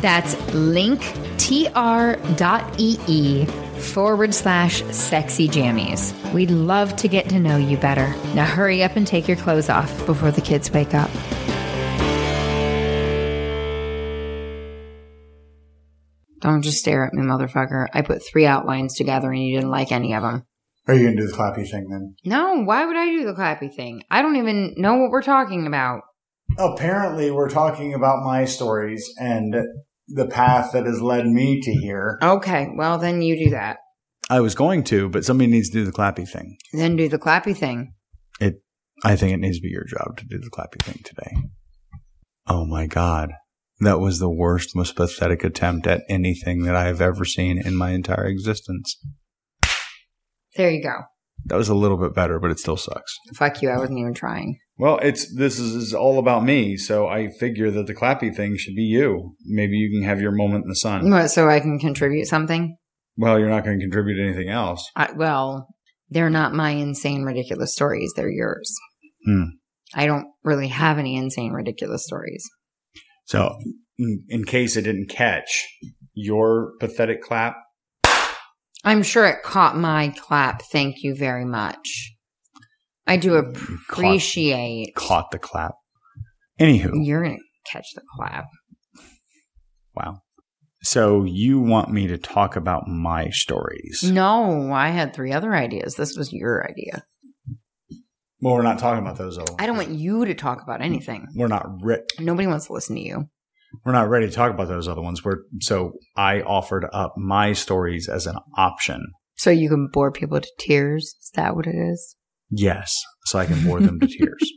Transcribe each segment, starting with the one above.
That's linktr.ee E forward slash sexy jammies. We'd love to get to know you better. Now hurry up and take your clothes off before the kids wake up. Don't just stare at me, motherfucker. I put three outlines together and you didn't like any of them. Are you gonna do the clappy thing then? No, why would I do the clappy thing? I don't even know what we're talking about. Apparently, we're talking about my stories and the path that has led me to here. Okay, well, then you do that. I was going to, but somebody needs to do the clappy thing. Then do the clappy thing. I think it needs to be your job to do the clappy thing today. Oh my God. That was the worst, most pathetic attempt at anything that I have ever seen in my entire existence. There you go. That was a little bit better, but it still sucks. Fuck you, I wasn't even trying. Well, it's this is, is all about me, so I figure that the clappy thing should be you. Maybe you can have your moment in the sun. What, so I can contribute something? Well, you're not going to contribute anything else. I, well, they're not my insane, ridiculous stories. They're yours. Hmm. I don't really have any insane, ridiculous stories. So, in, in case it didn't catch your pathetic clap, I'm sure it caught my clap. Thank you very much. I do appreciate. caught the clap. Anywho, You're going to catch the clap. wow. So you want me to talk about my stories? Mm. No, I had three other ideas. This was your idea. Well, we're not talking about those. Though. I don't want you to talk about anything. We're not re- Nobody wants to listen to you. we're not ready to talk about those other ones. We're so I offered up my stories as an option. So you can bore people to tears. Is that what it is? Yes, so I can bore them to tears.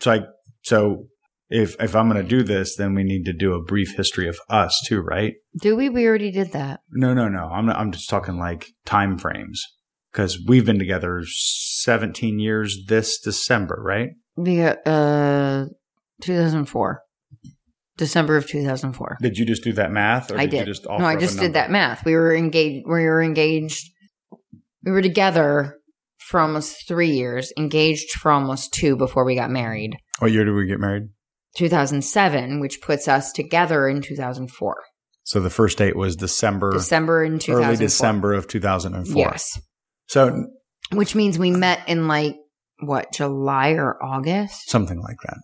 So I so if if I'm going to do this, then we need to do a brief history of us too, right? Do we? We already did that. No, no, no. I'm not, I'm just talking like time frames because we've been together 17 years this December, right? We got, uh, 2004. December of 2004. Did you just do that math? I did. You just offer no, I up a just did number? that math. We were engaged. We were engaged. We were together for almost three years, engaged for almost two before we got married. What year did we get married? 2007, which puts us together in 2004. So the first date was December, December in 2004. early December of 2004. Yes. So Which means we met in like, what, July or August? something like that.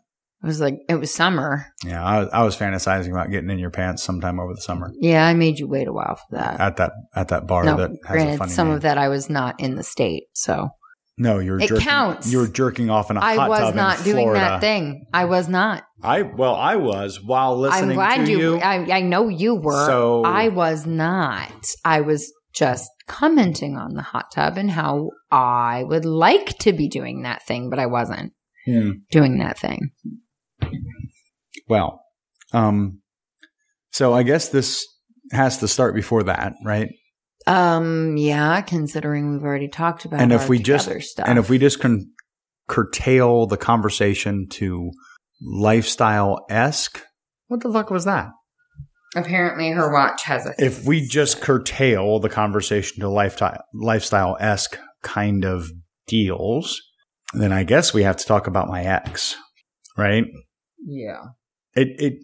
It was like, it was summer. Yeah, I, I was fantasizing about getting in your pants sometime over the summer Yeah, I made you wait a while for that. at that at that bar that has a funny some name. of that I was not in the state, so no, you were It jerking, counts. You were jerking off in a I hot tub was in not doing Florida. that thing. I was not. I well, I was while listening. I'm glad to you. I, I know you were. So- I was not. I was just commenting on the hot tub and how I would like to be doing that thing, but I wasn't Hmm. doing that thing. Well, um, so I guess this has to start before that, right? Um. Yeah. Considering we've already talked about And our if we just together stuff, and if we just can curtail the conversation to lifestyle esque, what the fuck was that? apparently her watch has a If we just curtail the conversation to lifestyle lifestyle esque kind of deals, then I guess we have to talk about my ex, right? yeah. It it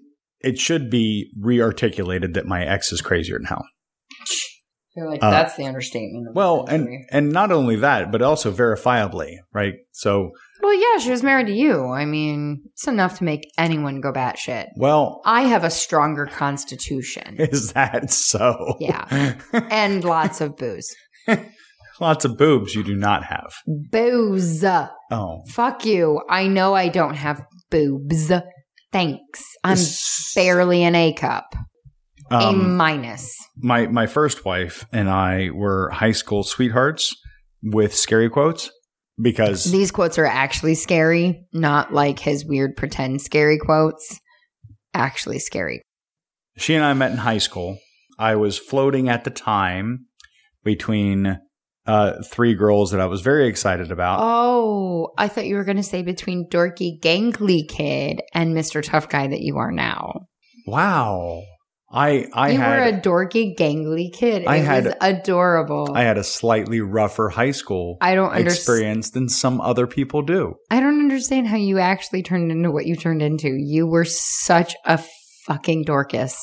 it should be rearticulated that my ex is crazier than hell. I feel like Uh, that's the understatement. of the Well, and century. and not only that, but also verifiably, right? So, Well, yeah, she was married to you. I mean, it's enough to make anyone go batshit. well, I have a stronger constitution is that so? Yeah. and lots of booze. Lots of boobs you do not have. Booze. Oh. Fuck you. I know I don't have boobs. Thanks. I'm barely an A cup. a Um, minus. my my first wife and I were high school sweethearts with scary quotes because These quotes are actually scary, not like his weird pretend scary quotes. Actually scary. she and I met in high school. I was floating at the time between uh, three girls that I was very excited about. Oh, I thought you were going to say between dorky, gangly kid and Mr. Tough Guy that you are now. Wow, I I you were had a dorky, gangly kid. I it had- was adorable. I had a slightly rougher high school I don't understand. experience than some other people do. I don't understand how you actually turned into what you turned into. You were such a fucking dorcas.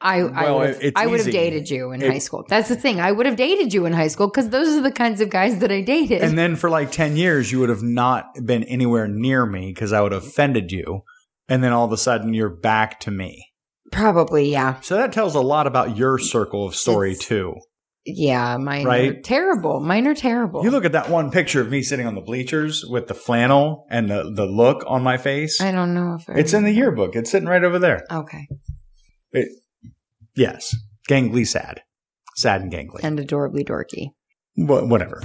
I Well, I would have it's I would have easy. dated you in It- high school. That's the thing. I would have dated you in high school because those are the kinds of guys that I dated. And then for like 10 years, you would have not been anywhere near me because I would have offended you. And then all of a sudden, you're back to me. Probably, yeah, So that tells a lot about your circle of story, It's- too. yeah. Mine are Right? terrible. Mine are terrible. You look at that one picture of me sitting on the bleachers with the flannel and the, the look on my face. I don't know if I It's in the yearbook. It's sitting right over there. Okay, Yes. Gangly sad. Sad and gangly. and adorably dorky. Wha- whatever.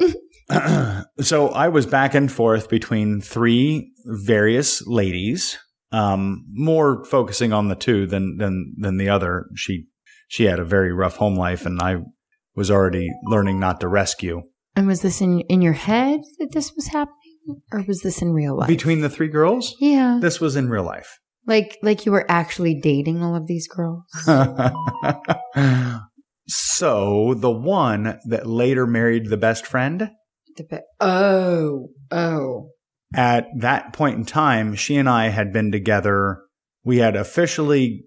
so I was back and forth between three various ladies, um, more focusing on the two than than than the other. She she had a very rough home life, and I was already learning not to rescue. And was this in in your head that this was happening, or was this in real life? Between the three girls, yeah, this was in real life. like like you were actually dating all of these girls. so the one that later married the best friend. The be- oh, oh. at that point in time, she and I had been together. We had officially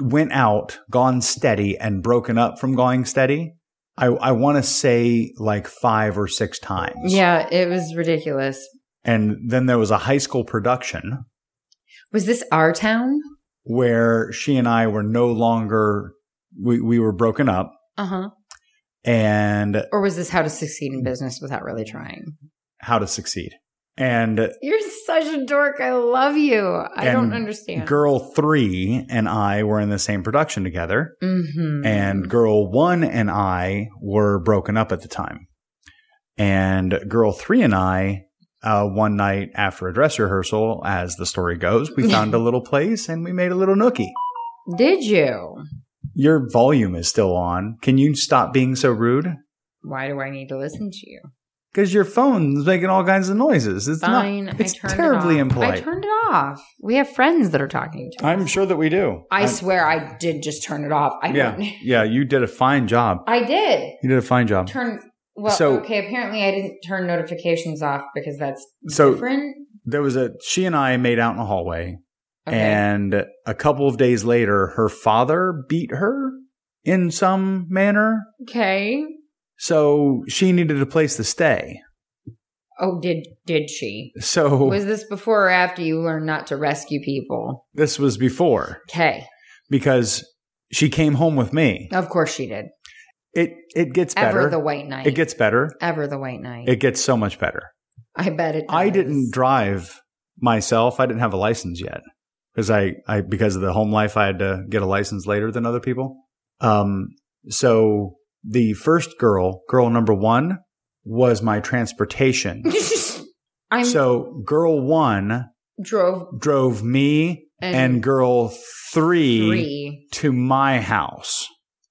went out, gone steady, and broken up from going steady. I, I want to say like five or six times. Yeah, it was ridiculous. And then there was a high school production Was this our town? where she and I were no longer, we, we were broken up. Uh huh. And Or was this how to succeed in business without really trying? how to succeed. And You're such a dork. I love you. I don't And understand. girl three and I were in the same production together. mm-hmm. and girl one and I were broken up at the time. And girl three and I, uh, one night after a dress rehearsal, as the story goes, we found a little place and we made a little nookie. did you? Your volume is still on. Can you stop being so rude? Why do I need to listen to you? Because your phone's making all kinds of noises. It's Fine. not. It's I turned terribly it off. I impolite. turned it off. We have friends that are talking to. us. I'm sure that we do. I I'm- swear I did just turn it off. I yeah, don't. yeah. You did a fine job. I did. You did a fine job. turn well So- okay apparently i didn't turn notifications off because that's So- different There was a. She and I made out in the hallway. okay And a couple of days later, her father beat her in some manner. okay So she needed a place to stay. oh did did she So was this before or after you learned not to rescue people this was before okay because she came home with me. of course she did It it gets Oh. ever the better. white knight It gets better. ever the white knight It gets so much better. i bet it I does. didn't drive myself. I didn't have a license yet because I, I because of the home life I had to get a license later than other people. Um, so the first girl, girl number one, was my transportation. i so girl one drove drove me and, and, girl three, three to my house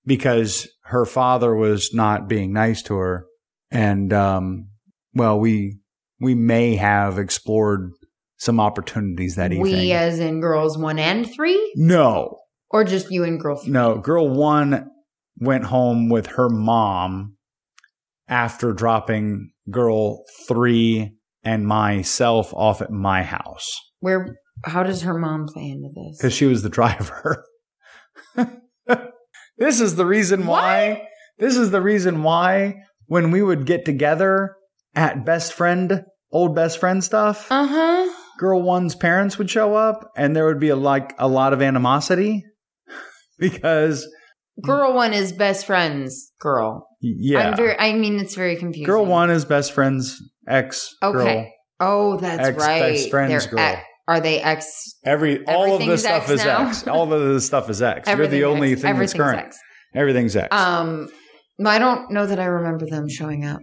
because her father was not being nice to her, and um, well, we we may have explored some opportunities that we uh, evening. as in girls one and three no, or just you and girl three no, girl one went home with her mom after dropping girl three and myself off at my house where how does her mom play into this because she was the driver. this is the reason why. This is the reason why when we would get together at best friend, old best friend stuff, uh-huh girl one's parents would show up, and there would be a, like a lot of animosity because Girl one is best friend's girl. Yeah. I'm very, I mean, it's very confusing. girl one is best friend's ex girl. Okay. Oh, that's Ex- right. best friend's They're girl. ex- are they ex? Every all of this Everything's stuff X is now. X. All of this stuff is X. You're everything's the only ex- thing that's everything's current. ex. Everything's X. Um, no, I don't know that I remember them showing up.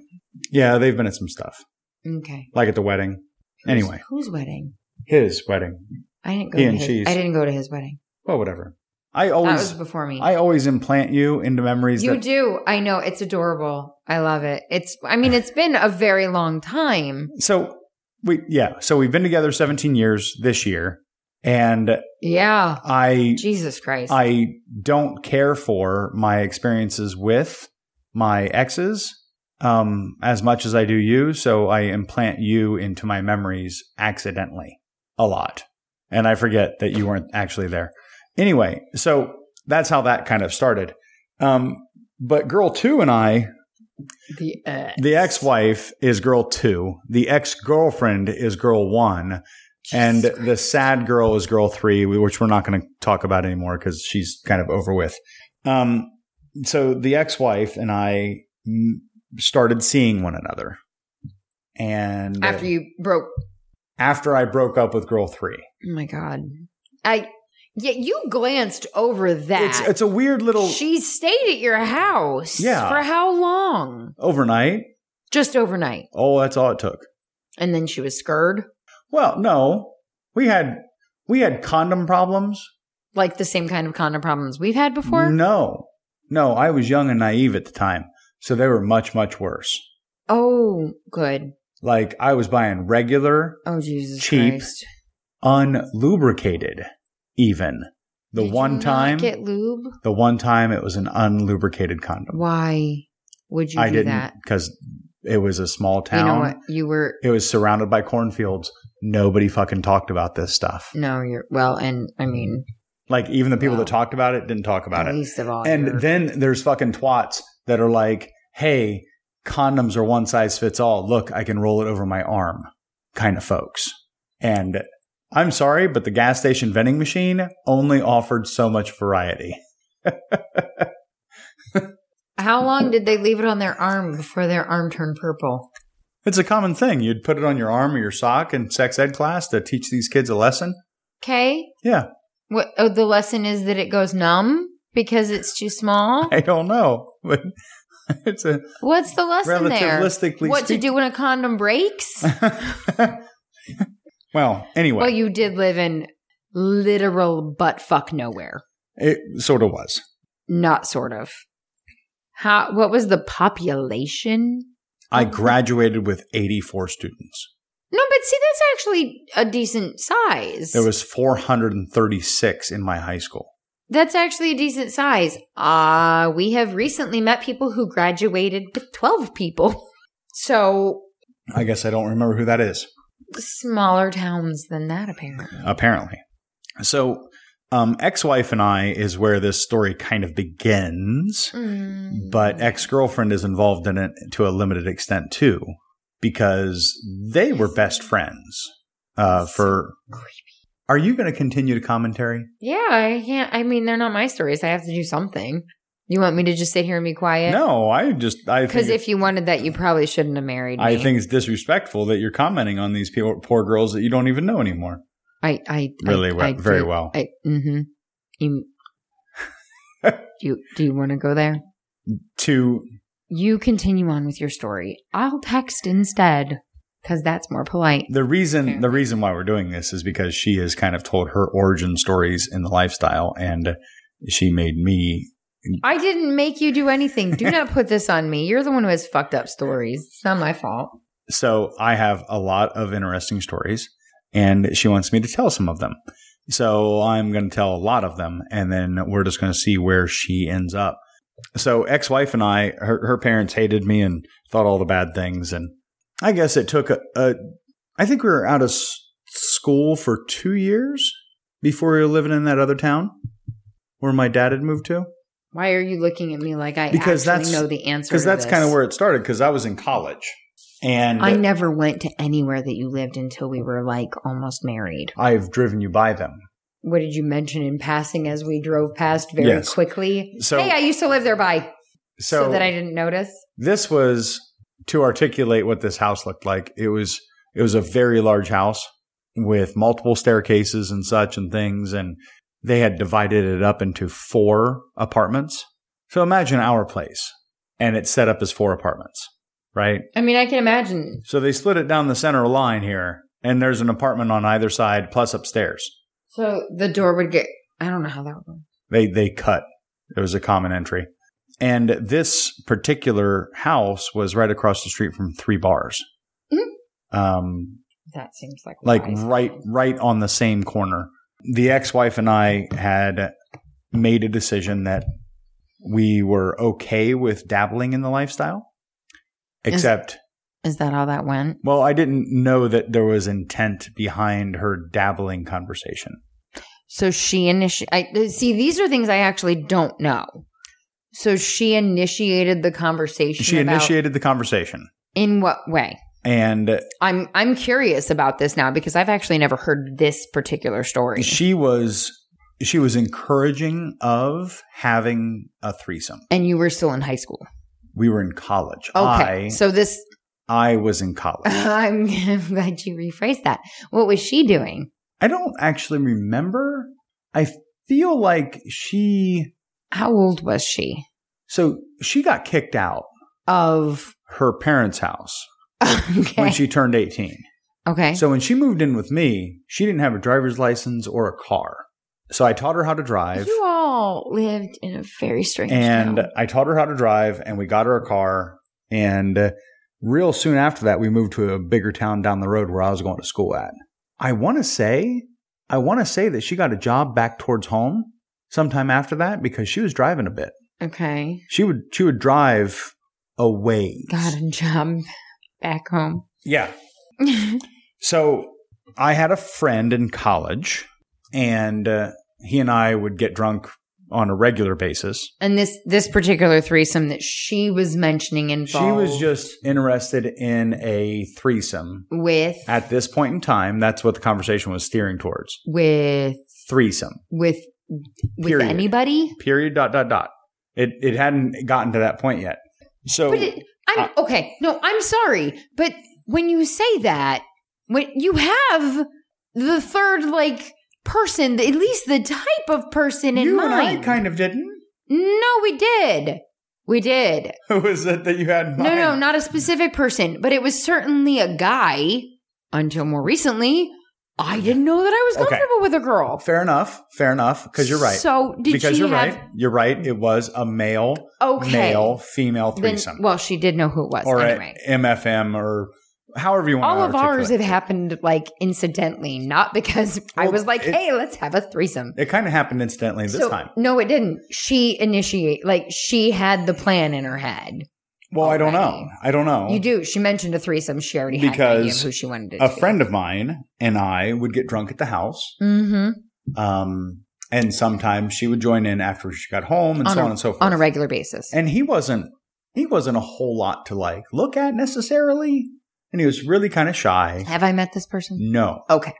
yeah, they've been at some stuff, Okay. like at the wedding. Who's- Anyway. whose wedding? His wedding. I didn't go. He to and his, she's. I didn't go to his wedding. Well, whatever. I always, that was before me. I always implant you into memories you that do. I know. It's adorable. I love it. It's. I mean, it's been a very long time. So we yeah, so we've been together 17 years this year and Yeah. I Jesus Christ. I don't care for my experiences with my exes um as much as I do you, so I implant you into my memories accidentally a lot. And I forget that you weren't actually there. Anyway, so that's how that kind of started. Um but girl 2 and I the uh, ex. the ex-wife is girl two. The ex-girlfriend is girl one. And the sad girl is girl three, which we're not going to talk about anymore because she's kind of over with. Um, so the ex-wife and I mm, started seeing one another. And after you broke. after I broke up with girl three, Oh my God. I. Yeah, you glanced over that. it's, it's a weird little She stayed at your house. Yeah. For how long? overnight. Just overnight. Oh, that's all it took. And then she was scared. Well, no, we had, we had condom problems. Like the same kind of condom problems we've had before. No, no, I was young and naive at the time, so they were much much worse. Oh, good. Like I was buying regular, Oh, Jesus Cheap. Christ. unlubricated, even the Did you one not time. get lube. The one time it was an unlubricated condom. Why would you I do didn't that? because it was a small town. You know what? You were It was surrounded by cornfields. Nobody fucking talked about this stuff. no, you're well, and I mean, Like even the people Mm. Wow. that talked about it didn't talk about it. least of all, you're- And then there's fucking twats that are like, hey, condoms are one size fits all. Look, I can roll it over my arm kind of folks. And I'm sorry, but the gas station vending machine only offered so much variety. how long did they leave it on their arm before their arm turned purple? It's a common thing. You'd put it on your arm or your sock in sex ed class to teach these kids a lesson. Okay. Yeah. What? Oh, the lesson is that it goes numb because it's too small. I don't know, but it's a What's the lesson there? relativistically What to do when a condom breaks? speak- well, anyway, Well, you did live in literal butt fuck nowhere. it sort of was. Not sort of. How? What was the population? I Mhm. graduated with 84 students. No, but see, that's actually a decent size. There was 436 in my high school. that's actually a decent size. Uh, we have recently met people who graduated with 12 people. So I guess I don't remember who that is, smaller towns than that, apparently. apparently. So, um, ex wife and I is where this story kind of begins, Mm. but ex girlfriend is involved in it to a limited extent too, because they were best friends uh, for. Are you going to continue to commentary? Yeah, I can't. I mean, they're not my stories. I have to do something. You want me to just sit here and be quiet? No, I just I Because think if you wanted that, you probably shouldn't have married me. I think it's disrespectful that you're commenting on these poor, poor girls that you don't even know anymore. I, I I- Really well, I very did- well. I, mm-hmm. You, you, do you want to go there? To You continue on with your story. I'll text instead because that's more polite. the reason the Apparently. reason why we're doing this is because she has kind of told her origin stories in the lifestyle, and she made me. I didn't make you do anything. Do not put this on me. You're the one who has fucked up stories. It's not my fault. So I have a lot of interesting stories, and she wants me to tell some of them. So I'm going to tell a lot of them, and then we're just going to see where she ends up. So ex-wife and I, her, her parents hated me and thought all the bad things, and I guess it took a. a I think we were out of s- school for two years before we were living in that other town where my dad had moved to, Why are you looking at me like I Because actually that's- know the answer? because to that's this? kind of where it started. Because I was in college, and I never went to anywhere that you lived until we were like almost married. I've driven you by them. What did you mention in passing as we drove past very Yes. quickly? So- hey, I used to live there by. so, So, that I didn't notice. this was to articulate what this house looked like. It was it was a very large house with multiple staircases and such and things and they had divided it up into four apartments. So imagine our place and it's set up as four apartments, right? I mean, I can imagine. So they split it down the center line here and there's an apartment on either side plus upstairs. So the door would get. I don't know how that would work. they they cut. It was a common entry. And this particular house was right across the street from three bars. Mm-hmm. Um, That seems like like lies. right right on the same corner. The ex-wife and I had made a decision that we were okay with dabbling in the lifestyle. Is- Except Is that how that went? well, I didn't know that there was intent behind her dabbling conversation. So she initiated. I see. These are things I actually don't know. So she initiated the conversation. She about- initiated the conversation. in what way? And I'm I'm curious about this now because I've actually never heard this particular story. she was she was encouraging of having a threesome. and you were still in high school. We were in college. Okay. I so this I was in college. I'm glad you rephrased that. What was she doing? I don't actually remember. I feel like she How old was she? so she got kicked out Of her parents' house okay. when she turned 18. okay. So when she moved in with me, she didn't have a driver's license or a car. So I taught her how to drive. you all lived in a very strange and town. I taught her how to drive, and we got her a car. And uh, real soon after that, we moved to a bigger town down the road where I was going to school at. I want to say, I want to say that she got a job back towards home sometime after that because she was driving a bit. okay. She would she would drive away. Got a job back home. Yeah. so I had a friend in college, and uh, he and I would get drunk on a regular basis. And this this particular threesome that she was mentioning involved She was just interested in a threesome. with At this point in time, that's what the conversation was steering towards. with Threesome. with with Period. anybody. Period. Dot dot dot. It it hadn't gotten to that point yet. So But it, I'm okay. No, I'm sorry, but when you say that, when you have the third like person, at least the type of person in you mind. and I kind of didn't. no, we did. We did. was it that you had? in No, no, mind? not a specific person, but it was certainly a guy until more recently. I didn't know that I was Okay. comfortable with a girl. Fair enough. Fair enough. Because you're right. So did because she you're have right. You're right. It was a male, okay? male, female Then- threesome, well, she did know who it was or a anyway. MFM, or however you want all to of ours articulate have happened like incidentally, not because I Well, was like, it- "Hey, let's have a threesome." It kind of happened incidentally this So- time. no, it didn't. She initiate like she had the plan in her head. Well, I don't already. know. I don't know. You do. She mentioned a threesome. She already had an idea of Oh. Because who she wanted it a to. friend of mine and I would get drunk at the house. hmm Um, and sometimes she would join in after she got home and On so a- on and so forth. on a regular basis. and he wasn't, he wasn't a whole lot to like look at necessarily. And he was really kind of shy. have I met this person? No. Okay.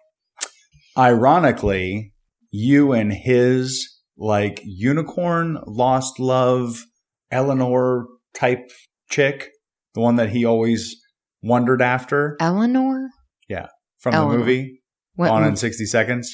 Ironically, you and his like unicorn lost love Eleanor type chick, the one that he always wondered after Eleanor? from Eleanor. the movie What? On mo- in 60 Seconds.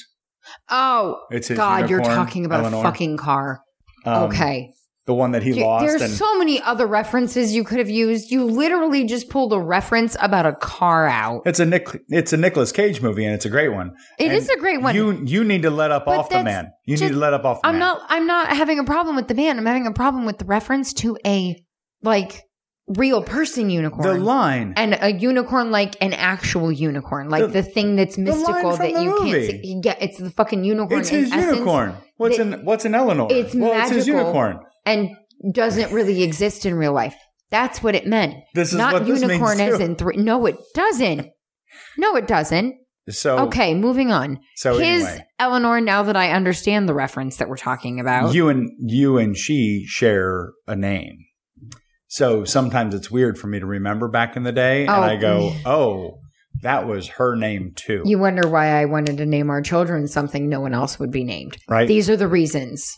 oh, It's his God, you're unicorn, talking about Eleanor. a fucking car. Um, okay. The one that he You- lost. There's and so many other references you could have used. You literally just pulled a reference about a car out. it's a Nick. It's a Nicolas Cage movie, and it's a great one. It And is a great one. You you need to let up But off the that's man. You just- need to let up off. The I'm man. not I'm not having a problem with the man. I'm having a problem with the reference to a like real person the unicorn. line. and a unicorn like an actual unicorn, like The- the, thing that's line mystical from that the you movie. can't see. Yeah, it's the fucking unicorn it's in his essence unicorn. What's They- in what's in Eleanor? It's well, it's his magical. unicorn. and doesn't really exist in real life. That's what it meant. This is Not what this unicorn means as too. in three. No, it doesn't. No, it doesn't. So Okay, moving on. Oh. So His anyway, Eleanor, now that I understand the reference that we're talking about. you and you and she share a name. So sometimes it's weird for me to remember back in the day, Oh. and I go, "Oh, that was her name too." You wonder why I wanted to name our children something no one else would be named. right? These are the reasons.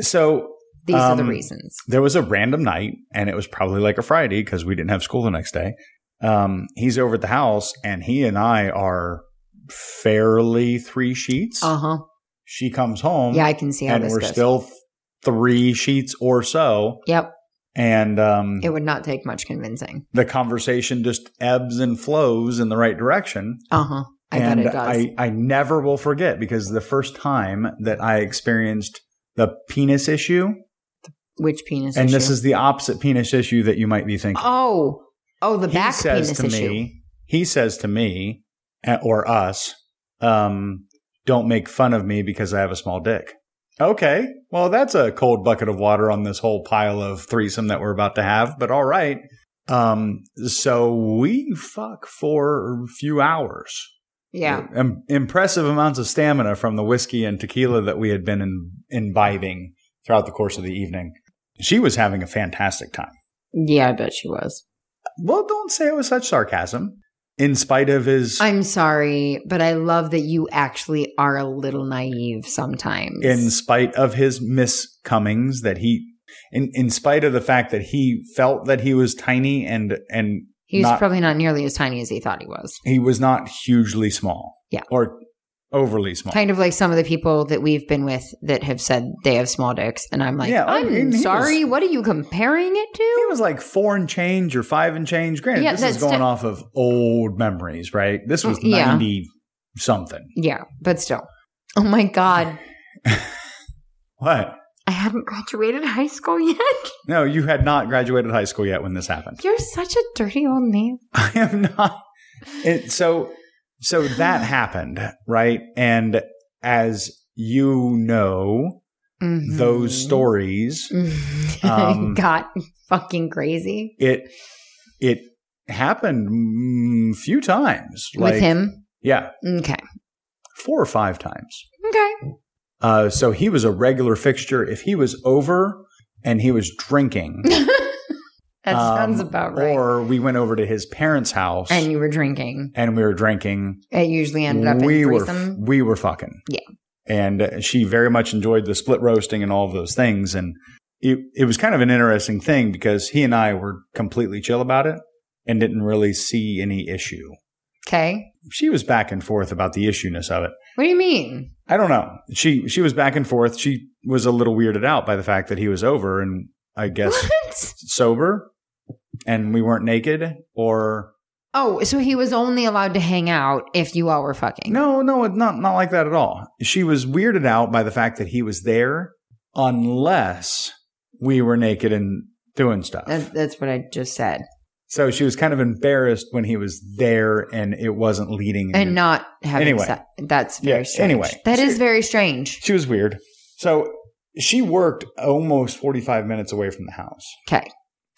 so These are the Um, reasons. there was a random night, and it was probably like a Friday because we didn't have school the next day. Um, he's over at the house, and he and I are fairly three sheets. Uh huh. She comes home, Yeah, I can see how and this we're goes. still three sheets or so. yep. And um, It would not take much convincing. the conversation just ebbs and flows in the right direction. Uh huh. I bet and it does. I, I never will forget because the first time that I experienced the penis issue, Which penis? and this issue? is the opposite penis issue that you might be thinking. oh oh the he back says penis to issue. me, he says to me uh, or us, um, don't make fun of me because I have a small dick. Okay, well that's a cold bucket of water on this whole pile of threesome that we're about to have, but all right. Um, so we fuck for a few hours. Yeah. Im- impressive amounts of stamina from the whiskey and tequila that we had been in- imbibing throughout the course of the evening. She was having a fantastic time. Yeah, I bet she was. Well, don't say it with such sarcasm. In spite of his, I'm sorry, but I love that you actually are a little naive sometimes. in spite of his miscomings, that he, in in spite of the fact that he felt that he was tiny and and he was not- probably not nearly as tiny as he thought he was. he was not hugely small, Yeah. or overly small. Kind of like some of the people that we've been with that have said they have small dicks, and I'm like, Yeah, oh, I I'm mean, he sorry. what are you comparing it He to? was like four and change or five and change. Granted, Yeah, this that's is going di- off of old memories, right? This was Mm, yeah. ninety something. Yeah, but still. Oh my god, What? I haven't graduated high school yet. No, you had not graduated high school yet when this happened. You're such a dirty old man. I am not. It, so, so that happened, right? And as you know, those Mhm. stories, Um, Mm-hmm. got fucking crazy it it happened mm, few times like- with him. Yeah, Okay. four or five times. Okay. Uh, so he was a regular fixture. If he was over and he was drinking, That um, sounds about right. Or we went over to his parents' house and and, you were drinking. we were drinking. It usually ended up in were threesome. we were fucking Yeah. and uh, she very much enjoyed the split roasting and all of those things and it it was kind of an interesting thing because he and I were completely chill about it and didn't really see any issue Okay. she was back and forth about the issueness of it What do you mean? I don't know she she was back and forth she was a little weirded out by the fact that he was over and I guess What? sober and we weren't naked or Oh, so he was only allowed to hang out if you all were fucking. No, no, it- not not like that at all. She was weirded out by the fact that he was there, unless we were naked and doing stuff. That, that's what I just said. so she was kind of embarrassed when he was there and it wasn't leading. And not having Mm. Anyway. se- That's Yeah, very strange. anyway. That is very strange. she was weird. So she worked almost forty five minutes away from the house, Okay.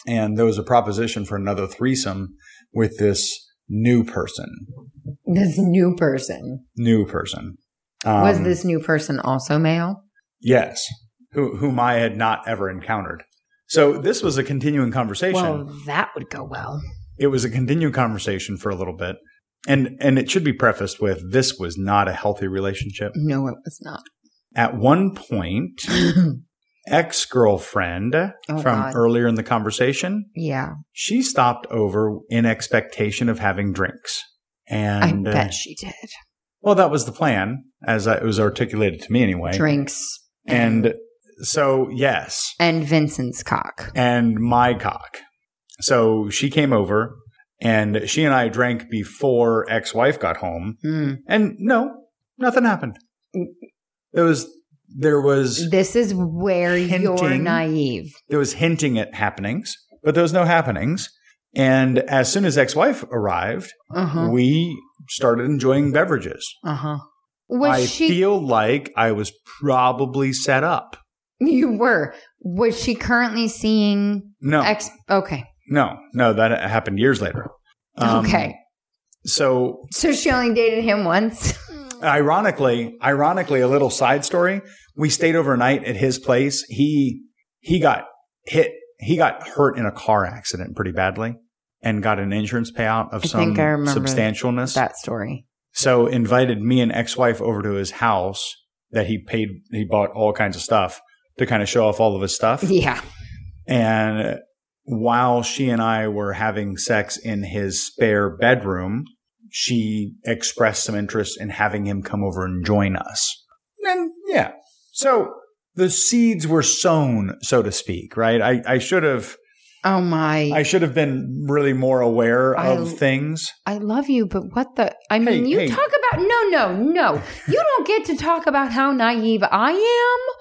and there was a proposition for another threesome with this new person. This new person. New person um, was this new person also male? Yes, who, whom I had not ever encountered. So this was a continuing conversation. Well, that would go well. it was a continuing conversation for a little bit, and and it should be prefaced with this was not a healthy relationship. No, it was not. At one point, ex girlfriend Oh, from God. earlier in the conversation, yeah. she stopped over in expectation of having drinks, and I uh, bet she did. well, that was the plan as it was articulated to me anyway. Drinks. And so yes, and Vincent's cock. and my cock. So she came over and she and I drank before ex wife got home. Mm. And no, nothing happened. There was there was This is where you're Hinting. naive. there was hinting at happenings, but there was no happenings. And as soon as ex wife arrived, Uh huh. we started enjoying beverages. Uh huh. Was I she? feel like I was probably set up. you were. Was she currently seeing No, ex? Okay. no, no, that happened years later. Um, okay. So So she only dated him once. ironically ironically a little side story we stayed overnight at his place he he got hit he got hurt in a car accident pretty badly and got an insurance payout of I some think I remember substantialness that story. so invited me and ex-wife over to his house that he paid he bought all kinds of stuff to kind of show off all of his stuff. Yeah. And while she and I were having sex in his spare bedroom, she expressed some interest in having him come over and join us. And yeah. So the seeds were sown, so to speak, right? I, I should have Oh my. I should have been really more aware I- of things. I love you, but what the? I mean, Hey, you hey. talk about no, no, no. you don't get to talk about how naive I am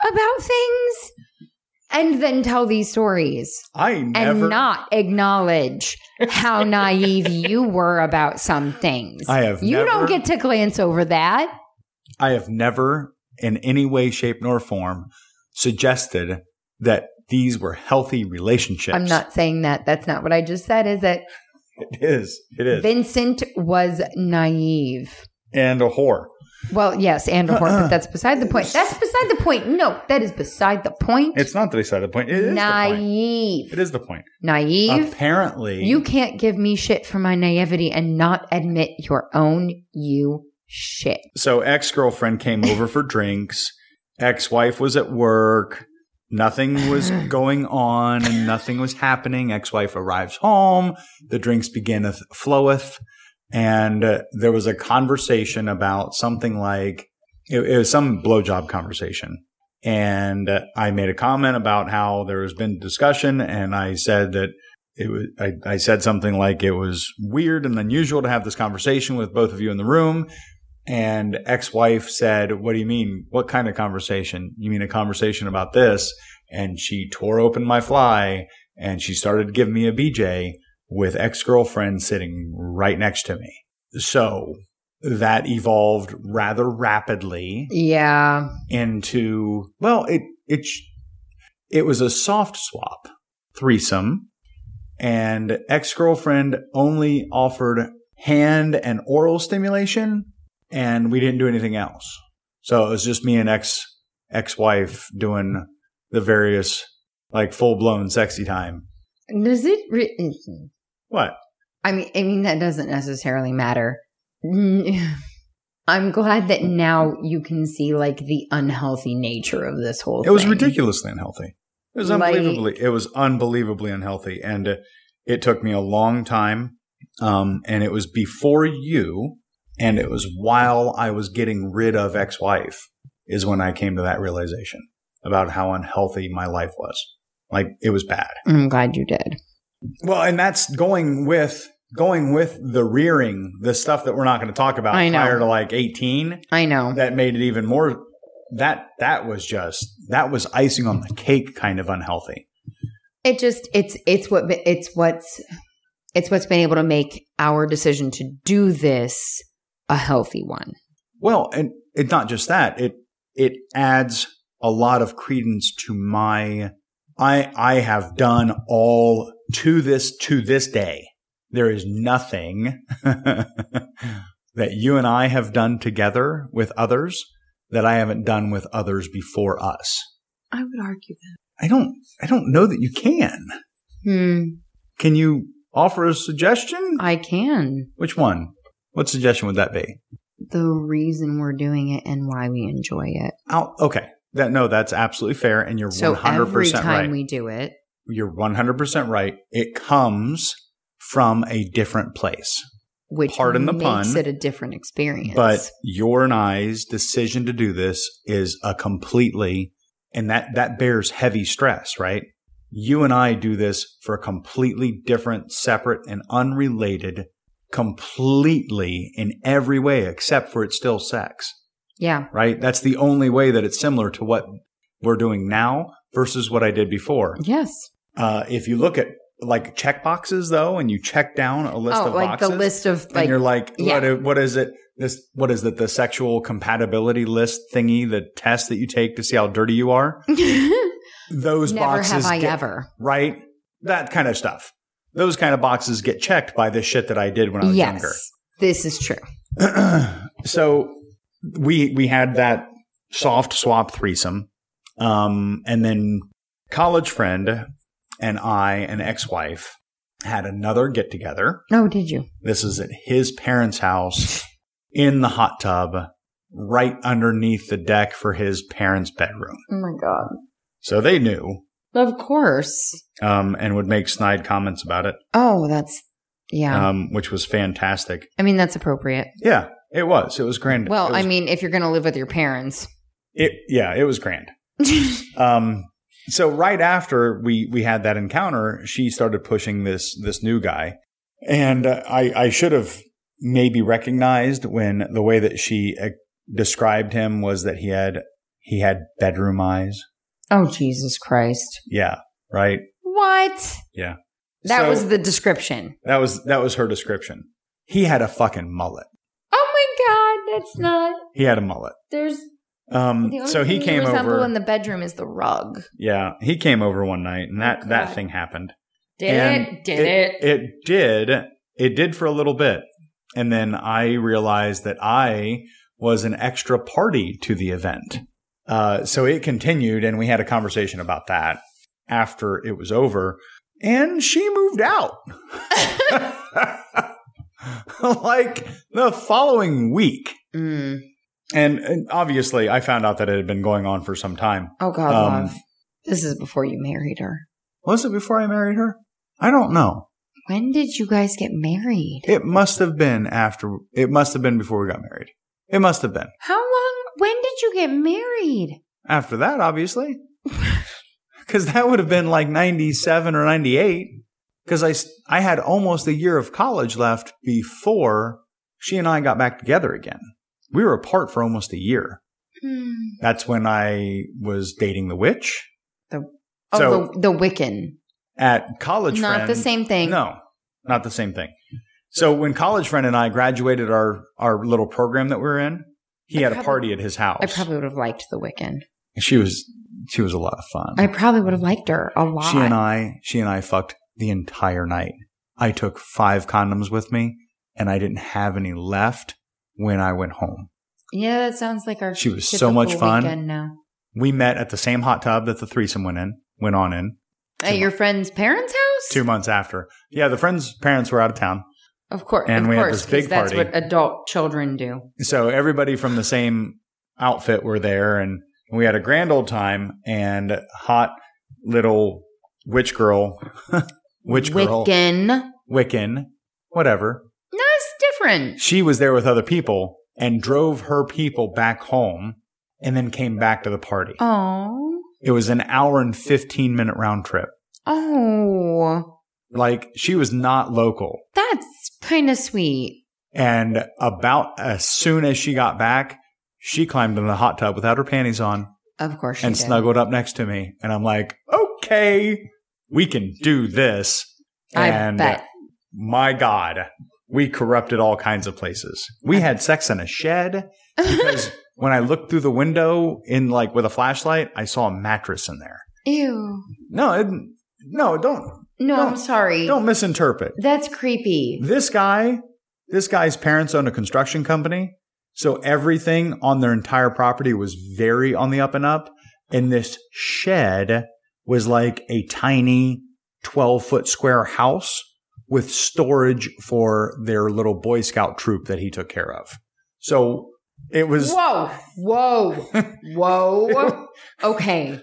about things, and then tell these stories I and never not acknowledge how naive you were about some things. I have You never- don't get to glance over that. I have never, in any way, shape, nor form, suggested that these were healthy relationships. I'm not saying that. That's not what I just said. Is that It is. It is. Vincent was naive? and a whore. Well, yes, and a whore, Uh-uh. but that's beside the point. That's beside the point. No, that is beside the point. It's not that I said the point. It is the point. naive. It is the point. naive. Apparently, you can't give me shit for my naivety and not admit your own you shit. so ex girlfriend came over for drinks. Ex wife was at work. Nothing was going on and nothing was happening. Ex wife arrives home. The drinks beginneth, floweth. And uh, there was a conversation about something like it, it was some blowjob conversation. And uh, I made a comment about how there has been discussion. And I said that it was, I, I said something like it was weird and unusual to have this conversation with both of you in the room. And ex wife said, What do you mean? What kind of conversation? You mean a conversation about this? And she tore open my fly and she started giving me a BJ with ex girlfriend sitting right next to me. So that evolved rather rapidly Yeah. into, well, it, it, sh- it was a soft swap threesome and ex girlfriend only offered hand and oral stimulation and we didn't do anything else. So it was just me and ex ex wife doing the various like full blown sexy time. Does it? Re- What? I mean, I mean that doesn't necessarily matter. Mm, I'm glad that now you can see like the unhealthy nature of this whole. It was thing. ridiculously unhealthy. It was Like- unbelievably. it was unbelievably unhealthy, and uh, it took me a long time. Um, and it was before you, and it was while I was getting rid of ex-wife is when I came to that realization about how unhealthy my life was. Like it was bad. I'm glad you did. Well, and that's going with going with the rearing, the stuff that we're not going to talk about I know. prior to like eighteen. I know. That made it even more. That that was just that was icing on the cake, kind of unhealthy. it just it's it's what it's what's it's what's been able to make our decision to do this a healthy one Well, and it's not just that. It it adds a lot of credence to my I I have done all to this to this day. There is nothing that you and I have done together with others that I haven't done with others before us. i would argue I don't I don't know that you can. that hmm Can you offer a suggestion? i can Which one? What suggestion would that be? the reason we're doing it and why we enjoy it Oh, okay. That no, that's absolutely fair and you're so 100% every time right. we do it you're 100% right. It comes from a different place. which Pardon the makes pun, it a different experience But your and I's decision to do this is a completely, and that, that bears heavy stress, right? You and I do this for a completely different, separate, and unrelated, completely in every way except for it's still sex, yeah right? That's the only way that it's similar to what we're doing now versus what I did before. yes Uh, if you look at like check boxes though, and you check down a list oh of like boxes, the list of and like you're like, yeah. what? i- What is it? This what is it? The sexual compatibility list thingy, the test that you take to see how dirty you are. Those never boxes have i get- ever right? That kind of stuff. Those kind of boxes get checked by the shit that I did when I was yes younger. this is true so we we had that soft swap threesome, um, and then college friend and I, an ex-wife, had another get together. no Oh, did you This is at his parents' house in the hot tub right underneath the deck for his parents' bedroom. Oh my god. So they knew Of course. um, and would make snide comments about it, Oh, that's yeah. um, which was fantastic. I mean, that's appropriate. Yeah, it was. It was grand. Well, It was- I mean, if you're going to live with your parents. it, yeah, it was grand. Um, so right after we we had that encounter, she started pushing this this new guy, and uh, I I should have maybe recognized when the way that she uh, described him was that he had he had bedroom eyes. oh, Jesus Christ. Yeah, right. What? Yeah. That So- was the description. That was that was her description. He had a fucking mullet. Oh my god, that's not. He had a mullet. There's Um, the only so he thing you came resemble over. in the bedroom is the rug. yeah, he came over one night, and that Oh, that God. thing happened. Did And it? Did it? it? did. It did for a little bit. And then I realized that I was an extra party to the event. Uh, so it continued, and we had a conversation about that after it was over. And she moved out. like the following week. Mm. And, and obviously, I found out that it had been going on for some time. Oh god, Um, love. This is before you married her. Was it before I married her? I don't know. When did you guys get married? It must have been after. It must have been before we got married. It must have been How long? When did you get married? after that, obviously, because that would have been like ninety-seven or ninety-eight. Because I s- I had almost a year of college left before she and I got back together again. We were apart for almost a year. Hmm. That's when I was dating the witch Oh, So- the, the Wiccan. at college. Not the Friend- same thing. No, not the same thing. So when college friend and I graduated our our little program that we were in, he I had a probably- party at his house. I probably would have liked the Wiccan. she was she was a lot of fun. I probably would have liked her a lot. she and I she and I fucked the entire night. I took five condoms with me, and I didn't have any left when I went home. yeah, that sounds like our. She was so much typical fun. Wiccan now. We met at the same hot tub that the threesome went in went on in At your friend's parents' house? two months after. Yeah, the friend's parents were out of town, Of course. And of we had course, this big 'cause that's party. what adult children do. so everybody from the same outfit were there, and we had a grand old time. And hot little witch girl, witch girl, Wiccan. No, Wiccan, whatever. it's different. she was there with other people and drove her people back home and then came back to the party. Oh. It was an hour and 15 minute round trip. Oh. Like she was not local. That's kind of sweet. And about as soon as she got back, she climbed in the hot tub without her panties on Of course she and did. snuggled up next to me. And I'm like, okay, we can do this. I and bet. my God, we corrupted all kinds of places. We had sex in a shed. because when I looked through the window in like with a flashlight, I saw a mattress in there. Ew. No, it, no, don't No, Don't- I'm sorry. don't misinterpret. That's creepy. This guy, this guy's parents owned a construction company, so everything on their entire property was very on the up and up. And this shed was like a tiny 12 foot square house with storage for their little Boy Scout troop that he took care of. So it was Whoa. Whoa. Whoa. okay.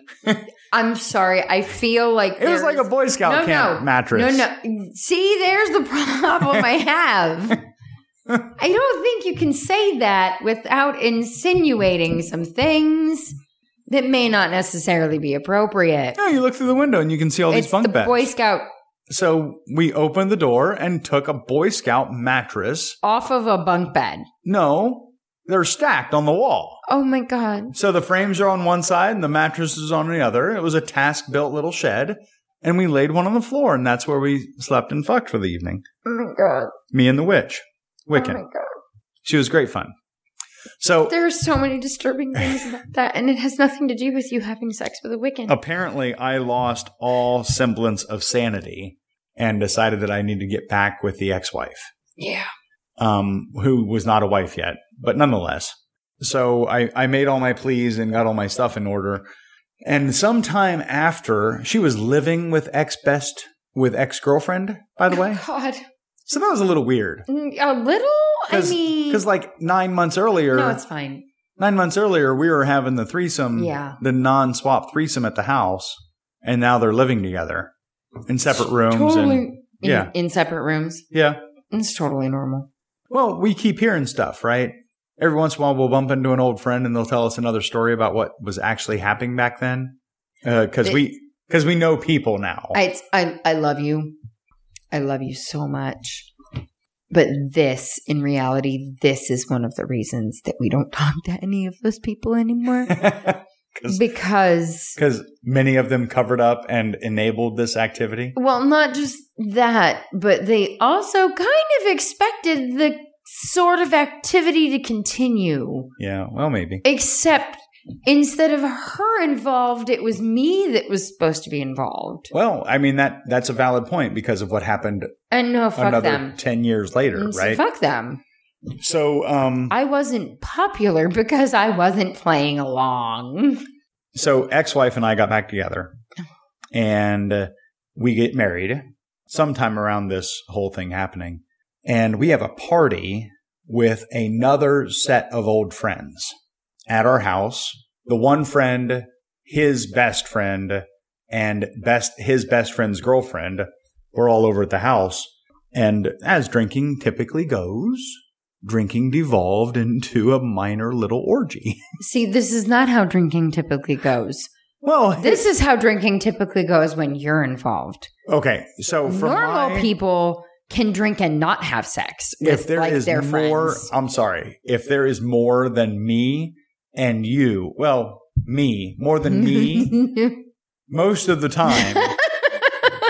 I'm sorry. I feel like It was like a there's- Boy Scout No, camp no. mattress. No, no. See, there's the problem I have. I don't think you can say that without insinuating some things that may not necessarily be appropriate. No, you look through the window and you can see all It's these the bunk beds. Boy Scout so we opened the door and took a Boy Scout mattress. off of a bunk bed. No, they're stacked on the wall. Oh my god. So the frames are on one side and the mattress is on the other. It was a task built little shed. And we laid one on the floor, and that's where we slept and fucked for the evening. Oh my god. Me and the witch, Oh Wiccan. my god. she was great fun. So There are so many disturbing things about that, and it has nothing to do with you having sex with a Wiccan. Oh. apparently I lost all semblance of sanity and decided that I need to get back with the ex-wife. yeah. um, who was not a wife yet, but nonetheless. So I, I made all my pleas and got all my stuff in order. And sometime after, she was living with ex best, with ex girlfriend, by the way. God. So that was a little weird. Mm, A little? I mean. Because like nine months earlier, no, it's fine. Nine months earlier, we were having the threesome, Yeah. the non swap threesome at the house, and now they're living together in separate rooms. Totally And, in, yeah. in separate rooms. yeah. It's totally normal. Well, we keep hearing stuff, right? Every once in a while, we'll bump into an old friend and they'll tell us another story about what was actually happening back then. Because It- we. Because we know people now. I, it's, I I love you. I love you so much. But this, in reality, this is one of the reasons that we don't talk to any of those people anymore. Because because, many of them covered up and enabled this activity. well, not just that, but they also kind of expected the sort of activity to continue. Yeah, well, maybe. Except instead of her involved, it was me that was supposed to be involved. Well, I mean that that's a valid point because of what happened And no, fuck another them. Mm, ten years later, So right? Fuck them. So, um, I wasn't popular because I wasn't playing along. so ex-wife and I got back together, and uh, we get married sometime around this whole thing happening, and we have a party with another set of old friends at our house. The one friend, his best friend, and best his best friend's girlfriend were all over at the house, and as drinking typically goes. Drinking devolved into a minor little orgy. See, this is not how drinking typically goes. Well, This is how drinking typically goes when you're involved. Okay, so from Normal my- people can drink and not have sex. With, if there like, is their more, friends. I'm sorry, if there is more than me and you, well, me more than me, most of the time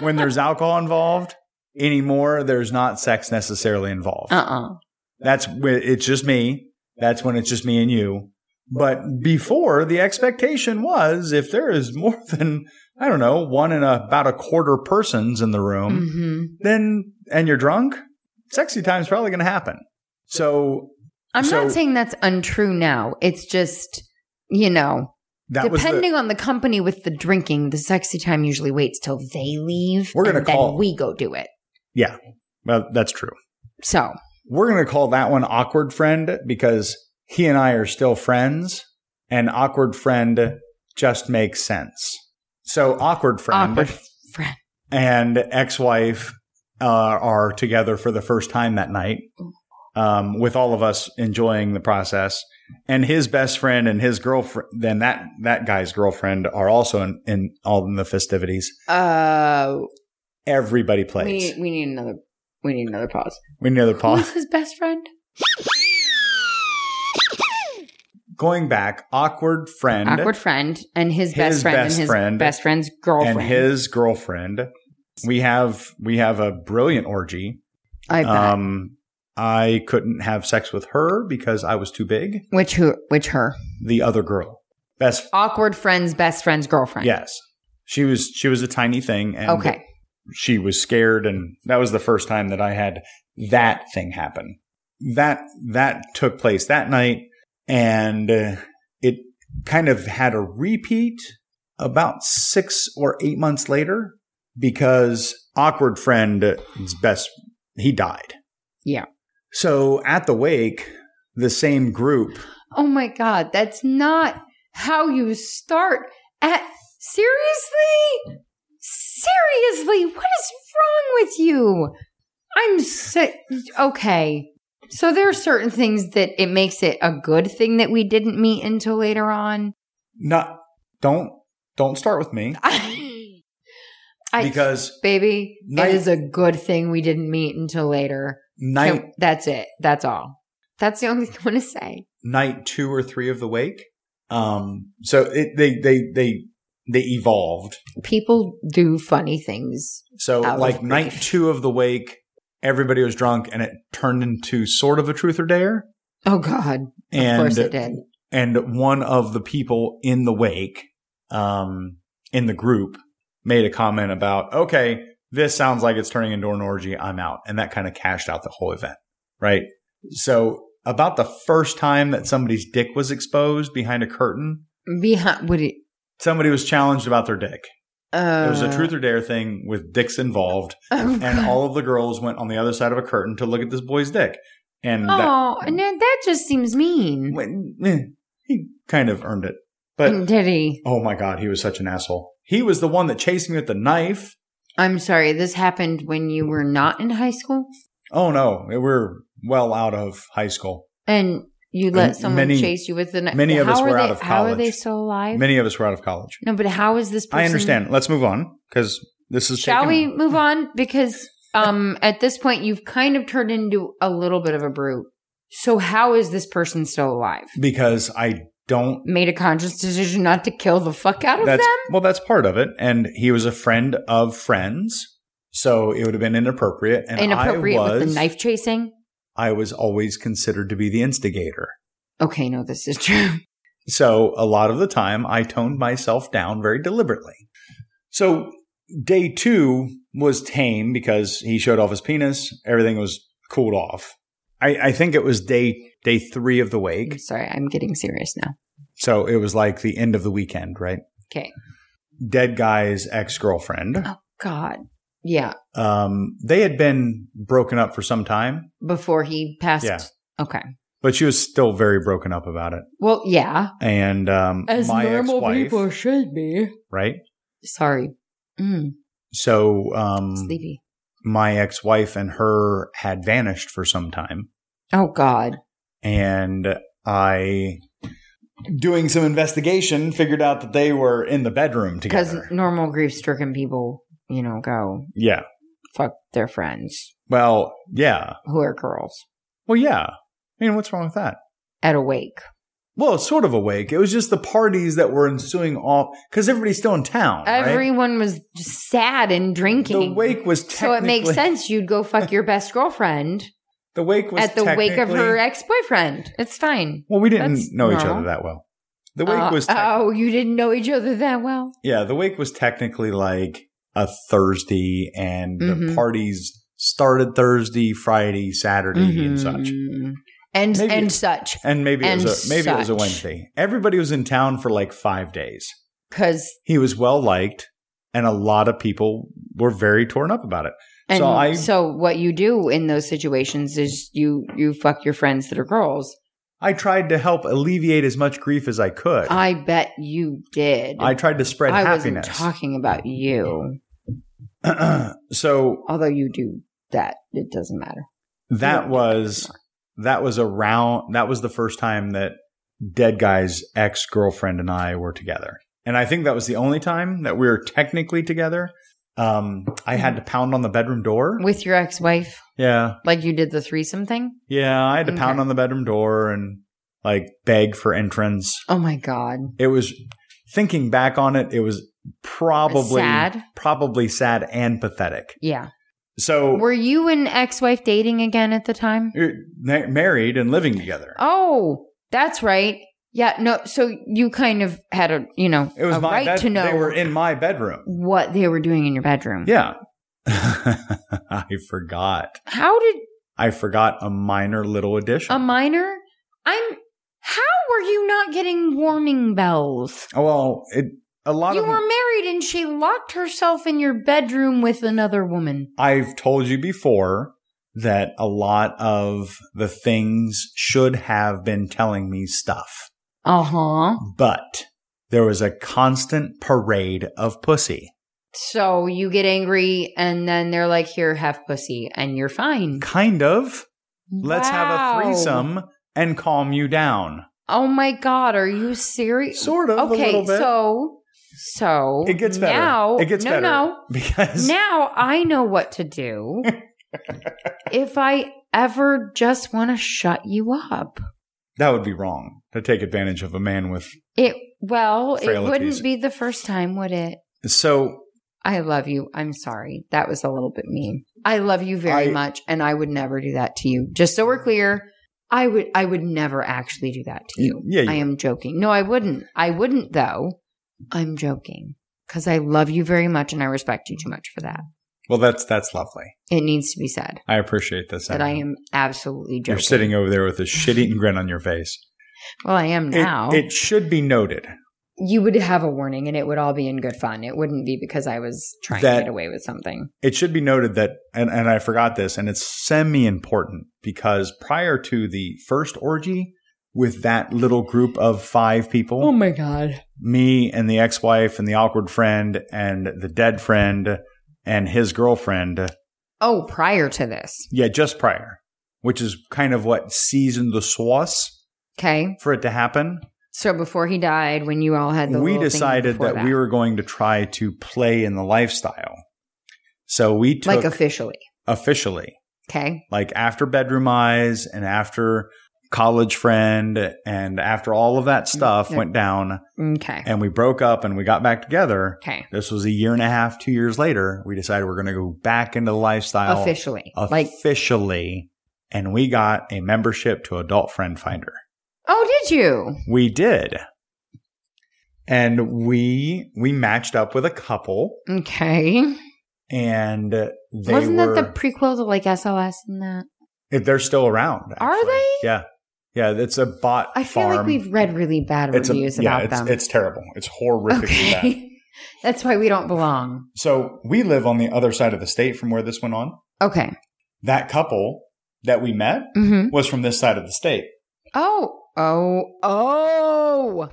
when there's alcohol involved. Anymore, there's not sex necessarily involved. uh-uh. That's when it's just me. That's when it's just me and you. But before, the expectation was if there is more than I don't know one and a, about a quarter persons in the room, hmm then and you're drunk, sexy time's probably going to happen. So I'm So- not saying that's untrue now. It's just, you know, that was depending on the company with the drinking, the sexy time usually waits till they leave. We're gonna and call- Then we go do it. the, yeah. Well, that's true. So We're going to call that one awkward friend because he and I are still friends, and awkward friend just makes sense. So awkward friend awkward friend. and ex-wife uh, are together for the first time that night. Um, with all of us enjoying the process, and his best friend and his girlfriend, then that that guy's girlfriend are also in, in all in the festivities. Uh, everybody we plays. need, we need another. We need another pause. we need another Who's pause. his best friend? Going back, awkward friend Awkward friend and his, His best friend best and his friend best friend's and girlfriend. his girlfriend. We have we have a brilliant orgy. I bet. Um, I couldn't have sex with her because I was too big. which who? Which her? The other girl, best Awkward friend's best friend's girlfriend. yes, she was she was a tiny thing, and Okay. she was scared, and that was the first time that I had that thing happen. That that took place that night, and uh, it kind of had a repeat about six or eight months later because awkward friend's best he died. Yeah. So at the wake, the same group. Oh my god, that's not how you start. At seriously, seriously, what is wrong with you? I'm so okay. So there are certain things that it makes it a good thing that we didn't meet until later on. Not don't don't start with me I, because baby, Night- it is a good thing we didn't meet until later. night Can- that's it. That's all. That's the only thing I want to say. night two or three of the wake. Um, so it, they, they, they, they evolved. People do funny things So Out of like grief. night two of the wake, everybody was drunk and it turned into sort of a truth or dare. Oh God! And, of course it did. and one of the people in the wake, um, in the group made a comment about, okay, this sounds like it's turning into an orgy. I'm out. And that kind of cashed out the whole event. Right. So about the first time that somebody's dick was exposed behind a curtain, Behind would it? somebody was challenged about their dick. Uh, it was a truth or dare thing with dicks involved, Oh, and God. all of the girls went on the other side of a curtain to look at this boy's dick. And that, oh, and then that just seems mean. when- eh, He kind of earned it. But Did he? oh my God, he was such an asshole. He was the one that chased me with the knife. I'm sorry. This happened when you were not in high school Oh no, we're well out of high school. and you let And someone many- chase you with the knife. many of us How are were out they- of How are college. they still alive? Many of us were out of college. no, but how is this person? I understand. Let's move on because this is. Shall we taking- move on? Because um, at this point, you've kind of turned into a little bit of a brute. So, how is this person still alive? Because I don't Made a conscious decision not to kill the fuck out of that's them? well that's part of it and he was a friend of friends so it would have been inappropriate and Inappropriate i was with the knife chasing? i was always considered to be the instigator Okay, no, this is true. so a lot of the time i toned myself down very deliberately so day two was tame because he showed off his penis everything was cooled off i, I think it was day day three of the I'm wake sorry, I'm getting serious now. so it was like the end of the weekend right Okay. dead guy's ex-girlfriend Oh, God. Yeah. um, they had been broken up for some time, Before he passed. Yeah. Okay. but she was still very broken up about it. Well, yeah. And um, my ex-wife, should be. right? Sorry. Mm, So um, sleepy. my ex-wife and her had vanished for some time, Oh, God. and I, doing some investigation, figured out that they were in the bedroom Because together. normal grief stricken people, you know, go yeah. fuck their friends. Well, yeah. who are girls Well, yeah. I mean, what's wrong with that? at a wake. Well, it's sort of awake. It was just the parties that were ensuing off because everybody's still in town. right? Everyone was just sad and drinking. The wake was so it technically- makes sense you'd go fuck your best girlfriend The wake was at the wake of technically- her ex boyfriend. It's fine. Well, we didn't That's know each normal. other that well. The wake Uh, was tec- oh, you didn't know each other that well. yeah. The wake was technically like a Thursday, and the Mhm. parties started Thursday, Friday, Saturday, and such. Mhm. And Maybe- and such And maybe it was a, And maybe it was a such. Wednesday. Everybody was in town for like five days. because He was well liked, and a lot of people were very torn up about it. and so so, I what you do in those situations is you you fuck your friends that are girls. I tried to help alleviate as much grief as I could. I, I bet you did. tried to spread I wasn't happiness. talking about you, so although you do that. It doesn't matter. that Yeah. was that was around that was the first time that dead guy's ex-girlfriend and i were together and i think that was the only time that we were technically together um i had to pound on the bedroom door with your ex-wife yeah like you did the threesome thing yeah i had to pound Okay. on the bedroom door and like beg for entrance oh my god it was thinking back on it it was probably Sad. probably sad and pathetic yeah so were you and ex-wife dating again at the time we're ma- married and living together oh that's right yeah no so you kind of had a you know it was a my right bed- to know they were in my bedroom what they were doing in your bedroom Yeah. I forgot. how did I forgot a minor little addition. a minor i'm how were you not getting warning bells oh, well, it, a lot you of were married and she locked herself in your bedroom with another woman I've told you before that a lot of the things should have been telling me stuff, uh-huh but there was a constant parade of pussy. So you get angry, and then they're like, "Here, have pussy," and you're fine. Kind of. Let's Wow. have a threesome and calm you down. Oh my god, are you serious? Sort of. a okay, little bit. so so it gets better. Now it gets no, better No, because now I know what to do. if I ever just want to shut you up, that would be wrong to take advantage of a man with it well, it Frailties. wouldn't be the first time, would it? So I love you. I'm sorry. That was a little bit mean. I love you very I- much and I would never do that to you. Just so we're clear, I would I would never actually do that to you. yeah, you I am joking. No, I wouldn't. I wouldn't though. I'm joking cuz I love you very much and I respect you too much for that. well, that's that's lovely. It needs to be said I appreciate this. that I am absolutely joking. You're sitting over there with a shit-eating grin on your face. well, I am It- now. it, should be noted you would have a warning and it would all be in good fun. It wouldn't be because I was trying That- to get away with something. it should be noted that, and, and I forgot this, and it's semi important because prior to the first orgy, with that little group of five people Oh my God. me and the ex wife and the awkward friend and the dead friend and his girlfriend. Oh, prior to this. Yeah, just prior, which is kind of what seasoned the sauce Okay. for it to happen. So before he died, when you all had the we little thing decided before that, we were going to try to play in the lifestyle. So we took like officially. officially, Okay. like after Bedroom Eyes and after College Friend and after all of that stuff Yeah. went down Okay. and we broke up and we got back together. Okay. This was a year and a half, two years later. We decided we're going to go back into the lifestyle Officially. Like, officially, and we got a membership to Adult Friend Finder. oh, did you? We did, and we we matched up with a couple, Okay. and they Wasn't were. that the prequel to like SLS and that? they're still around. Are actually. they? Yeah, yeah. It's a bot. I feel farm. like we've read really bad It's a- reviews yeah, about it's, them. it's terrible. It's horrifically bad. okay. That's why we don't belong. So we live on the other side of the state from where this went on. Okay. That couple that we met Mm-hmm. was from this side of the state. Oh, oh, oh,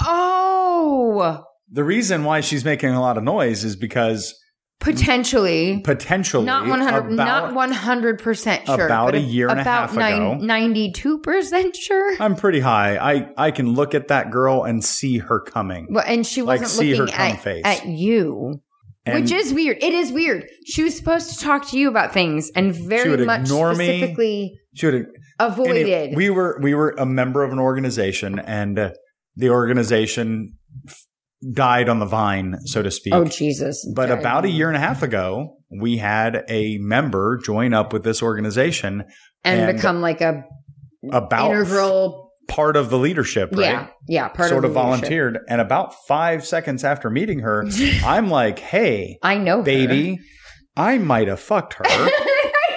oh. The reason why she's making a lot of noise is because Potentially. potentially Not 100 about- not 100% sure. about but a year and a about half ago. 92% sure. I'm pretty high. I I can look at that girl and see her coming. Well, and she Like, wasn't see her looking cum at, face. at you, And which is weird. It is weird. She was supposed to talk to you about things and very would much ignore me. specifically she would avoided. anyway, we were we were a member of an organization and uh, the organization f- died on the vine, so to speak. oh, Jesus. But Sorry. about a year and a half ago, we had a member join up with this organization And, and become like a about integral. part of the leadership, right? Yeah. Yeah. Part sort of, of, the leadership. volunteered. And about five seconds after meeting her, I'm like, hey, I know. her. baby, I might have fucked her.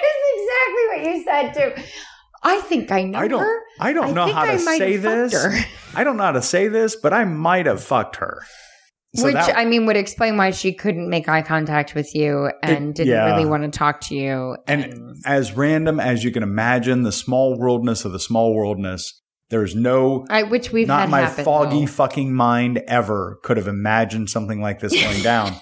that is exactly what you said, too. I think I know I don't her. I don't know think how I to might say have fucked this. her. I don't know how to say this, but I might have fucked her. So Which that, I mean would explain why she couldn't make eye contact with you and didn't yeah. really want to talk to you. and as random as you can imagine, the small worldness of the small worldness, there's no I, which we've not had my happen, foggy though. fucking mind ever could have imagined something like this going down.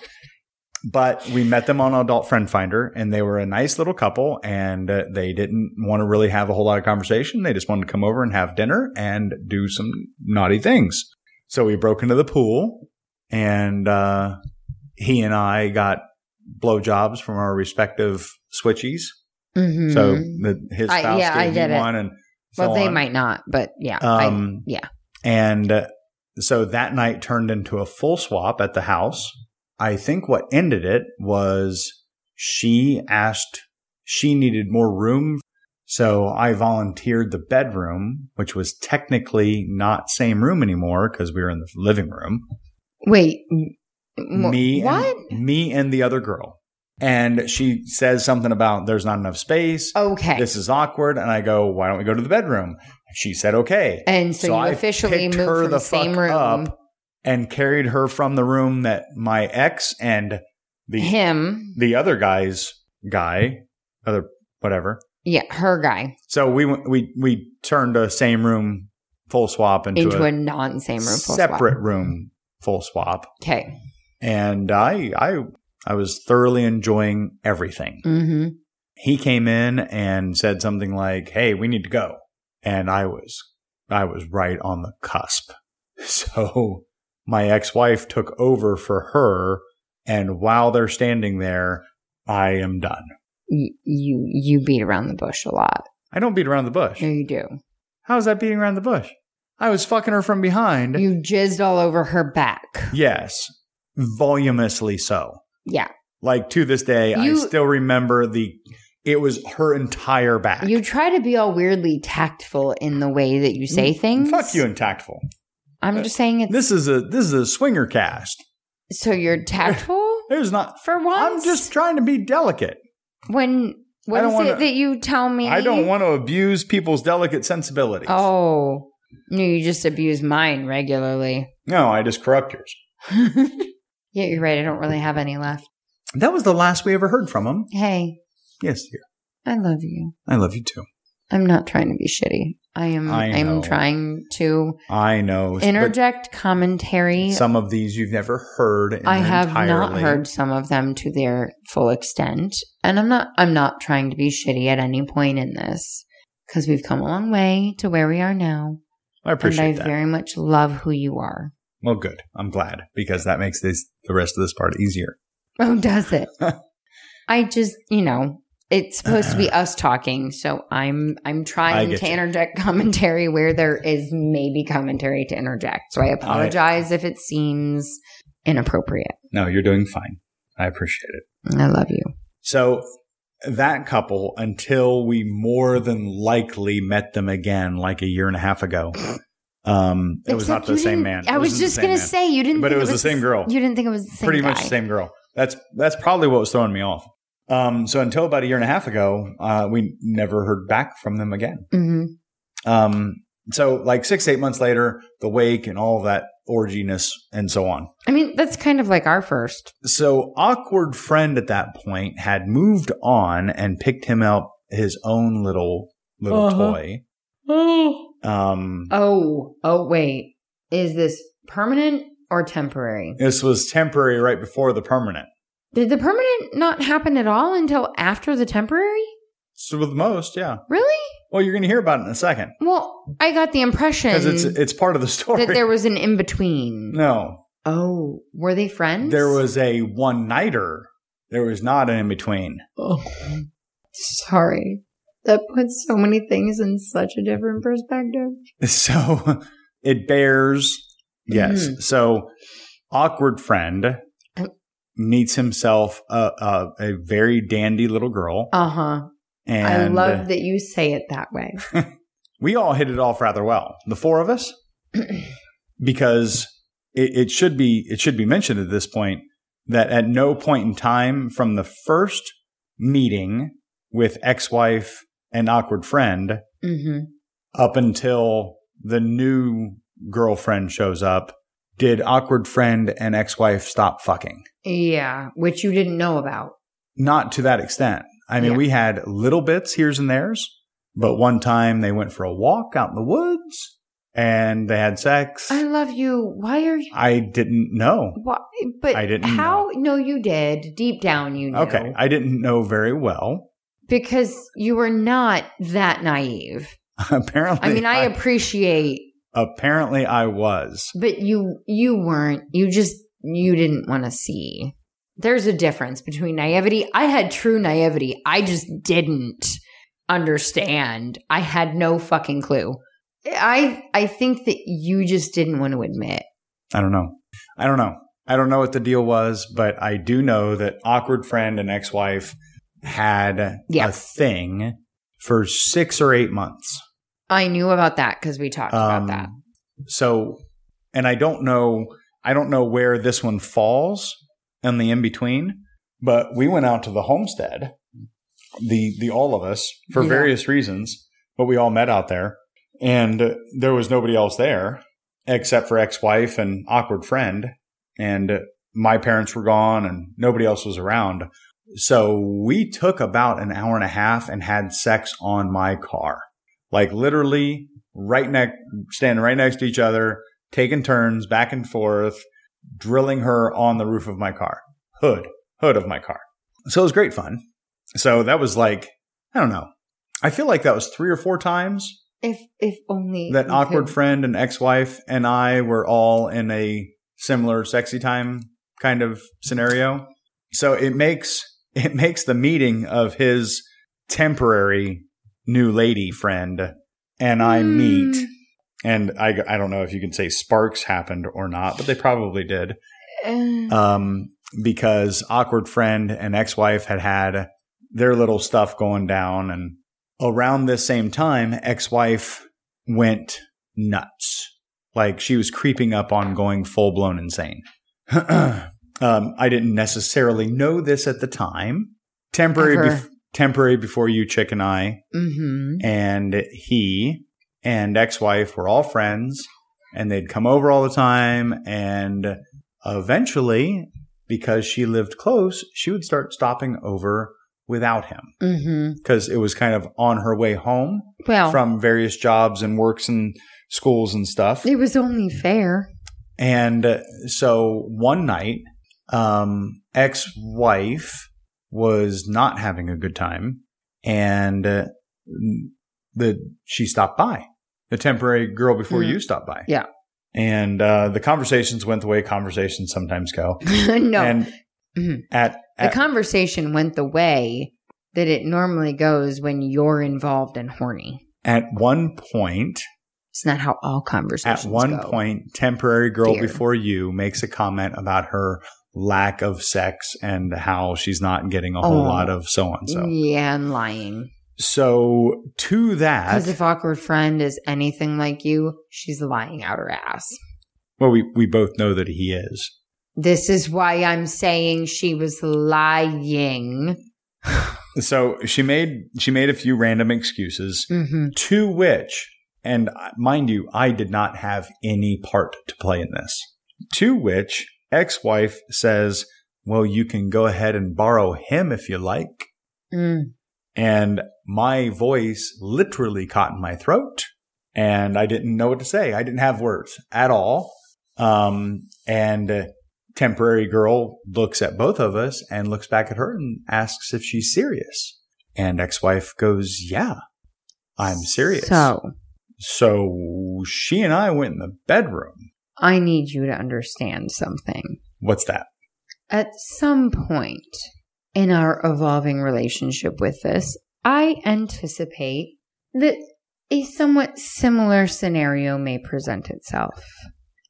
But we met them on Adult Friend Finder, and they were a nice little couple, and uh, they didn't want to really have a whole lot of conversation. They just wanted to come over and have dinner and do some naughty things. So we broke into the pool, and uh, he and I got blowjobs from our respective switchies. Mhm. So the, his I- spouse yeah, I gave get me it. one, and so well, they on. might not, but yeah, I, Um, yeah. And uh, so that night turned into a full swap at the house. I think what ended it was she asked, she needed more room. So I volunteered the bedroom, which was technically not same room anymore because we were in the living room. Wait, m- wh- me, What? And, me and the other girl. And she says something about there's not enough space. okay. This is awkward. And I go, why don't we go to the bedroom? She said, okay. and so, so I you officially picked moved her from the the same fuck room. up and carried her from the room that my ex and the Him, the other guy's guy, other whatever. yeah, her guy So we went, we we turned a same room full swap into, into a, a non-same room, full swap. separate room full swap, Okay. and I I I was thoroughly enjoying everything. Mm-hmm. He came in and said something like, "Hey, we need to go," and I was I was right on the cusp. So my ex-wife took over for her and while they're standing there, I am done. You, you you beat around the bush a lot. I don't beat around the bush. No, you do. How is that beating around the bush? I was fucking her from behind. You jizzed all over her back. yes. Voluminously so. Yeah. Like to this day, I You- still remember the it was her entire back. You try to be all weirdly tactful in the way that you say things. Mm, Fuck you Uh, and tactful. I'm just saying it's This is a this is a swinger cast. so you're tactful There's not for once. I'm just trying to be delicate. when what I is don't wanna- it that you tell me? I don't want to abuse people's delicate sensibilities. Oh no, you just abuse mine regularly. No, I just corrupt yours. yeah, you're right. I don't really have any left. That was the last we ever heard from him. Hey, Yes, dear. I love you. I love you too. I'm not trying to be shitty. I am I I am know. trying to I know. but interject commentary. some of these you've never heard. in I have not entirely. heard some of them to their full extent, and I'm not I'm not trying to be shitty at any point in this because we've come a long way to where we are now, I and I appreciate that. very much love who you are. well, good. I'm glad because that makes this the rest of this part easier. Oh, does it? I just, you know, it's supposed to be us talking, so I'm I'm trying get to you. interject commentary where there is maybe commentary to interject. So I apologize if it seems inappropriate. No, you're doing fine. I appreciate it. I love you. So that couple, until we more than likely met them again, like a year and a half ago, um, it was Except not the you same didn't- man. I It was wasn't the just same gonna man. say you didn't. But think it was the same girl. You didn't think it was the same. pretty much guy. the same girl. That's that's probably what was throwing me off. Um, so until about a year and a half ago, uh, we never heard back from them again. Mhm. Um, so like six eight months later, the wake and all that orginess and so on. I mean, that's kind of like our first. So awkward friend at that point had moved on and picked him up his own little little Uh-huh. toy. oh, Um, oh, wait. Is this permanent or temporary? this was temporary right before the permanent. Did the permanent not happen at all until after the temporary? So with most, yeah. Really? Well, you're gonna hear about it in a second Well, I got the impression because it's it's part of the story. Hmm. that there was an in between. no, Oh, were they friends? There was a one nighter. There was not an in between. Oh, sorry. That puts so many things in such a different perspective. So it bears. Yes. Mm-hmm. So awkward friend meets himself a, a, a very dandy little girl. Uh huh. And I love that you say it that way. we all hit it off rather well. The four of us. because it, it should be it should be mentioned at this point that at no point in time from the first meeting with ex-wife and awkward friend hmm up until the new girlfriend shows up did awkward friend and ex-wife stop fucking Yeah, which you didn't know about. not to that extent i mean Yeah. we had little bits here's and there's but one time they went for a walk out in the woods and they had sex I i, love you. Why are you? didn't know Why? But I didn't How? No, you did. Deep down, you knew. okay i didn't know very well Because you were not that naive. apparently I mean, I appreciate, apparently i was but you you weren't. You just you didn't want to see. There's a difference between naivety. I had true naivety. I just didn't understand. I had no fucking clue. I I think that you just didn't want to admit. I don't know. I don't know. I don't know what the deal was, but I do know that awkward friend and ex wife had Yeah. a thing for six or eight months. I knew about that because we talked about Um, that. So, and I don't know. I don't know where this one falls in the in between. But we went out to the homestead, the the all of us for Yeah. various reasons. But we all met out there, and there was nobody else there except for ex wife and awkward friend. And my parents were gone, and nobody else was around. So we took about an hour and a half and had sex on my car, like literally right next, standing right next to each other, taking turns back and forth, drilling her on the roof of my car, hood, hood of my car. So it was great fun. So that was like, I don't know. I feel like that was three or four times If if only that we awkward could- friend and ex wife and I were all in a similar sexy time kind of scenario. So it makes it makes the meeting of his temporary new lady friend and I Hmm. meet and I, I don't know if you can say sparks happened or not, but they probably did. Uh, Um, because awkward friend and ex wife had had their little stuff going down, and around this same time, ex wife went nuts. Like she was creeping up on going full blown insane. um, I didn't necessarily know this at the time. Temporary, Ever. bef- temporary before you, chick, and I mm-hmm. and he and ex-wife were all friends and they'd come over all the time and eventually because she lived close she would start stopping over without him Mm-hmm. because it was kind of on her way home Well, from various jobs and works and schools and stuff. it was only fair. And uh, so one night, um, ex wife was not having a good time and uh, the, she stopped by the temporary girl before Mhm. you stopped by. Yeah. And uh, the conversations went the way conversations sometimes go. no, And Mhm. at, the at conversation went the way that it normally goes when you're involved and horny. at one point, It's not how all conversations at one go. point, temporary girl Dear. before you makes a comment about her lack of sex and how she's not getting a whole Oh. lot of so on so. Yeah, I'm lying. So to that, Because if awkward friend is anything like you, she's lying out her ass. well, we, we both know that he is. This is why I'm saying she was lying. So she made she made a few random excuses hmm to which, and uh, mind you, I did not have any part to play in this. To which ex-wife says, "Well, you can go ahead and borrow him if you like." Mm. And my voice literally caught in my throat and I didn't know what to say. I didn't have words at all. Um, and uh, temporary girl looks at both of us and looks back at her and asks if she's serious. And ex-wife goes, yeah, I'm serious. So So she and I went in the bedroom. I need you to understand something. What's that? At some point in our evolving relationship with this, I anticipate that a somewhat similar scenario may present itself.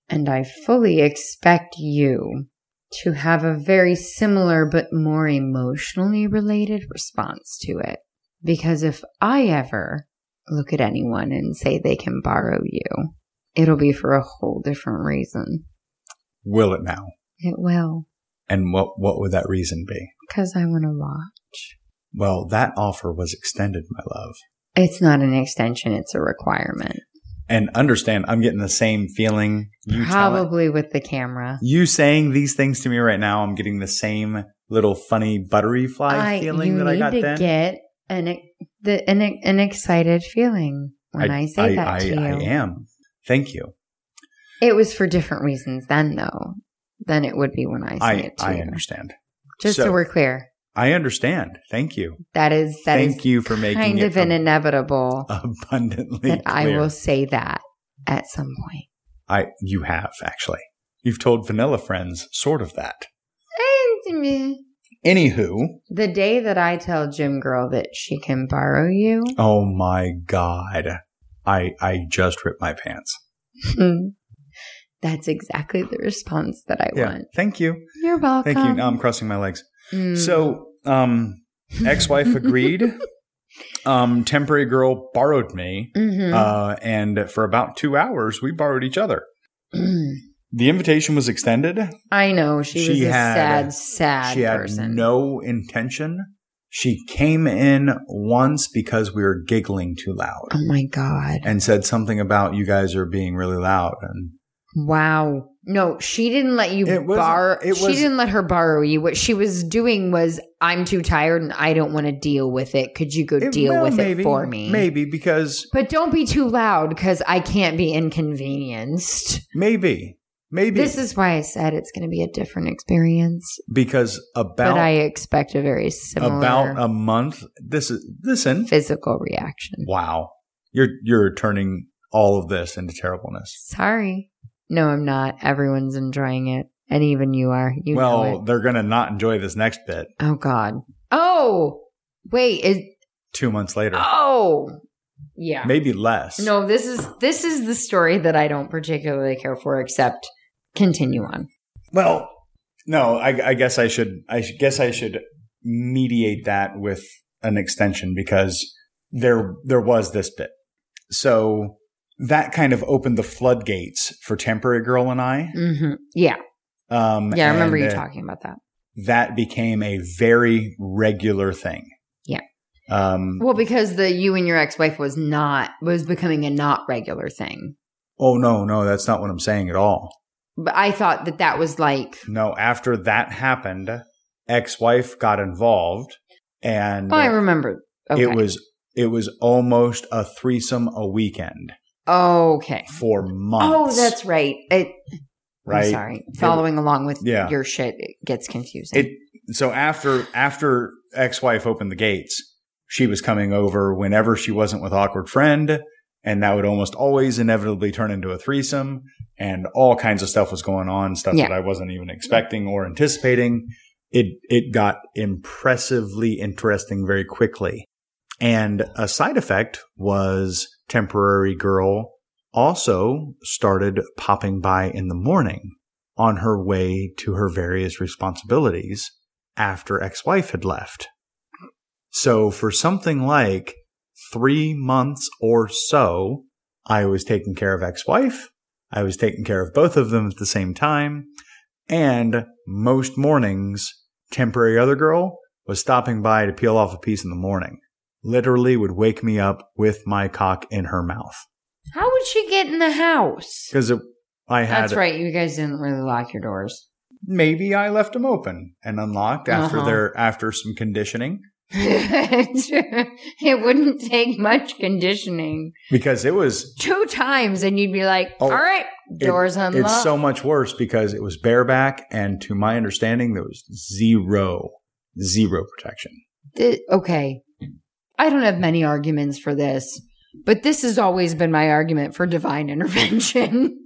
And I fully expect you to have a very similar but more emotionally related response to it. Because if I ever look at anyone and say they can borrow you, it'll be for a whole different reason. Will it now? It will, And what, what would that reason be? because I want to watch. Well, that offer was extended, my love. It's not an extension, it's a requirement. and understand I'm getting the same feeling you telling, Probably with the camera. you saying these things to me right now. I'm getting the same little funny buttery fly I- feeling you that need I got to then. get an, e- the, an, e- an excited feeling when I, say that I, to you. I am. Thank you. It was for different reasons then, though, than it would be when I say I it to I you. understand. Just So- so we're clear, I understand. Thank you. that is that is Thank you for making kind it of an ab- inevitable abundantly that I clear. will say that at some point. I you have actually. You've told vanilla friends sort of that. And, eh, Anywho, The day that I tell Jim Girl that she can borrow you, oh my god, I I just ripped my pants. Mm. that's exactly the response that I want. Thank you. You're welcome. Thank you. Um, Now I'm crossing my legs. Mm. So, um, ex-wife agreed. Um, temporary girl borrowed me, Mhm. uh, and for about two hours we borrowed each other. The invitation was extended. I know she, was she a had- sad, sad she had person. no intention. She came in once because we were giggling too loud Oh my god! and said something about you guys are being really loud. And Wow. No, she didn't let you It wasn't- borrow. it she was- didn't let her borrow you. What she was doing was, I'm too tired and I don't want to deal with it. Could you go deal well, with maybe- it for me? Maybe because But don't be too loud because I can't be inconvenienced. maybe maybe This is why I said it's going to be a different experience, because about but I expect a very similar about um, a month. This is listen. physical reaction. Wow, you're you're turning all of this into terribleness. Sorry. No, I'm not. Everyone's enjoying it. And even you are. You know well, it. they're gonna not enjoy this next bit. Oh, God. Oh, wait. Is, Two months later, oh, yeah. maybe less. No, this is this is the story that I don't particularly care for. Except, continue on. Well, no. I, I guess I should. I should- guess I should mediate that with an extension because there there was this bit. So that kind of opened the floodgates for temporary girl and I. hmm Yeah, Um, yeah. I remember and, you uh, talking about that. That became a very regular thing. Yeah. Um, Well, because the you and your ex wife was not was becoming a not regular thing. Oh no, no, that's not what I'm saying at all. But I thought that that was like No, after that happened, ex-wife got involved and Oh, I remember. Okay. it was it was almost a threesome a weekend okay. for Oh, months. that's right. It, right. I'm sorry. Following along with Yeah. your shit it gets confusing. It so after after ex wife opened the gates, she was coming over whenever she wasn't with awkward friend, and that would almost always inevitably turn into a threesome, and all kinds of stuff was going on, stuff Yeah. that I wasn't even expecting or anticipating. It it got impressively interesting very quickly. And a side effect was temporary girl also started popping by in the morning on her way to her various responsibilities after ex wife had left. So, for something like three months or so, I was taking care of ex wife. I was taking care of both of them at the same time. And most mornings, temporary other girl was stopping by to peel off a piece in the morning. Literally would wake me up with my cock in her mouth. How would she get in the house? Because I had That's right. You guys didn't really lock your doors. maybe I left them open and unlocked after Uh-huh. their after some conditioning it wouldn't take much conditioning. because it was Two times, and you'd be like, Oh, all right, it- doors unlocked. it's so much worse because it was bareback and to my understanding there was zero zero protection. Th- okay. I don't have many arguments for this, but this has always been my argument for divine intervention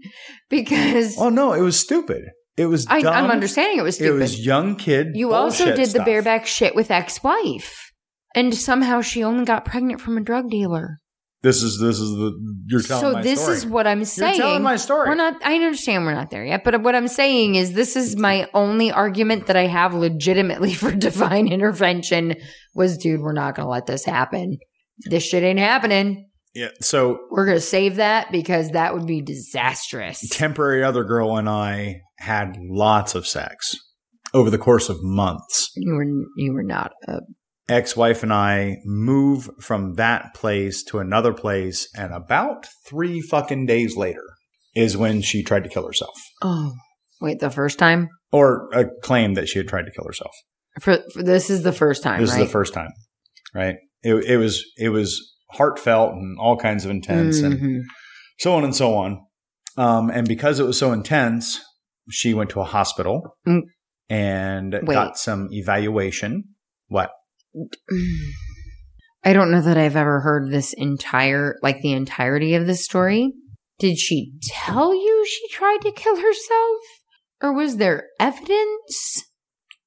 because Oh no, it was stupid. It was I, dumb. I'm understanding it was stupid. It was young kid. you also bullshit did the stuff. bareback shit with ex wife, and somehow she only got pregnant from a drug dealer. This is this is the you're telling So my this story. is what I'm you're saying. telling my story. We're not. I understand we're not there yet, but what I'm saying is this is my only argument that I have legitimately for divine intervention was, dude, we're not gonna let this happen. This shit ain't happening. yeah. So We're gonna save that because that would be disastrous. temporary other girl and I had lots of sex over the course of months. you were you were not. A, ex-wife and I move from that place to another place and about 3 fucking days later is when she tried to kill herself oh wait, the first time or uh, claimed that she had tried to kill herself. for, for this is the first time. This right? is the first time. Right? It it was it was heartfelt and all kinds of intense and Mhm. so on and so on. Um and because it was so intense, she went to a hospital Mm. and Wait. got some evaluation. What? I don't know that I've ever heard this entire, like the entirety of this story. Did she tell you she tried to kill herself? Or was there evidence?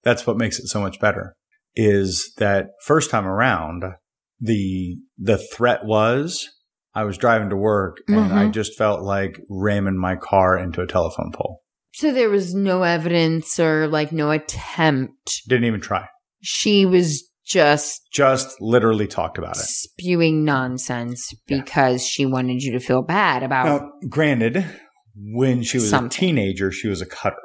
that's what makes it so much better is that first time around the the threat was I was driving to work and I Mhm. just felt like ramming my car into a telephone pole. So there was no evidence or like no attempt. Didn't even try. She was just Just literally talked about it. spewing nonsense Yeah. because she wanted you to feel bad about Now, granted, when she was a Something. teenager, she was a cutter.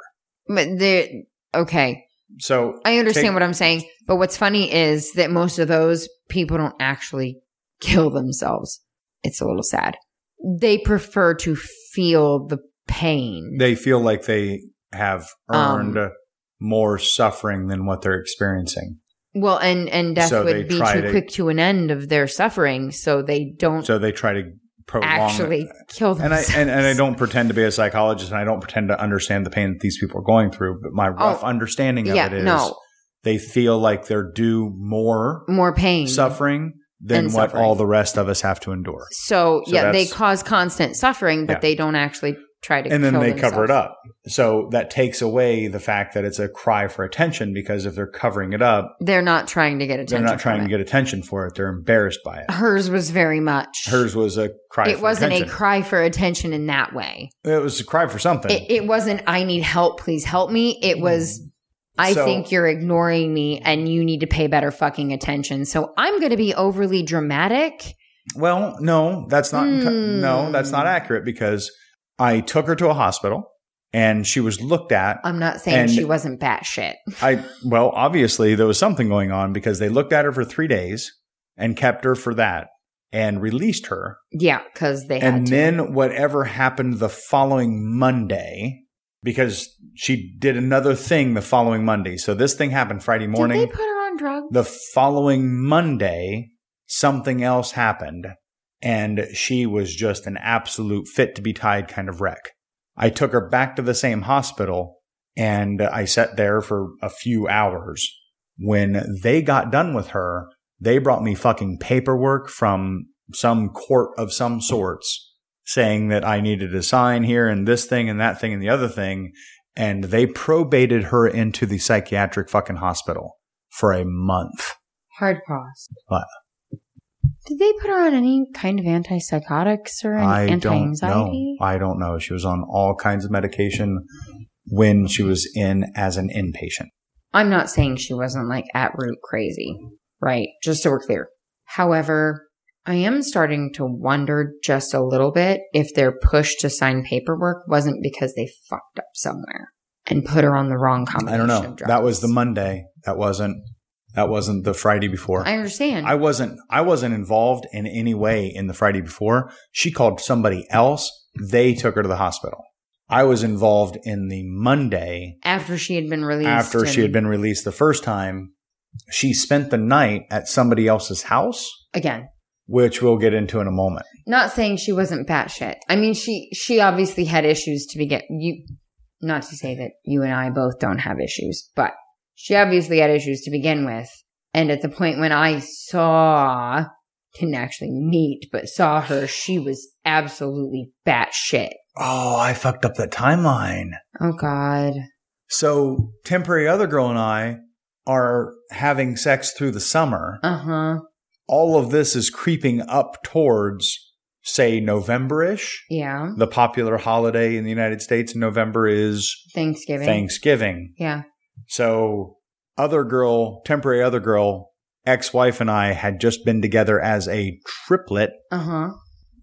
but the okay. So I understand Take- what I'm saying, but what's funny is that most of those people don't actually kill themselves. It's a little sad. They prefer to feel the pain. they feel like they have Um, earned more suffering than what they're experiencing. well, and and death So they would be try too to- quick to an end of their suffering, so they don't So they try to prolong actually kill and I themselves. and, and I don't pretend to be a psychologist, and I don't pretend to understand the pain that these people are going through. But my rough Oh, understanding of Yeah, it is, no, they feel like they're due more more pain. suffering than And what suffering. all the rest of us have to endure, so, So yeah, they that's- cause constant suffering, but Yeah. they don't actually try to. and then kill they cover it themselves. up. So that takes away the fact that it's a cry for attention because if they're covering it up, They're not trying to get attention. they're not from trying to it. get attention for it. They're embarrassed by it. Hers was very much Hers was a cry. it for wasn't attention. a cry for attention in that way. It was a cry for something. It, it wasn't I need help, please help me. It was I Mm-hmm. So- think you're ignoring me and you need to pay better fucking attention. So I'm going to be overly dramatic. Well, no, that's not Hmm. no, that's not accurate because I took her to a hospital and she was looked at. I'm not saying And- she wasn't batshit. I well, obviously there was something going on because they looked at her for 3 days and kept her for that and released her. Yeah, because they had and to. then whatever happened the following Monday because she did another thing the following Monday. So this thing happened Friday Did morning. they put her on drugs. The following Monday, something else happened, and she was just an absolute fit to be tied kind of wreck. I took her back to the same hospital and I sat there for a few hours. When they got done with her, they brought me fucking paperwork from some court of some sorts saying that I needed to sign here and this thing and that thing and the other thing. And they probated her into the psychiatric fucking hospital for a month. Hard pause. What? Did they put her on any kind of antipsychotics or I an don't anti-anxiety? know. I don't know. She was on all kinds of medication when she was in as an inpatient. I'm not saying she wasn't like at root crazy, right? Just so we're clear. However, I am starting to wonder just a little bit if their push to sign paperwork wasn't because they fucked up somewhere and put her on the wrong I combination. don't of know. drugs. That was the Monday. That wasn't. That wasn't the Friday before. I understand. I wasn't I wasn't involved in any way in the Friday before. She called somebody else. They took her to the hospital. I was involved in the Monday after she had been released. after she had and- been released the first time. She spent the night at somebody else's house, again. which we'll get into in a moment. Not saying she wasn't batshit. I mean, she she obviously had issues to begin. You, not to say that you and I both don't have issues, but she obviously had issues to begin with. And at the point when I saw, didn't actually meet, but saw her, she was absolutely batshit. Oh, I fucked up that timeline. Oh God, So temporary other girl and I are having sex through the summer. uh huh, All of this is creeping up towards say Novemberish. yeah, the popular holiday in the United States in November is Thanksgiving, Thanksgiving. yeah, So, other girl, temporary other girl, ex wife and I had just been together as a triplet, uh huh,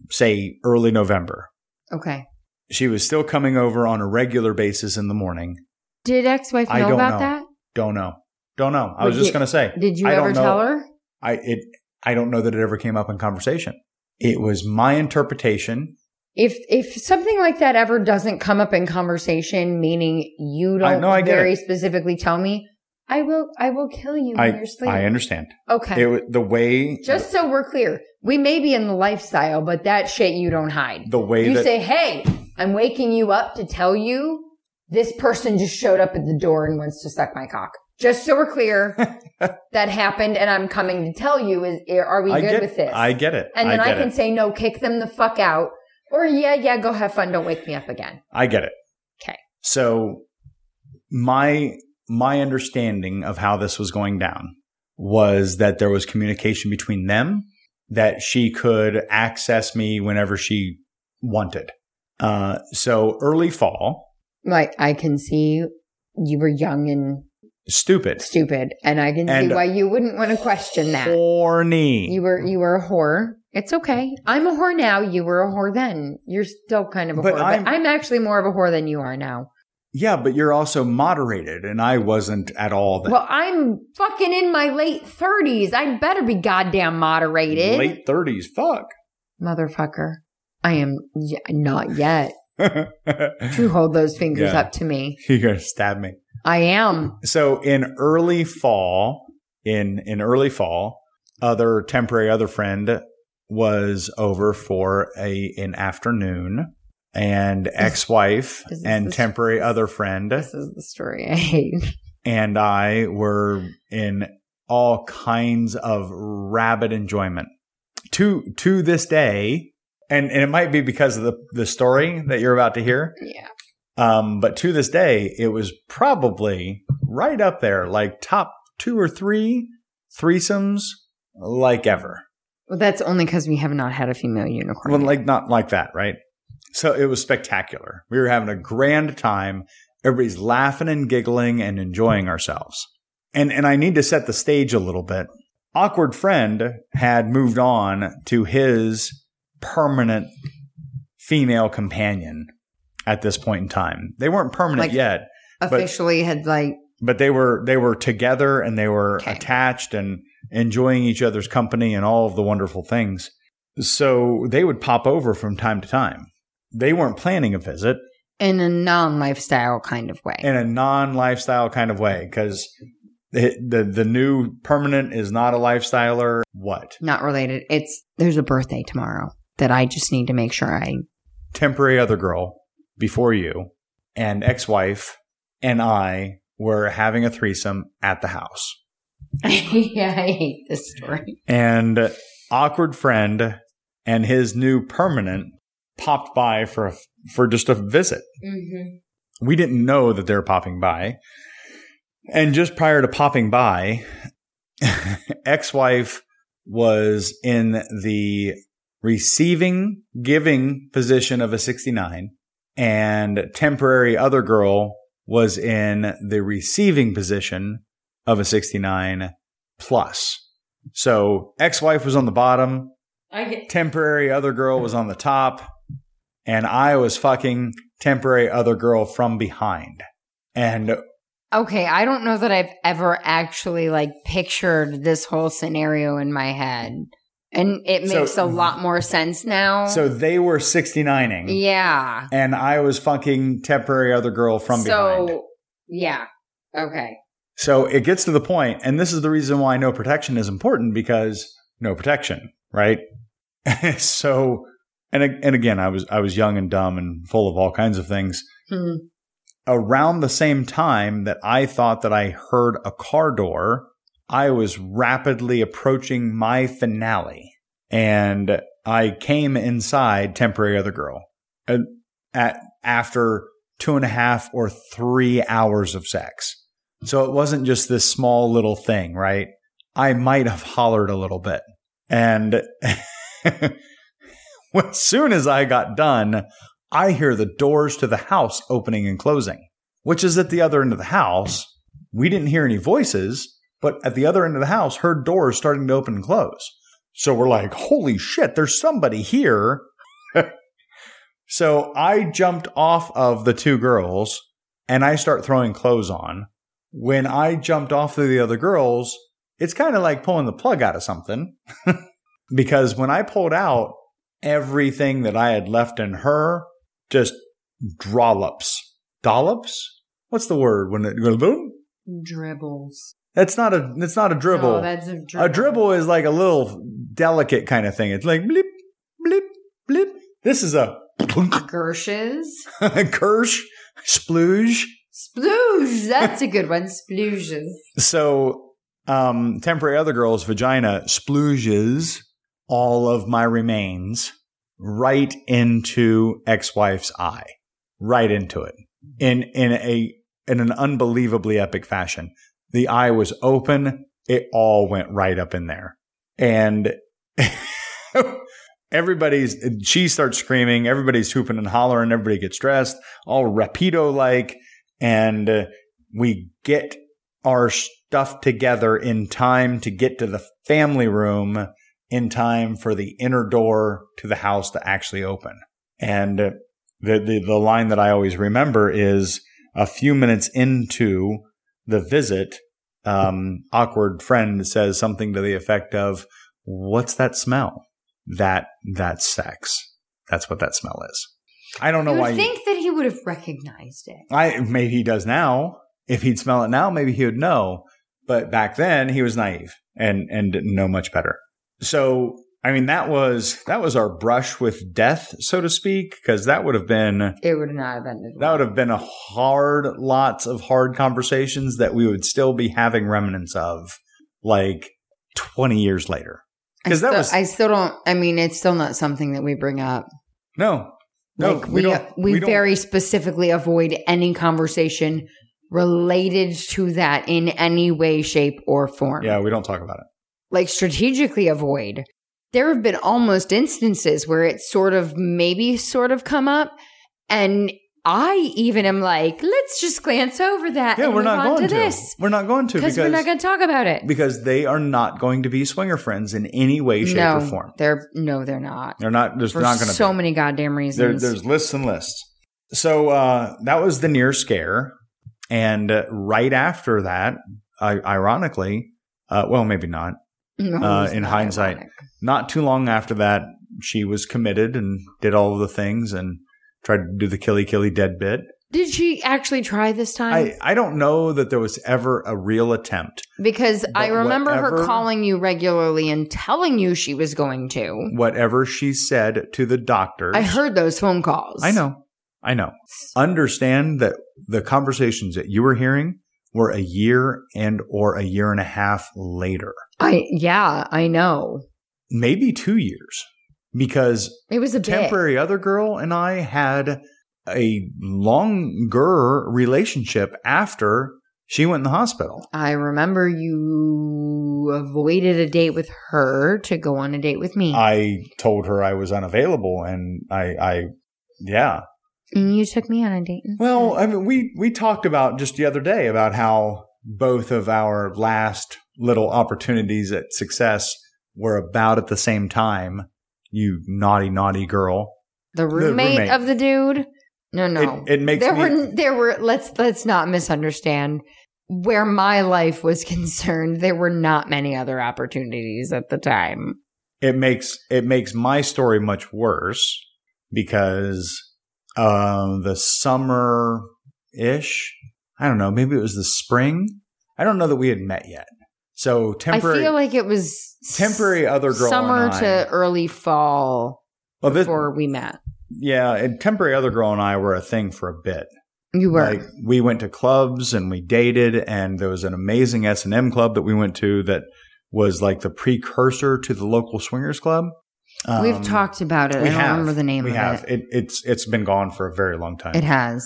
say early November. okay. She was still coming over on a regular basis in the morning. Did ex-wife know I don't about know. that? Don't know. Don't know. I Would was just you- going to say, Did you I don't ever know. tell her? I, it, I don't know that it ever came up in conversation. It was my interpretation. if if something like that ever doesn't come up in conversation, meaning you I- don't no, I get very it. specifically tell me, I will I will kill you when I, you're sleeping. I understand. okay. It wa- the way Just so we're clear, we may be in the lifestyle, but that shit you don't hide. the way You that say, "Hey, I'm waking you up to tell you this person just showed up at the door and wants to suck my cock." Just so we're clear, that happened, and I'm coming to tell you. Is are we I good get, with this? I get it. and then I, get can it. say no, kick them the fuck out, or yeah, yeah, go have fun. Don't wake me up again. I get it. 'Kay. So my my understanding of how this was going down was that there was communication between them that she could access me whenever she wanted. Uh, so early fall, Like I can see you were young and stupid, stupid, and I can And- see why you wouldn't want to question that. horny. You were you were a whore. It's okay. I'm a whore now. You were a whore then. You're still kind of a But whore, I'm- but I'm actually more of a whore than you are now. yeah, but you're also moderated, and I wasn't at all. That Well, I'm fucking in my late thirties. I better be goddamn moderated, late thirties. Fuck. motherfucker. I am y- not yet. You you're hold those fingers Yeah. up to me. gonna stab me. I am. so in early fall in in early fall other temporary other friend was over for a an afternoon and ex-wife Is this and the- temporary other friend This is the story I hate. and I were in all kinds of rabid enjoyment to to this day and and it might be because of the the story that you're about to hear Yeah. um, but to this day, it was probably right up there, like top two or three threesomes, like ever. Well, that's only because we have not had a female unicorn. Well, like not like that, right? So it was spectacular. We were having a grand time. Everybody's laughing and giggling and enjoying ourselves. And and I need to set the stage a little bit. Awkward friend had moved on to his permanent female companion at this point in time. They weren't permanent Like- yet. officially had like but they were they were together and they were Okay. attached and enjoying each other's company and all of the wonderful things. So they would pop over from time to time. They weren't planning a visit in a non lifestyle kind of way. in a non lifestyle kind of way because The, the the new permanent is not a lifestyler. What Not related. It's there's a birthday tomorrow that I just need to make sure I. temporary other girl before you and ex wife and I were having a threesome at the house. yeah, I hate this story. and awkward friend and his new permanent popped by for a, for just a visit. Mm-hmm. We didn't know that they were popping by, and just prior to popping by, ex-wife was in the receiving giving position of a 69 and temporary other girl was in the receiving position of a 69 plus so ex-wife was on the bottom I get. temporary other girl was on the top and i was fucking temporary other girl from behind and Okay, I don't know that I've ever actually like pictured this whole scenario in my head, and it So- makes a lot more sense now. so they were 69ing yeah. and i was fucking temporary other girl from so, behind yeah. Okay. so it gets to the point and this is the reason why no protection is important because no protection right so and a- and again i was i was young and dumb and full of all kinds of things Hmm. around the same time that I thought that I heard a car door, I was rapidly approaching my finale and I came inside temporary other girl uh, at after two and a half or three hours of sex. So it wasn't just this small little thing, right? I might have hollered a little bit. And as soon as I got done, I hear the doors to the house opening and closing, which is at the other end of the house. We didn't hear any voices, but at the other end of the house, her doors starting to open and close. So we're like, holy shit, there's somebody here. so I jumped off of the two girls and I start throwing clothes on. When I jumped off of the other girls, it's kind of like pulling the plug out of something because when I pulled out, everything that I had left in her just drollops. Dollops? What's the word when it goes boom? Dribbles. That's not a that's not a dribble. Oh, that's a dribble. a dribble is like a little delicate kind of thing. It's like blip, blip, blip. This is a Gershes. kirsch, splooge. Splooge. That's a good one. Splooges. So um temporary other girl's vagina splooges all of my remains right into ex-wife's eye. Right into it. In in a in an unbelievably epic fashion. The eye was open, it all went right up in there. And everybody's she starts screaming, everybody's hooping and hollering, everybody gets dressed, all rapido like and uh, we get our stuff together in time to get to the family room in time for the inner door to the house to actually open. And the, the, the line that I always remember is a few minutes into the visit, um, awkward friend says something to the effect of, what's that smell? That, that's sex. That's what that smell is. I don't know You why. would you- think that he would have recognized it. I maybe he does now. If he'd smell it now, maybe he would know. But back then, he was naive and and didn't know much better. So I mean, that was that was our brush with death, so to speak, because that would have been It would not have ended. that would have been a hard lots of hard conversations that we would still be having remnants of, like twenty years later. Because that I still, was I still don't. I mean, it's still not something that we bring up. no, no, like we, we don't. we, don't- very specifically avoid any conversation related to that in any way, shape, or form. yeah, we don't talk about it. like strategically avoid. There have been almost instances where it's sort of maybe sort of come up, and I even am like, let's just glance over that. Yeah, and we're move not on going to. to this We're not going to because we're not going to talk about it. because they are not going to be swinger friends in any way, shape, no, or form. they're no, they're not. They're not. There's For not going to so be. many goddamn There- reasons. there's lists and lists. So uh, that was the near scare, and uh, right after that, I, ironically, uh, well, maybe not. No, uh, it's in not hindsight. ironic. Not too long after that, she was committed and did all of the things and tried to do the killy killy dead bit. Did she actually try this time? I, I don't know that there was ever a real attempt. because I but remember her whatever- calling you regularly and telling you she was going to. Whatever she said to the doctors. I heard those phone calls. I know. I know. Understand that the conversations that you were hearing were a year and or a year and a half later. I yeah, I know. Maybe 2 years. Because It was a temporary other girl and I had a longer relationship after she went in the hospital. bit. I remember you avoided a date with her to go on a date with me. I told her I was unavailable and I I yeah. and you took me on a date. instead. Well, I mean we we talked about just the other day about how both of our last little opportunities at success were about at the same time. You naughty naughty girl. the roommate, roommate. of the dude. No, no. It, it makes there me were there were let's let's not misunderstand where my life was concerned. There were not many other opportunities at the time. it makes it makes my story much worse because um the summer ish i don't know maybe it was the spring i don't know that we had met yet so temporary I feel like it was temporary other girl summer and I, to early fall well, this- before we met. yeah and temporary other girl and i were a thing for a bit You were Like we went to clubs and we dated, and there was an amazing S and M club that we went to that was like the precursor to the local swingers club. We've Um, talked about it. I we don't have. remember the name We of have. it. It. it's it's been gone for a very long time. It has.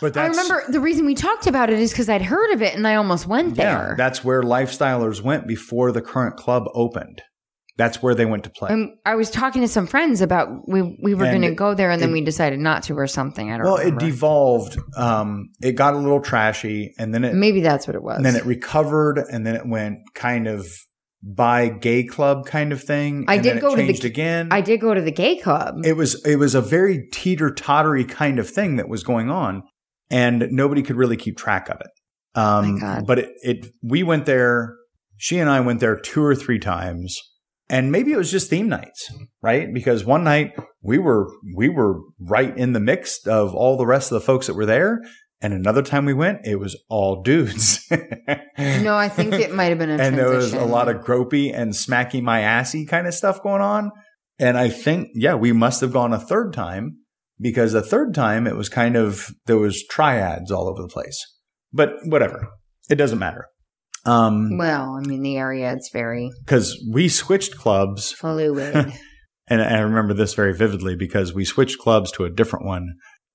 but I remember the reason we talked about it is because I'd heard of it and I almost went Yeah, there. that's where lifestylers went before the current club opened. That's where they went to play. and I was talking to some friends about we we were And going to go there and then it- we decided not to or something. I don't well, remember. it devolved. Um, it got a little trashy, and then it Maybe that's what it was. and then it recovered, and then it went kind of by gay club kind of thing. I and did then it go to the- changed again. I did go to the gay club. it was it was a very teeter tottery kind of thing that was going on, and nobody could really keep track of it. Um, My God. But it, it we went there. She and I went there two or three times, and maybe it was just theme nights, right? Because one night we were we were right in the mix of all the rest of the folks that were there, and another time we went, it was all dudes. no, I think it might have been a and there was a transition. lot of gropey and smacky my assy kind of stuff going on. And I think, yeah, we must have gone a third time because the third time it was kind of there was triads all over the place. But whatever, it doesn't matter. Um, well, I mean the area it's very because we switched clubs fluid. and I remember this very vividly because we switched clubs to a different one.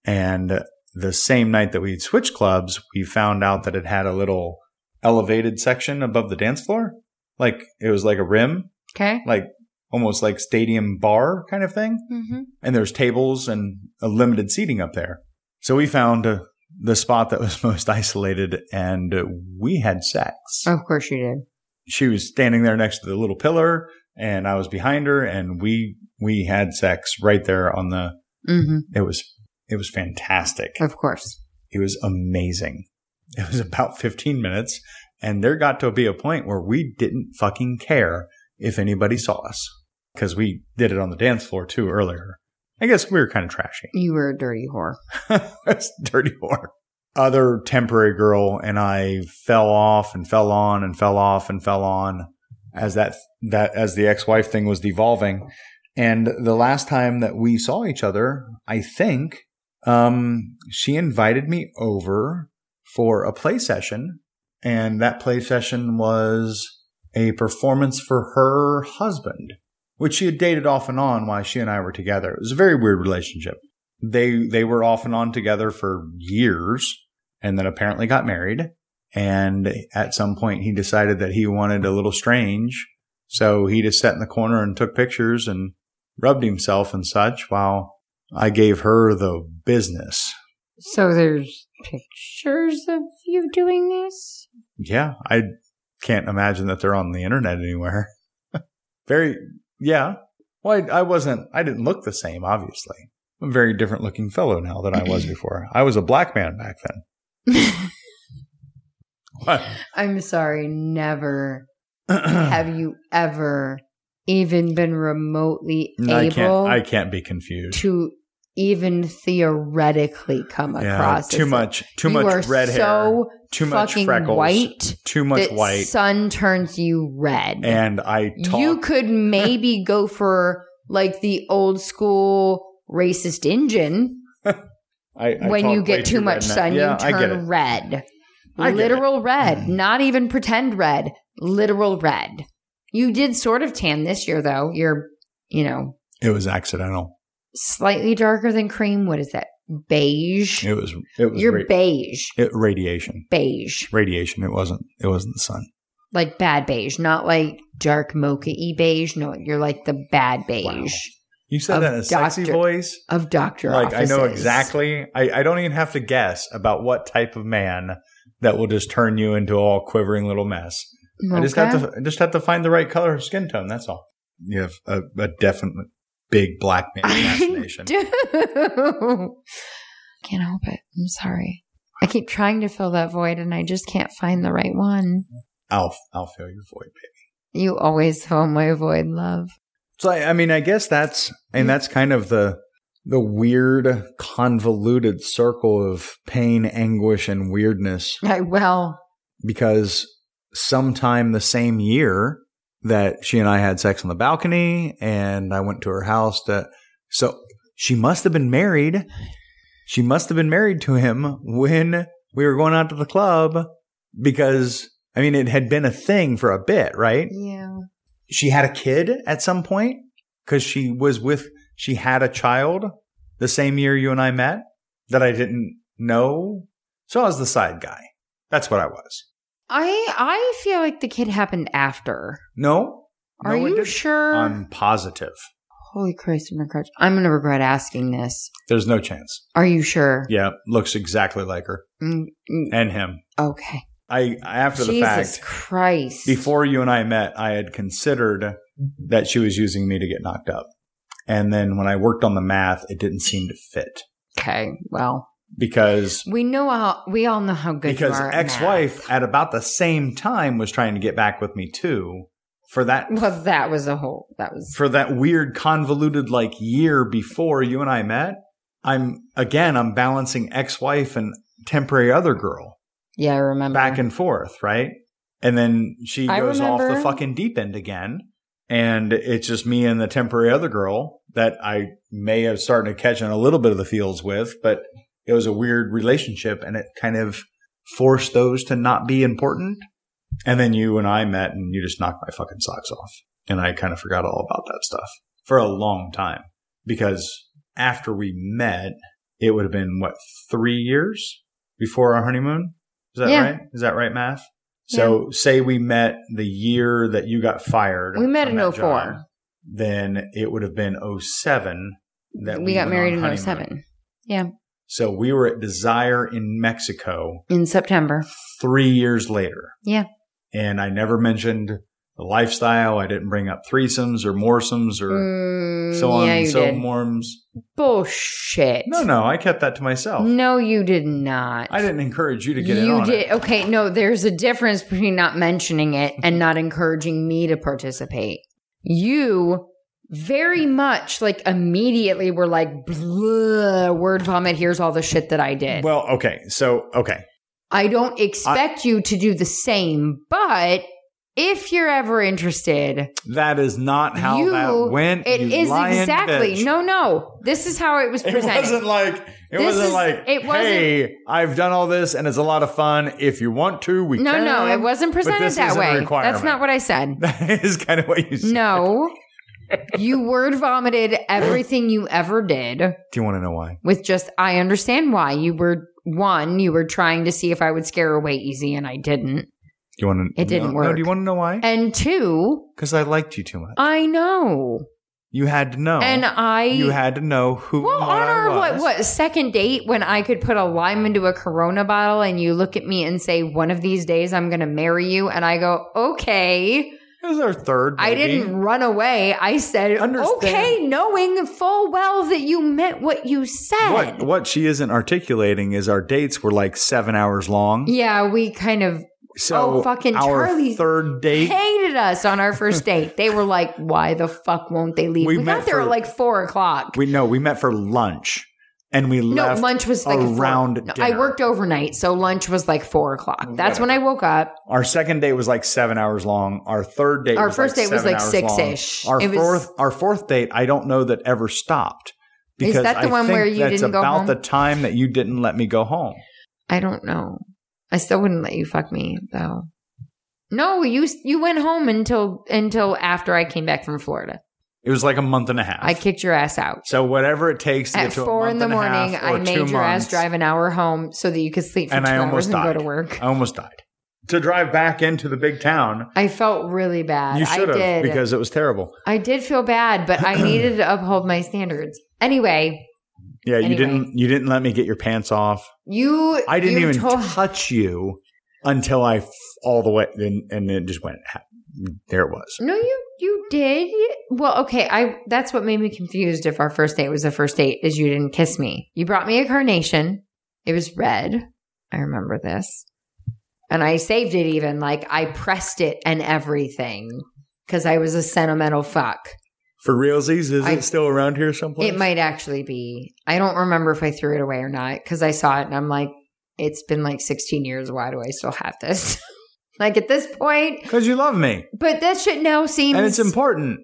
And the same night that we had switched clubs, we found out that it had a little elevated section above the dance floor. Like it was like a rim, okay. like almost like stadium bar kind of thing. Mm-hmm. And there's tables and a limited seating up there. So we found uh, the spot that was most isolated and uh, we had sex Of course you did. she was standing there next to the little pillar and I was behind her and we we had sex right there on the hmm it was it was fantastic. Of course. It was amazing. It was about 15 minutes and there got to be a point where we didn't fucking care if anybody saw us cuz we did it on the dance floor too earlier. I guess we were kind of trashy. You were a dirty whore. That's dirty whore. Other temporary girl and I fell off and fell on and fell off and fell on as that that as the ex-wife thing was devolving. And the last time that we saw each other, I think um, she invited me over for a play session, and that play session was a performance for her husband, which she had dated off and on while she and I were together. It was a very weird relationship they they were off and on together for years and then apparently got married and at some point he decided that he wanted a little strange so he just sat in the corner and took pictures and rubbed himself and such while i gave her the business So there's pictures of you doing this. yeah i can't imagine that they're on the internet anywhere very yeah well I, I wasn't i didn't look the same obviously i'm a very different looking fellow now than i was before i was a black man back then What? I'm sorry. Never Uh-huh. have you ever even been remotely No, I can't. able I can't be confused. to even theoretically come Yeah, across. too as- much, too You are much red hair, so too much fucking freckles, white too much that white, sun turns you red. and I talk. you could maybe go for like the old school racist Indian. I, I when talk you way get too much redneck. sun, yeah, you turn I get it. red. I get it. Mm-hmm. literal red, not even pretend red, literal red. You did sort of tan this year though. You're, you know, It was accidental. slightly darker than cream. What is that? Beige. It was it was You're ra- beige. it, radiation. Beige. Radiation. It wasn't it wasn't the sun. Like bad beige, not like dark mocha y beige. No, you're like the bad beige You said Of that in a sexy doctor- voice. of doctor Like I know offices. exactly. I, I don't even have to guess about what type of man that will just turn you into all quivering little mess. I just have Mocha? to I just have to find the right color of skin tone. That's all. You have a, a definite big black man I fascination. do. Can't help it. I'm sorry. I keep trying to fill that void and I just can't find the right one. I'll I'll fill your void. You always fill my void, love. So I, I mean, I guess that's Mm. and that's kind of the the weird convoluted circle of pain, anguish, and weirdness I well, because sometime the same year that she and I had sex on the balcony and I went to her house to so she must have been married. She must have been married to him when we were going out to the club because I mean it had been a thing for a bit, right? yeah. she had a kid at some point because she was with she had a child the same year you and I met that I didn't know. So I was the side guy. That's what I was. I I feel like the kid happened after. No, Are No, it you didn't. sure? I'm positive. Holy Christ, I'm gonna crouch. I'm gonna regret asking this. There's no chance. Are you sure? Yeah, looks exactly like her Mm, mm, and him. Okay. I after the Jesus fact Christ. before you and I met, I had considered that she was using me to get knocked up. And then when I worked on the math, it didn't seem to fit Okay. Well, because we know how. We all know how good because you are at ex-wife at about the same time was trying to get back with me too for that math. Well, that was a whole. That was for that weird convoluted like year before you and I met I'm again I'm balancing ex-wife and temporary other girl Yeah, I remember. back and forth right and then she Mm-hmm. I goes off the remember. fucking deep end again and it's just me and the temporary other girl that I may have started catching a little bit of the feels with but it was a weird relationship and it kind of forced those to not be important and then you and I met and you just knocked my fucking socks off. And I kind of forgot all about that stuff for a long time because after we met, it would have been what three years before our honeymoon. Is that Yeah. right? Is that right, math? So say we met the year that you got fired. We met from in that 04. job, Then it would have been 07 that we, we, got went married on in honeymoon. 07 So we were at Desire in Mexico in September. three years later. Yeah. And I never mentioned the lifestyle. I didn't bring up threesomes or moresomes or Mm, so on yeah, and you so did. morms. Bullshit. No, no, I kept that to myself. No, you did not. I didn't encourage you to get in Mm. you on did. it. Okay, no, there's a difference between not mentioning it and not encouraging me to participate. You very much like immediately were like, "Bleh, word vomit, here's all the shit that I did. Well, okay, so okay, I don't expect you to do the same, but if you're ever interested, That is not how You- that went. It you is lying exactly. bitch. No, no. This is how it was It presented. wasn't like it This wasn't is- like it wasn't- hey, I've done all this and it's a lot of fun. If you want to, we no, can. no. It wasn't this presented that isn't a way. That's requirement. not what I said. That is kind of what you said. No. you word vomited everything you ever did Do you want to know why? with just, I understand why. You were, one, you were trying to see if I would scare away easy, and I didn't. Do you want to? It no, didn't No, work. do you want to know why? And two, Because I liked you too much. I know. You had to know. And I. you had to know who Well, and on what I our what was. what second date when I could put a lime into a Corona bottle and you look at me and say one of these days I'm going to marry you and I go okay It was our third. I maybe. didn't run away I said Understand. okay knowing full well that you meant what you said What what she isn't articulating is our dates were like seven hours long. yeah we kind of So Oh, fucking our Charlie's- third date. hated us on our first date. They were like, "Why the fuck won't they leave?" We We, met got there for- at like four o'clock. We no, we met for lunch, and we no, left. lunch was like four- around No, I dinner. worked overnight, so lunch was like four o'clock. That's when I woke up. Our second date was like seven hours long. Our third date, Our was first like date was seven like hours six-ish. long. Our It was- fourth, our fourth date, I don't know that ever stopped. Is Because that the I one think where you that's didn't go about home? the time that you didn't let me go home. I don't know. I still wouldn't let you fuck me though. No, you you went home until until after I came back from Florida. It was like a month and a half. I kicked your ass out. so whatever it takes to At get to a four month in the and a morning, half or I made two your months, ass drive an hour home so that you could sleep for and two I hours almost and died. go to work. I almost died to drive back into the big town. I felt really bad. You should I have did because it was terrible. I did feel bad, but I needed to uphold my standards. Anyway, Yeah, you Anyway. didn't. You didn't let me get your pants off. you I didn't you even told, touch you until I f- all the way, and, and it just went. ha- There it was. No, you you did. Well, okay, I that's what made me confused if our first date was the first date is you didn't kiss me. You brought me a carnation. It was red. I remember this. And I saved it even like I pressed it and everything cuz I was a sentimental fuck. For realsies, is I- it still around here someplace? It might actually be. I don't remember if I threw it away or not cuz I saw it and I'm like it's been like 16 years why do I still have this? like at this point, because you love me, but that shit now seems and it's important.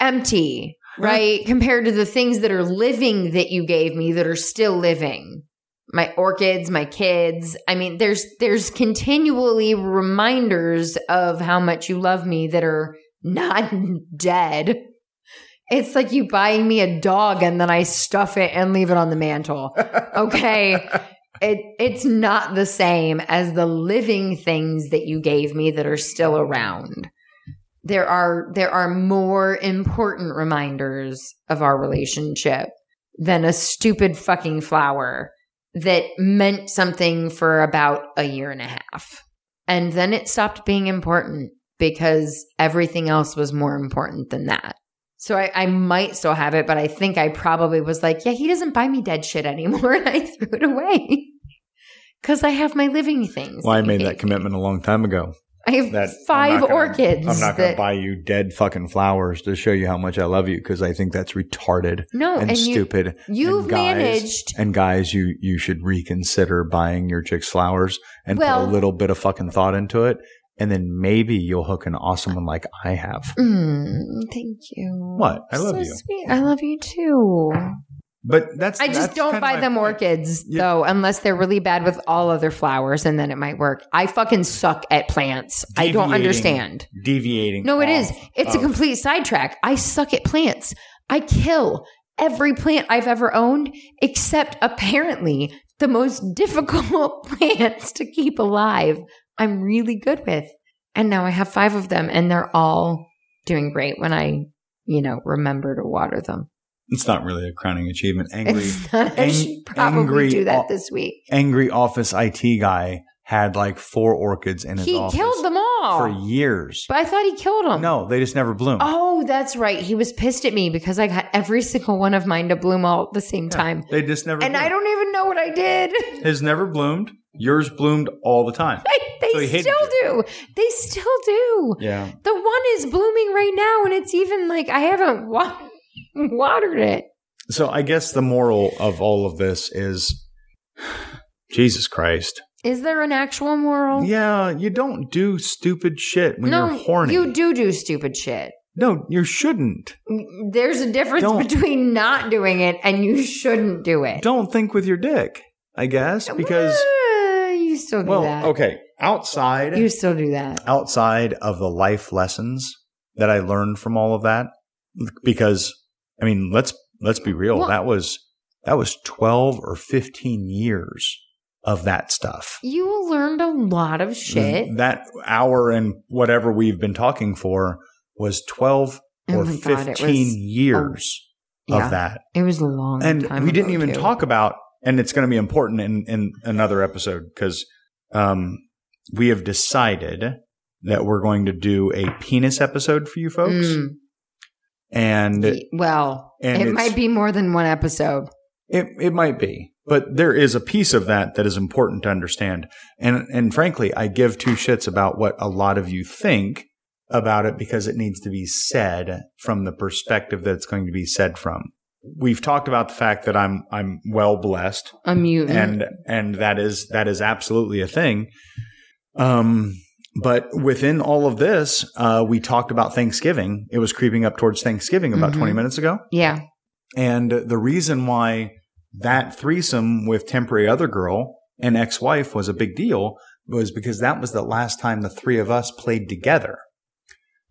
empty, right? Compared to the things that are living that you gave me that are still living. My orchids, my kids. I mean, there's there's continually reminders of how much you love me that are not dead. It's like you buying me a dog and then I stuff it and leave it on the mantle. Okay. It it's not the same as the living things that you gave me that are still around there are there are more important reminders of our relationship than a stupid fucking flower that meant something for about a year and a half and then it stopped being important because everything else was more important than that so I, I might still have it but i think i probably was like yeah he doesn't buy me dead shit anymore and i threw it away because i have my living things Well, I that made you that gave me. commitment a long time ago. i have That I'm 5 not gonna- orchids I'm not going to that- buy you dead fucking flowers to show you how much I love you because I think that's retarded no and, Oh, and you, stupid. You've and guys, managed. And guys, you you should reconsider buying your chicks flowers and Well- put a little bit of fucking thought into it, and then maybe you'll hook an awesome one like I have. Mm, thank you. What? I love So you. Sweet. I love you too. But that's I just that's don't kinda buy my them point. orchids Yeah. though, unless they're really bad with all other flowers, and then it might work. I fucking suck at plants. I don't Deviating. understand. Deviating. No, it off is. It's a of- complete sidetrack. I suck at plants. I kill every plant I've ever owned, except apparently the most difficult plants to keep alive. I'm really good with. And now I have five of them, and they're all doing great when I, you know, remember to water them. It's not really a crowning achievement. Angry, It's not, I Ang- should probably angry do that au- this week. angry office IT guy had like four orchids in his He office killed them all. for years. but I thought he killed them. No, they just never bloomed. Oh, that's right. He was pissed at me because I got every single one of mine to bloom all at the same time. They just never. And I don't even know what I did. His never bloomed. Yours bloomed all the time. So they he hated still do. They still do. Yeah. The one is blooming right now, and it's even like I haven't wa- watered it. So I guess the moral of all of this is Jesus Christ. Is there an actual moral? Yeah, you don't do stupid shit when no, you're horny. you do do stupid shit. no, you shouldn't. There's a difference Don't. between not doing it and you shouldn't do it. Don't think with your dick, I guess, because Uh, you still do well, that. okay, outside You still do that. outside of the life lessons that I learned from all of that because I mean let's let's be real Well- that was that was 12 or 15 years of that stuff You learned a lot of Mm-hmm. shit. that hour and whatever we've been talking for was 12 Oh or my God, 15 it was- years yeah. of that It was a long and time we didn't ago, even too. talk about and it's going to be important in, in another episode because um, we have decided that we're going to do a penis episode for you folks Mm. and Ye- well, and it it's- might be more than one episode. it, it might be But there is a piece of that that is important to understand. And, and frankly, I give two shits about what a lot of you think about it because it needs to be said from the perspective that it's going to be said from. We've talked about the fact that I'm, I'm well blessed A mutant. and, and that is, that is absolutely a thing. Um, but within all of this, uh, we talked about Thanksgiving. It was creeping up towards Thanksgiving about Mhm. 20 minutes ago. yeah. And the reason why that threesome with temporary other girl and ex wife was a big deal was because that was the last time the three of us played together.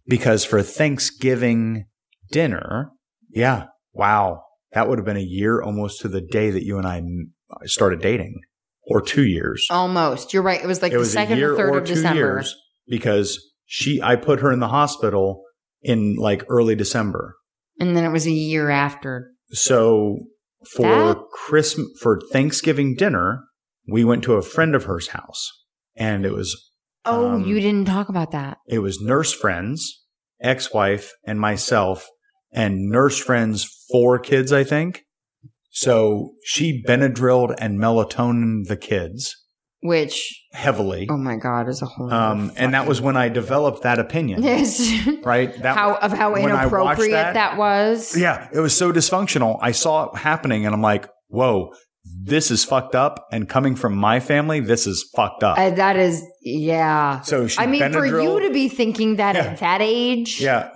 Because for Thanksgiving dinner, yeah, wow, that would have been a year almost to the day that you and I m- started dating, or two years. Almost. You're right. It was Oh, like it the was a second year or third or of two December. years because she, I put her in the hospital in like early December. And then it was a year after. So for That- Christmas, for Thanksgiving dinner, we went to a friend of hers house, and it was Oh, Um, you didn't talk about that. it was nurse friends, ex wife, and myself, and nurse friends four kids, I think. So she Benadrylled and melatonin the kids Which, heavily, oh my God, is a whole. um, and that was when I developed that opinion, Yes. right? That how of how when I watched inappropriate that- that, was. Yeah, it was so dysfunctional. I saw it happening and I'm like, whoa, this is fucked up. And coming from my family, this is fucked up. Uh, that is, yeah. so she I mean, for you Benadryl- to be thinking that Yeah. at that age. Yeah.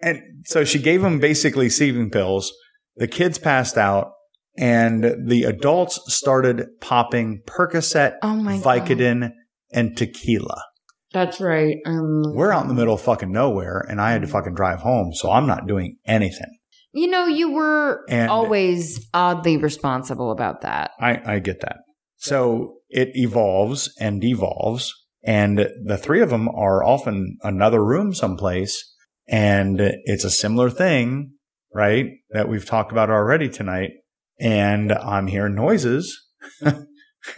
And so she gave him basically sleeping pills. The kids passed out and the adults started popping Percocet, Oh my God. Vicodin, and tequila. That's right. Um, We're out in the middle of fucking nowhere and I had to fucking drive home. So I'm not doing anything. You know, you were And- always oddly responsible about that. I, I get that. So it evolves and evolves, and the three of them are often another room someplace, and it's a similar thing, right? That we've talked about already tonight. And I'm hearing noises, and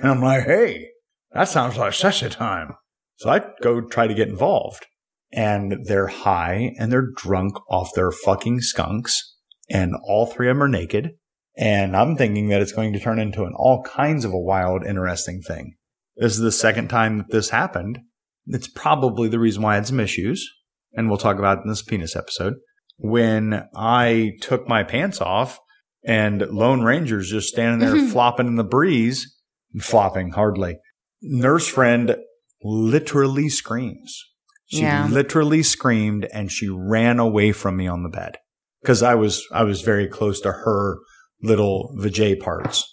I'm like, hey, that sounds like session time. So I go try to get involved, and they're high and they're drunk off their fucking skunks, and all three of them are naked. And I'm thinking that it's going to turn into an all kinds of a wild, interesting thing. This is the second time that this happened. It's probably the reason why I had some issues. And we'll talk about it in this penis episode. When I took my pants off and Lone Ranger's just standing there flopping in the breeze, flopping hardly. Nurse friend literally screams. She Yeah. literally screamed and she ran away from me on the bed because I was, I was very close to her little vajay parts.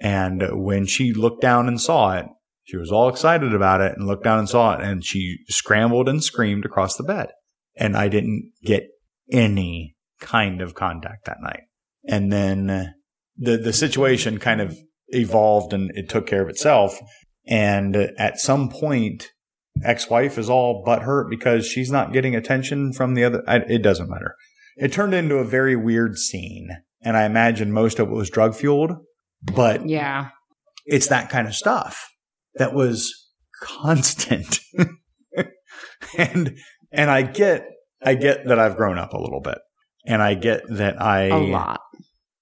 And when she looked down and saw it, she was all excited about it and looked down and saw it and she scrambled and screamed across the bed. And I didn't get any kind of contact that night. And then the, the situation kind of evolved and it took care of itself. And at some point, ex-wife is all butthurt because she's not getting attention from the other. I, it doesn't matter. It turned into a very weird scene. And I imagine most of it was drug fueled, but Yeah. it's that kind of stuff that was constant. and and I get I get that I've grown up a little bit. And I get that I A lot.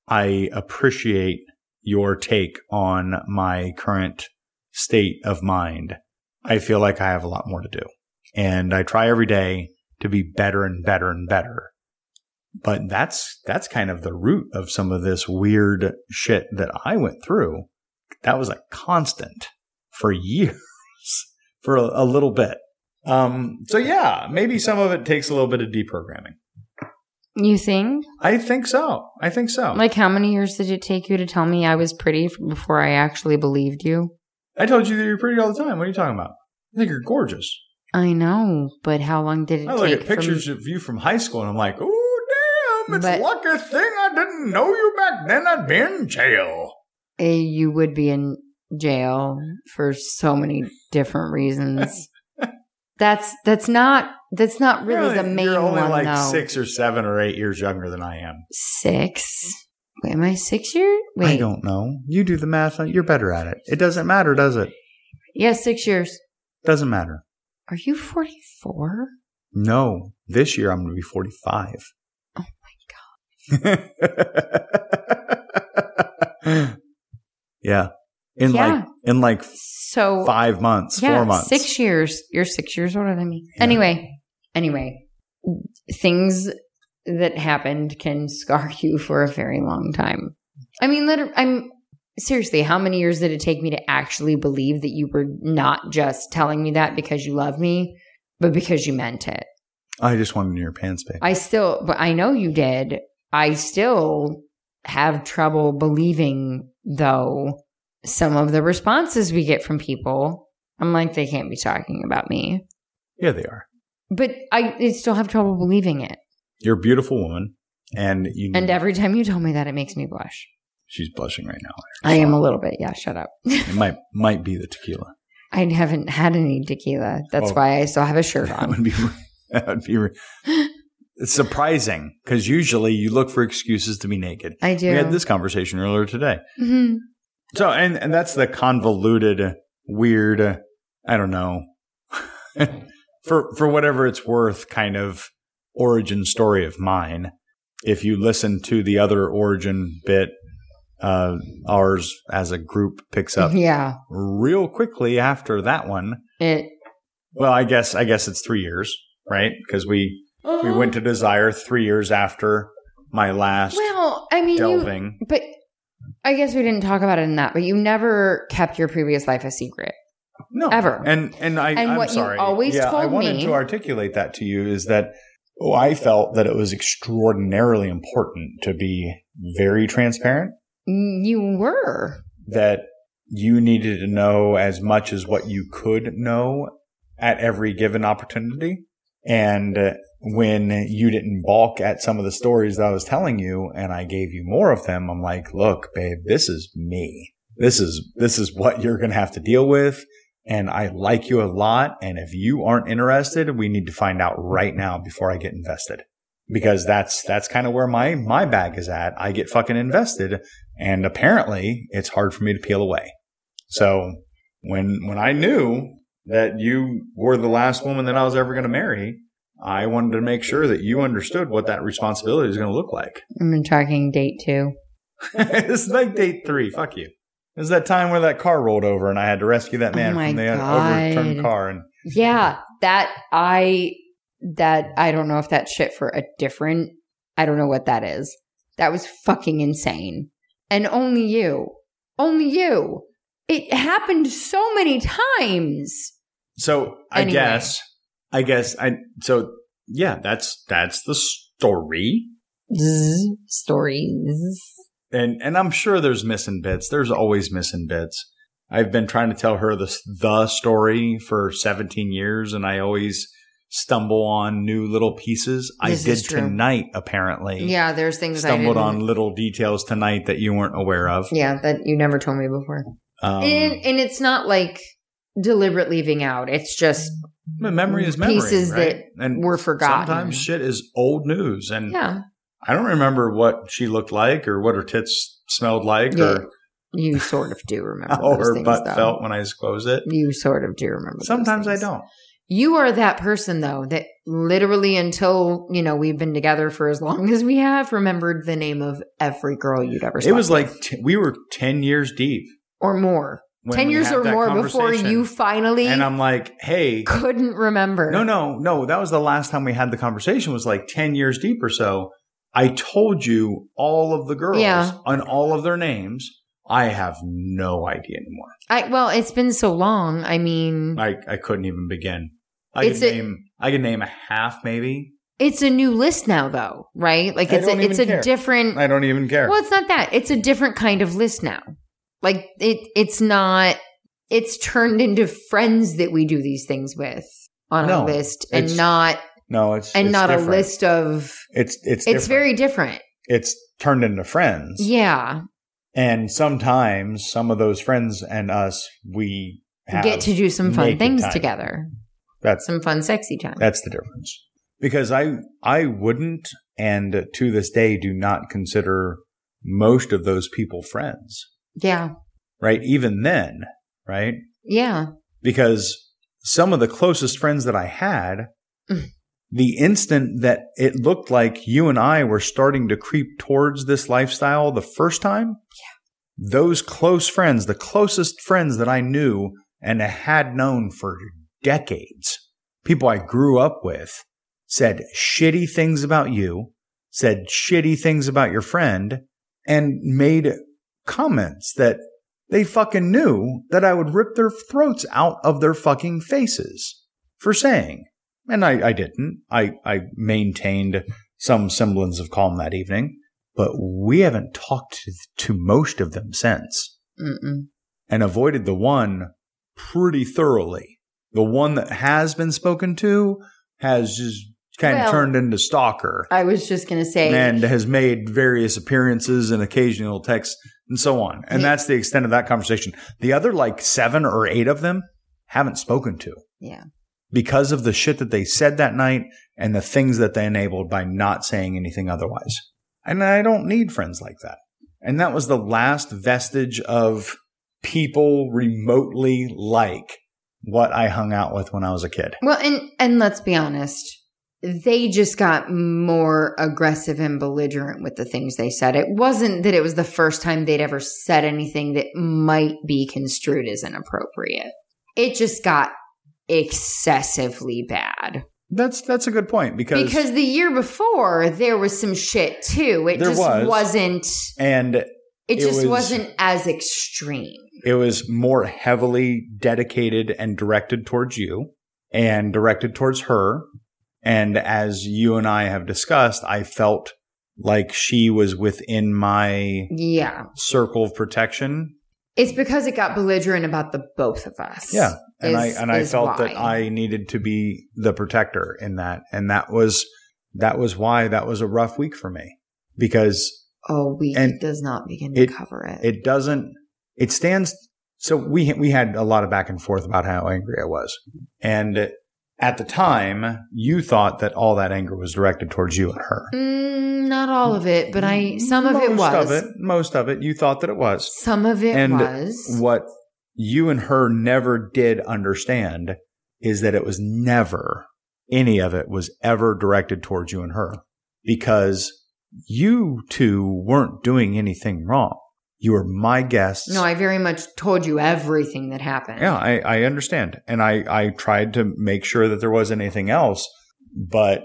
I appreciate your take on my current state of mind. I feel like I have a lot more to do. And I try every day to be better and better and better. But that's that's kind of the root of some of this weird shit that I went through. That was a constant for years, for a, a little bit. Um, so yeah, maybe some of it takes a little bit of deprogramming. You think? I think so. I think so. Like, how many years did it take you to tell me I was pretty f- before I actually believed you? I told you that you're pretty all the time. What are you talking about? I think you're gorgeous. I know, but how long did it I take? look at for me- pictures of you from high school and I'm like, oh, damn, it's But- lucky thing I didn't know you back then. I'd be in jail. Eh, you would be in jail for so many different reasons. that's that's not that's not really You're the only- main You're only one like though. six or seven or eight years younger than I am. Six. Wait, am I six years? Wait, I don't know. You do the math. You're better at it. It doesn't matter, does it? yeah, six years. Doesn't matter. Are you forty four? No, this year I'm going to be 45. Oh my God. Yeah. In Yeah. like in like So five months, yeah, four months. six years. You're six years older than me. Yeah. Anyway, anyway, things that happened can scar you for a very long time. I mean, liter- I'm seriously. How many years did it take me to actually believe that you were not just telling me that because you love me, but because you meant it? I just wanted your pants back. I still, but I know you did. I still have trouble believing, though, some of the responses we get from people. I'm like, they can't be talking about me. yeah, they are. But I, I still have trouble believing it. You're a beautiful woman, and you. And every time you tell me that, it makes me blush. she's blushing right now. I am a little bit, yeah, shut up. It might might be the tequila. I haven't had any tequila. That's Oh. why I still have a shirt That on. would be that would be it's surprising because usually you look for excuses to be naked. I do. We had this conversation earlier today. Mhm. So, and, and that's the convoluted, weird, uh, I don't know, for, for whatever it's worth kind of origin story of mine. If you listen to the other origin bit, uh, ours as a group picks up Yeah. real quickly after that one. It, Well, I guess, I guess it's three years, right? Cause we, we went to Desire three years after my last well, I mean, you, delving. But I guess we didn't talk about it in that, but you never kept your previous life a secret. No, Ever. And and I, And I'm what you sorry. always yeah, I told wanted me- to articulate that to you is that oh, I felt that it was extraordinarily important to be very transparent. You were. That you needed to know as much as what you could know at every given opportunity, and uh, when you didn't balk at some of the stories that I was telling you, and I gave you more of them, I'm like, look, babe, this is me. This is this is what you're gonna have to deal with and I like you a lot. And if you aren't interested, we need to find out right now before I get invested. Because that's, that's kind of where my, my bag is at. I get fucking invested and apparently it's hard for me to peel away. So when, when I knew that you were the last woman that I was ever going to marry, I wanted to make sure that you understood what that responsibility is going to look like. I'm talking date two. it's like date three. Fuck you. It was that time where that car rolled over and I had to rescue that Oh man my from the God. overturned car and Yeah, that I that I don't know if that shit for a different. I don't know what that is. That was fucking insane. And only you, only you. It happened so many times. So I Anyway. guess, I guess, I so yeah, that's that's the story, Zzz, Stories. and and I'm sure there's missing bits. There's always missing bits. I've been trying to tell her this the story for 17 years, and I always stumble on new little pieces. This I is did true. tonight, apparently. Yeah, there's things Stumbled I on didn't, little details tonight that you weren't aware of. Yeah, that you never told me before. Um, and, and it's not like deliberate leaving out. It's just but memory is memory, pieces right? and were forgotten. Sometimes shit is old news, and yeah, I don't remember what she looked like or what her tits smelled like Yeah, or you sort of do remember how those her things, butt though. felt when I closed it. You sort of do remember. those Sometimes I things. don't. You are that person though that literally until you know we've been together for as long as we have remembered the name of every girl you'd ever. It was slept like t- we were 10 years deep. with, or more, when ten we years had or that more before conversation. you finally And I'm like, hey, couldn't remember. no, no, no. That was the last time we had the conversation was like 10 years deep or so. I told you all of the girls Yeah. and all of their names. I have no idea anymore. I well, it's been so long. I mean, I, I couldn't even begin. I It's could a- name I could name a half maybe. it's a new list now though, right? Like I it's don't a, it's even a care. different. I don't even care. Well, it's not that. It's a different kind of list now. Like it it's not it's turned into friends that we do these things with on No, a list and it's- not No, it's and it's not a different. list of It's it's it's very different. it's turned into friends. Yeah. And sometimes some of those friends and us we have Get to do some fun naked things time. together. That's- some fun sexy time. That's the difference. Because I I wouldn't and to this day do not consider most of those people friends, yeah. right? Even then, right? Yeah. Because some of the closest friends that I had Mm. the instant that it looked like you and I were starting to creep towards this lifestyle the first time, those close friends, the closest friends that I knew and had known for decades, people I grew up with, said shitty things about you, said shitty things about your friend, and made comments that they fucking knew that I would rip their throats out of their fucking faces for saying. And I, I didn't. I, I maintained some semblance of calm that evening, but we haven't talked to, to most of them since Mm-mm. and avoided the one pretty thoroughly. The one that has been spoken to has just kind Well- of turned into stalker I was just going to say, and has made various appearances and occasional texts and so on. And Yeah. that's the extent of that conversation. The other like seven or eight of them haven't spoken to. Yeah. Because of the shit that they said that night and the things that they enabled by not saying anything otherwise. And I don't need friends like that. And that was the last vestige of people remotely like what I hung out with when I was a kid. well, and and let's be honest, they just got more aggressive and belligerent with the things they said. It wasn't that it was the first time they'd ever said anything that might be construed as inappropriate. It just got excessively bad. That's that's a good point because Because the year before there was some shit too. It There just was. was. not and it, It just was- was, not as extreme. It was more heavily dedicated and directed towards you and directed towards her. And as you and I have discussed, I felt like she was within my Yeah. circle of protection. It's because it got belligerent about the both of us. Yeah. And Is- I and I is felt that why. I needed to be the protector in that. And that was that was why that was a rough week for me. Because Oh, we And does not begin to it- cover it. it doesn't it stands so we we had a lot of back and forth about how angry I was and at the time you thought that all that anger was directed towards you and her Mm, not all of it, but I some of it Mm, most was. of it most of it you thought that it was Some of it And was. what you and her never did understand is that it was never any of it was ever directed towards you and her because you two weren't doing anything wrong you were my guests No, I very much told you everything that happened. Yeah, I, I understand. And I, I tried to make sure that there wasn't anything else. But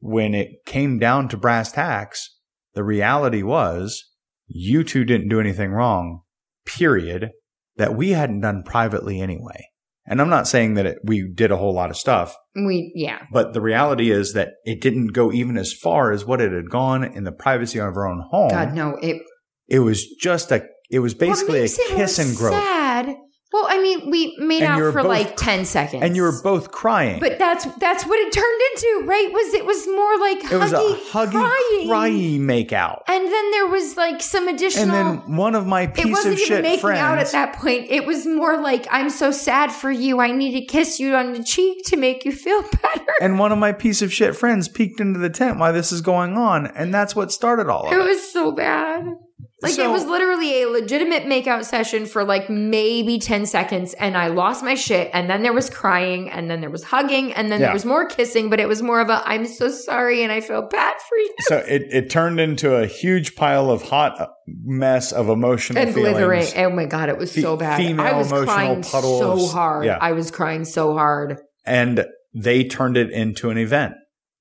when it came down to brass tacks, the reality was you two didn't do anything wrong, period, that we hadn't done privately anyway. And I'm not saying that it, we did a whole lot of stuff, We yeah. but the reality is that it didn't go even as far as what it had gone in the privacy of our own home. God no, it It was just a, it was what basically a makes it more kiss and grope. Sad. Well, I mean, we made And you out were for both like ten seconds, And you were both crying. But that's that's what it turned into, right? Was it was more like It was huggy, a huggy, cryy crying, makeout. and then there was like some additional. And then one of my it piece wasn't of even shit making friends. out at that point. It was more like I'm so sad for you. I need to kiss you on the cheek to make you feel better. and one of my piece of shit friends peeked into the tent while this is going on, and that's what started all of It it. was so bad. Like it So- was literally a legitimate makeout session for like maybe 10 seconds and I lost my shit and then there was crying and then there was hugging and then there Yeah. was more kissing but it was more of a I'm so sorry and I feel bad for you. so it, it turned into a huge pile of hot uh, mess of emotional and feelings. obliterate. Oh my god, it was Fe- so bad. female I was emotional crying puddles. so hard. Yeah. I was crying so hard. And they turned it into an event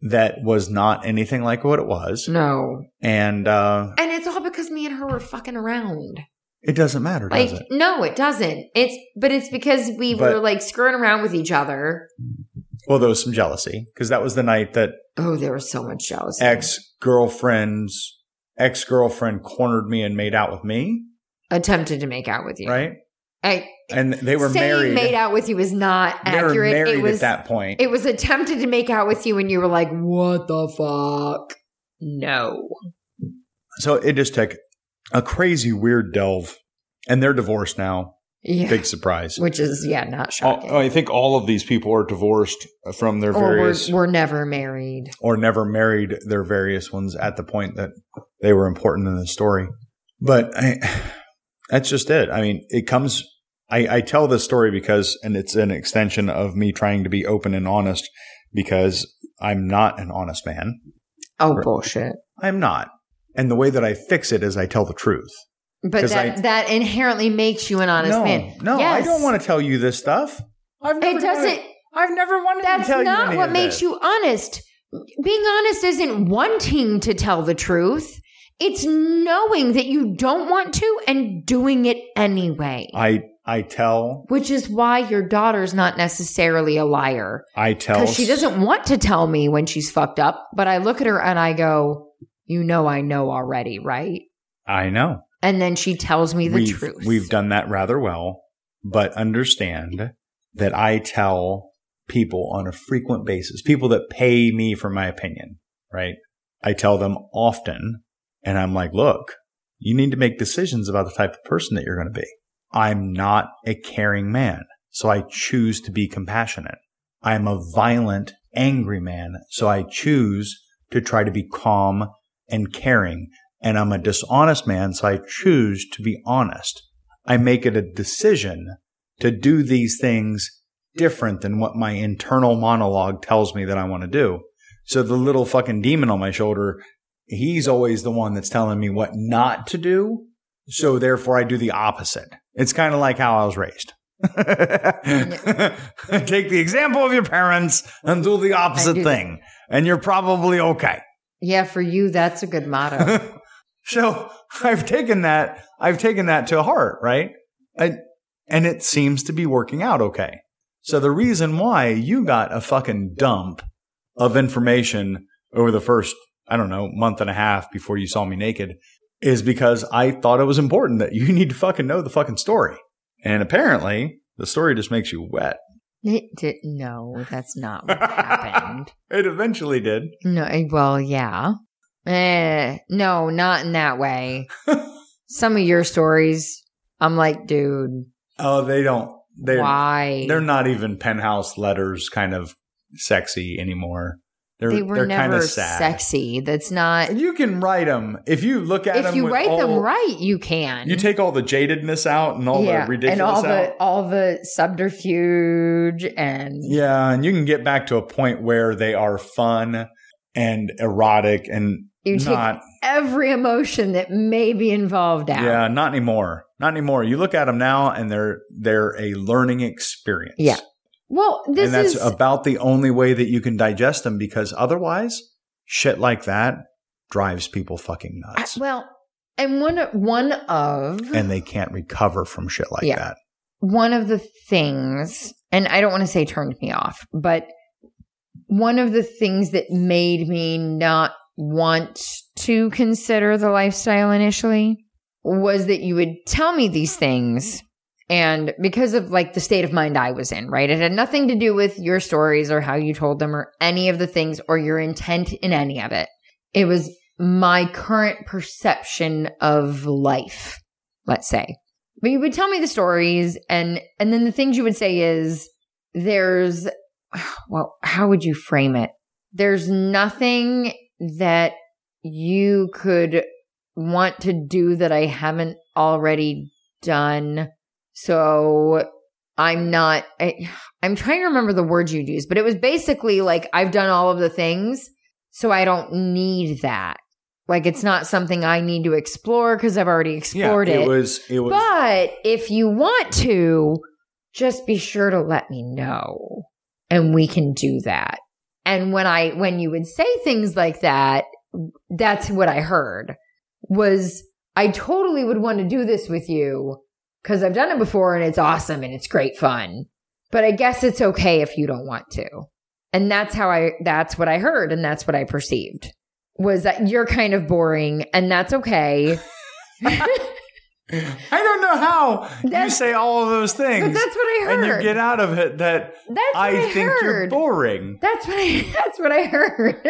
that was not anything like what it was. Mm. No, And uh, and it's all because me and her were fucking around. it doesn't matter, Like, does it? no, it doesn't. It's but it's because we But- were like screwing around with each other. Well, there was some jealousy because that was the night that Oh, there was so much jealousy. ex girlfriend's ex girlfriend cornered me and made out with me, Attempted to make out with you, right? I, And they were saying married. made out with you is not they were accurate. married it was at that point. it was attempted to make out with you, and you were like, "What the fuck? No." so it just took a crazy weird delve, and they're divorced now. Yeah, Big surprise. which is yeah, Oh, not shocking. All, I think all of these people are divorced from their or Oh, we're, various we're never married. or never married their various ones at the point that they were important in the story. But I, that's just it. I mean, it comes. I, I tell this story because, and it's an extension of me trying to be open and honest because I'm not an honest man. Oh Right. bullshit! I'm not. And the way that I fix it is I tell the truth. But 'Cause that, I- that inherently makes you an honest no, man. no, Yes. I don't want to tell you this stuff. I've never It doesn't. wanted- I've never wanted That's to tell you not any what of makes this. you honest. Being honest isn't wanting to tell the truth. It's knowing that you don't want to and doing it anyway. I I tell which is why your daughter's not necessarily a liar I tell because she doesn't want to tell me when she's fucked up. But I look at her and I go, "You know, I know already, right?" I know. And then she tells me the we've, truth. We've done that rather well, but understand that I tell people on a frequent basis, people that pay me for my opinion, right? I tell them often and I'm like, look, you need to make decisions about the type of person that you're going to be. I'm not a caring man, so I choose to be compassionate. I'm a violent, angry man, so I choose to try to be calm and caring and I'm a dishonest man, so I choose to be honest. I make it a decision to do these things different than what my internal monologue tells me that I want to do. So the little fucking demon on my shoulder, he's always the one that's telling me what not to do. So therefore I do the opposite. It's kind of like how I was raised. Take the example of your parents and do the opposite do that. thing, and you're probably okay. yeah, for you, that's a good motto. So I've taken that, I've taken that to heart, right? And, and it seems to be working out okay. So the reason why you got a fucking dump of information over the first, I don't know, month and a half before you saw me naked is because I thought it was important that you need to fucking know the fucking story. And apparently the story just makes you wet. it did, no, that's not what happened. It eventually did. No, eh, well, yeah, eh, no, not in that way. Some of your stories, I'm like, dude, Oh, they don't. They're, why? They're not even penthouse letters kind of sexy anymore. They're, They they were are kind never of sad. sexy. That's not. And you can write them if you look at if them. you with write them all- right, you can. you take all the jadedness out and all the ridiculous and all out. the all the subterfuge and yeah, and you can get back to a point where they are fun and erotic and you take not every emotion that may be involved out. Yeah, not anymore. Not anymore. You look at them now, and they're they're a learning experience. Yeah. Well, this and that's is about the only way that you can digest them because otherwise, shit like that drives people fucking I- nuts, well, and one one of and they can't recover from shit like Yeah. that. one of the things, and I don't want to say turned me off, but one of the things that made me not want to consider the lifestyle initially was that you would tell me these things. And because of like the state of mind I was in, right? It had nothing to do with your stories or how you told them or any of the things or your intent in any of it. It was my current perception of life, let's say but you would tell me the stories and and then the things you would say is there's well how would you frame it there's nothing that you could want to do that i haven't already done so i'm not I, i'm trying to remember the words you'd use but it was basically like i've done all of the things so i don't need that like it's not something i need to explore because i've already explored it was it was but if you want to, just be sure to let me know and we can do that. And when I, when you would say things like that, that's what I heard was I totally would want to do this with you because I've done it before and it's awesome and it's great fun. But I guess it's okay if you don't want to. And that's how I, that's what I heard and that's what I perceived was that you're kind of boring and that's okay. I don't know how you That's- say all of those things, But that's what I heard. and you get out of it that That's what I, I, think you're heard. boring. that's what I, that's what I heard.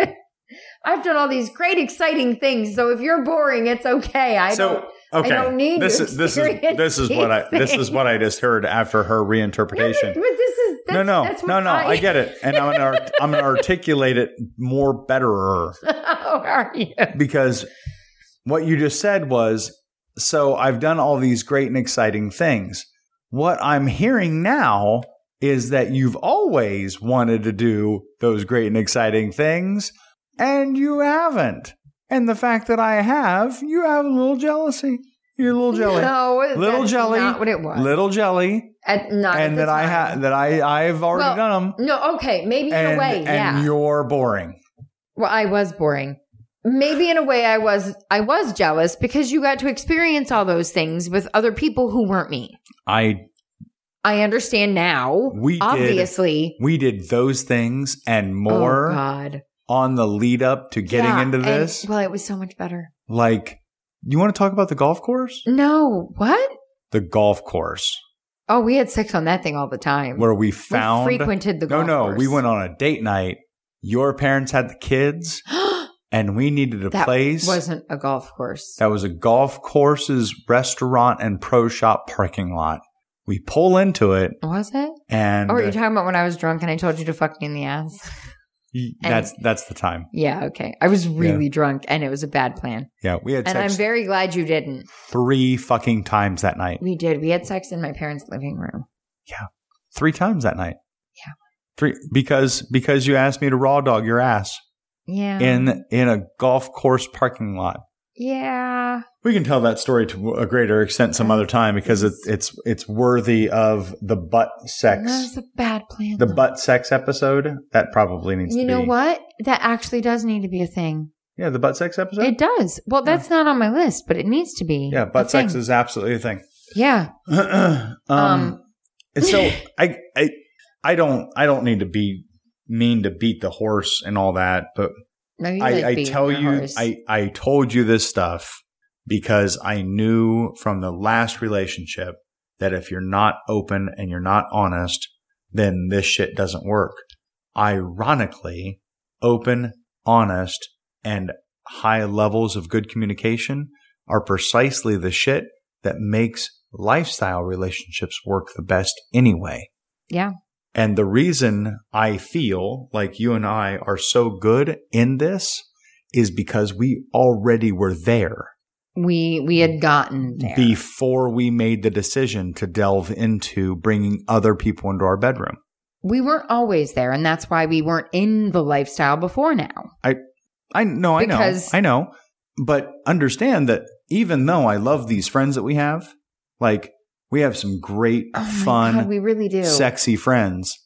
I've done all these great, exciting things. So if you're boring, it's okay. I so don't. okay, don't need this to is this is experience this is what I these this is what I just heard after her No, reinterpretation. but, but this is that's, no, no, that's what no, no. I, I get it, and I'm gonna art- I'm gonna articulate it more betterer How are you? because what you just said was so I've done all these great and exciting things. What I'm hearing now is that you've always wanted to do those great and exciting things, and you haven't. And the fact that I have, you have a little jealousy. You're a little jelly. No, Little that's jelly. Not what it was. Little jelly. At- not at and the that I time. had that I I've already Well, done them. No, okay, maybe in And, a way, and yeah. you're boring. Well, I was boring. Maybe in a way, I was I was jealous because you got to experience all those things with other people who weren't me. I I understand now. We did obviously we did those things and Oh, more God, on the lead up to getting Yeah, into and- this. well, it was so much better. like, you want to talk about the golf course? No, what? The golf course Oh, we had sex on that thing all the time. where we We found frequented the no, golf no. course. We went on a date night. Your parents had the kids, and we needed a that place wasn't a golf course. that was a golf course's restaurant and pro shop parking lot. We pull into it, was it? and Oh, are you uh, talking about when I was drunk and I told you to fuck me in the ass? y- that's that's the time. Yeah, okay. I was really drunk and it was a bad plan. Yeah, we had And I'm sex very glad you didn't. three fucking times that night. We did. We had sex in my parents' living room. Three times that night. Yeah. Three because because you asked me to raw dog your ass Yeah. in in a golf course parking lot. yeah. We can tell that story to a greater extent some other time because it's it's it's worthy of the butt That sex, was a bad plan. the though. butt sex episode. That probably needs. You to know be. what? That actually does need to be a thing. Yeah, the butt sex episode. It does. Well, that's not on my list, but it needs to be. yeah, a butt sex thing. is absolutely a thing. Yeah. um, Um, so I I I don't I don't need to be mean to beat the horse and all that, but No, you like I, I being tell a you, horse. I, I told you this stuff because I knew from the last relationship that if you're not open and you're not honest, then this shit doesn't work. Ironically, open, honest, and high levels of good communication are precisely the shit that makes lifestyle relationships work the best anyway. Yeah. And the reason I feel like you and I are so good in this is because we already were there, we we had gotten there. before we made the decision to delve into bringing other people into our bedroom. we weren't always there, and that's why we weren't in the lifestyle before Oh now. I no, I Because- know, I know, but understand that even though I love these friends that we have, like we have some great Oh my fun, God, we really do. sexy friends.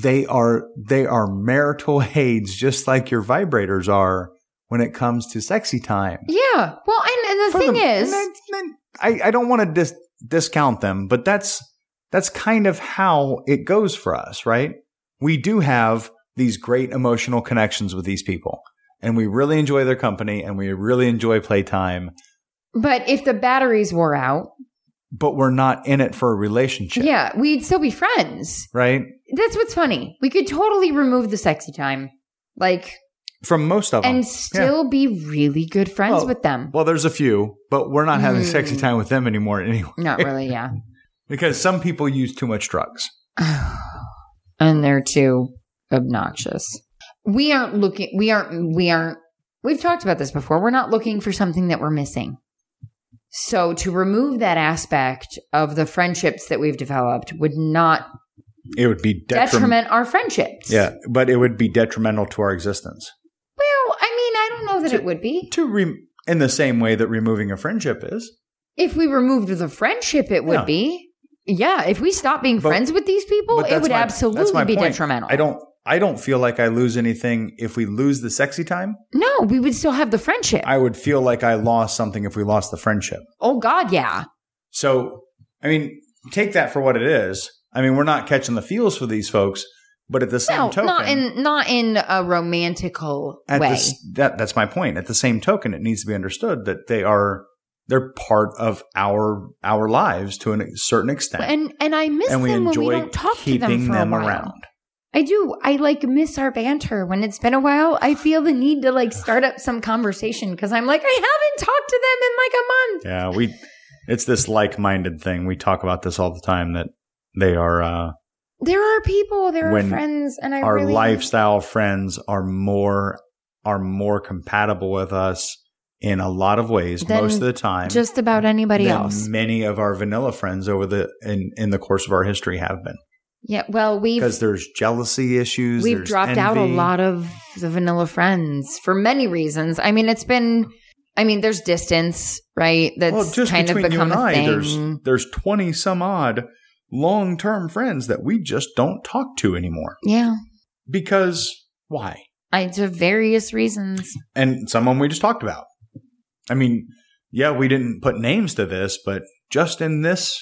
They are they are marital aids, just like your vibrators are when it comes to sexy time. Yeah. Well, and, and the For thing the- is, and that- that- I, I don't want to dis- discount them, but that's that's kind of how it goes for us, right? We do have these great emotional connections with these people, and we really enjoy their company, and we really enjoy playtime. but if the batteries wore out, But we're not in it for a relationship, yeah, we'd still be friends. right? That's what's funny. We could totally remove the sexy time, like, From most of them, and still be really good friends Well- with them. Well, there's a few, but we're not having Mm. sexy time with them anymore anyway. Not really, yeah. Because some people use too much drugs. and they're too obnoxious. We aren't looking. We aren't. We aren't. We've talked about this before. We're not looking for something that we're missing. So to remove that aspect of the friendships that we've developed would not It would be detrimental. detriment our friendships. Yeah, but it would be detrimental to our existence. Well, I mean, I don't know that it would be. To re- in the same way that removing a friendship is. If we removed the friendship, it would Yeah. be. Yeah. If we stopped being But- friends with these people, But it that's would my- that's my absolutely be point. detrimental. I don't. I don't feel like I lose anything if we lose the sexy time. No, we would still have the friendship. I would feel like I lost something if we lost the friendship. oh God, yeah. So, I mean, take that for what it is. I mean, we're not catching the feels for these folks, but at the same No, token, not in not in a romantical at way. this, that that's my point. At the same token, it needs to be understood that they are they're part of our our lives to a certain extent, and and I miss And we them when we enjoy don't talk to keeping them for them a while. around. I do. I like miss our banter when it's been a while. I feel the need to like start up some conversation because I'm like I haven't talked to them in like a month. Yeah, we it's this like-minded thing. We talk about this all the time that they are uh There are people, there When are friends, and I our really lifestyle friends are more are more compatible with us in a lot of ways Than most of the time. just about anybody than else. Many of our vanilla friends over the in in the course of our history have been Yeah. Well, we've because there's jealousy issues. we've there's dropped out a envy. lot of the vanilla friends for many reasons. I mean, it's been I mean, there's distance, right? That's well, just kind of between you become and a I, thing. there's there's twenty some odd long term friends that we just don't talk to anymore yeah, because why? I to various reasons. And someone we just talked about. I mean, yeah, we didn't put names to this, but just in this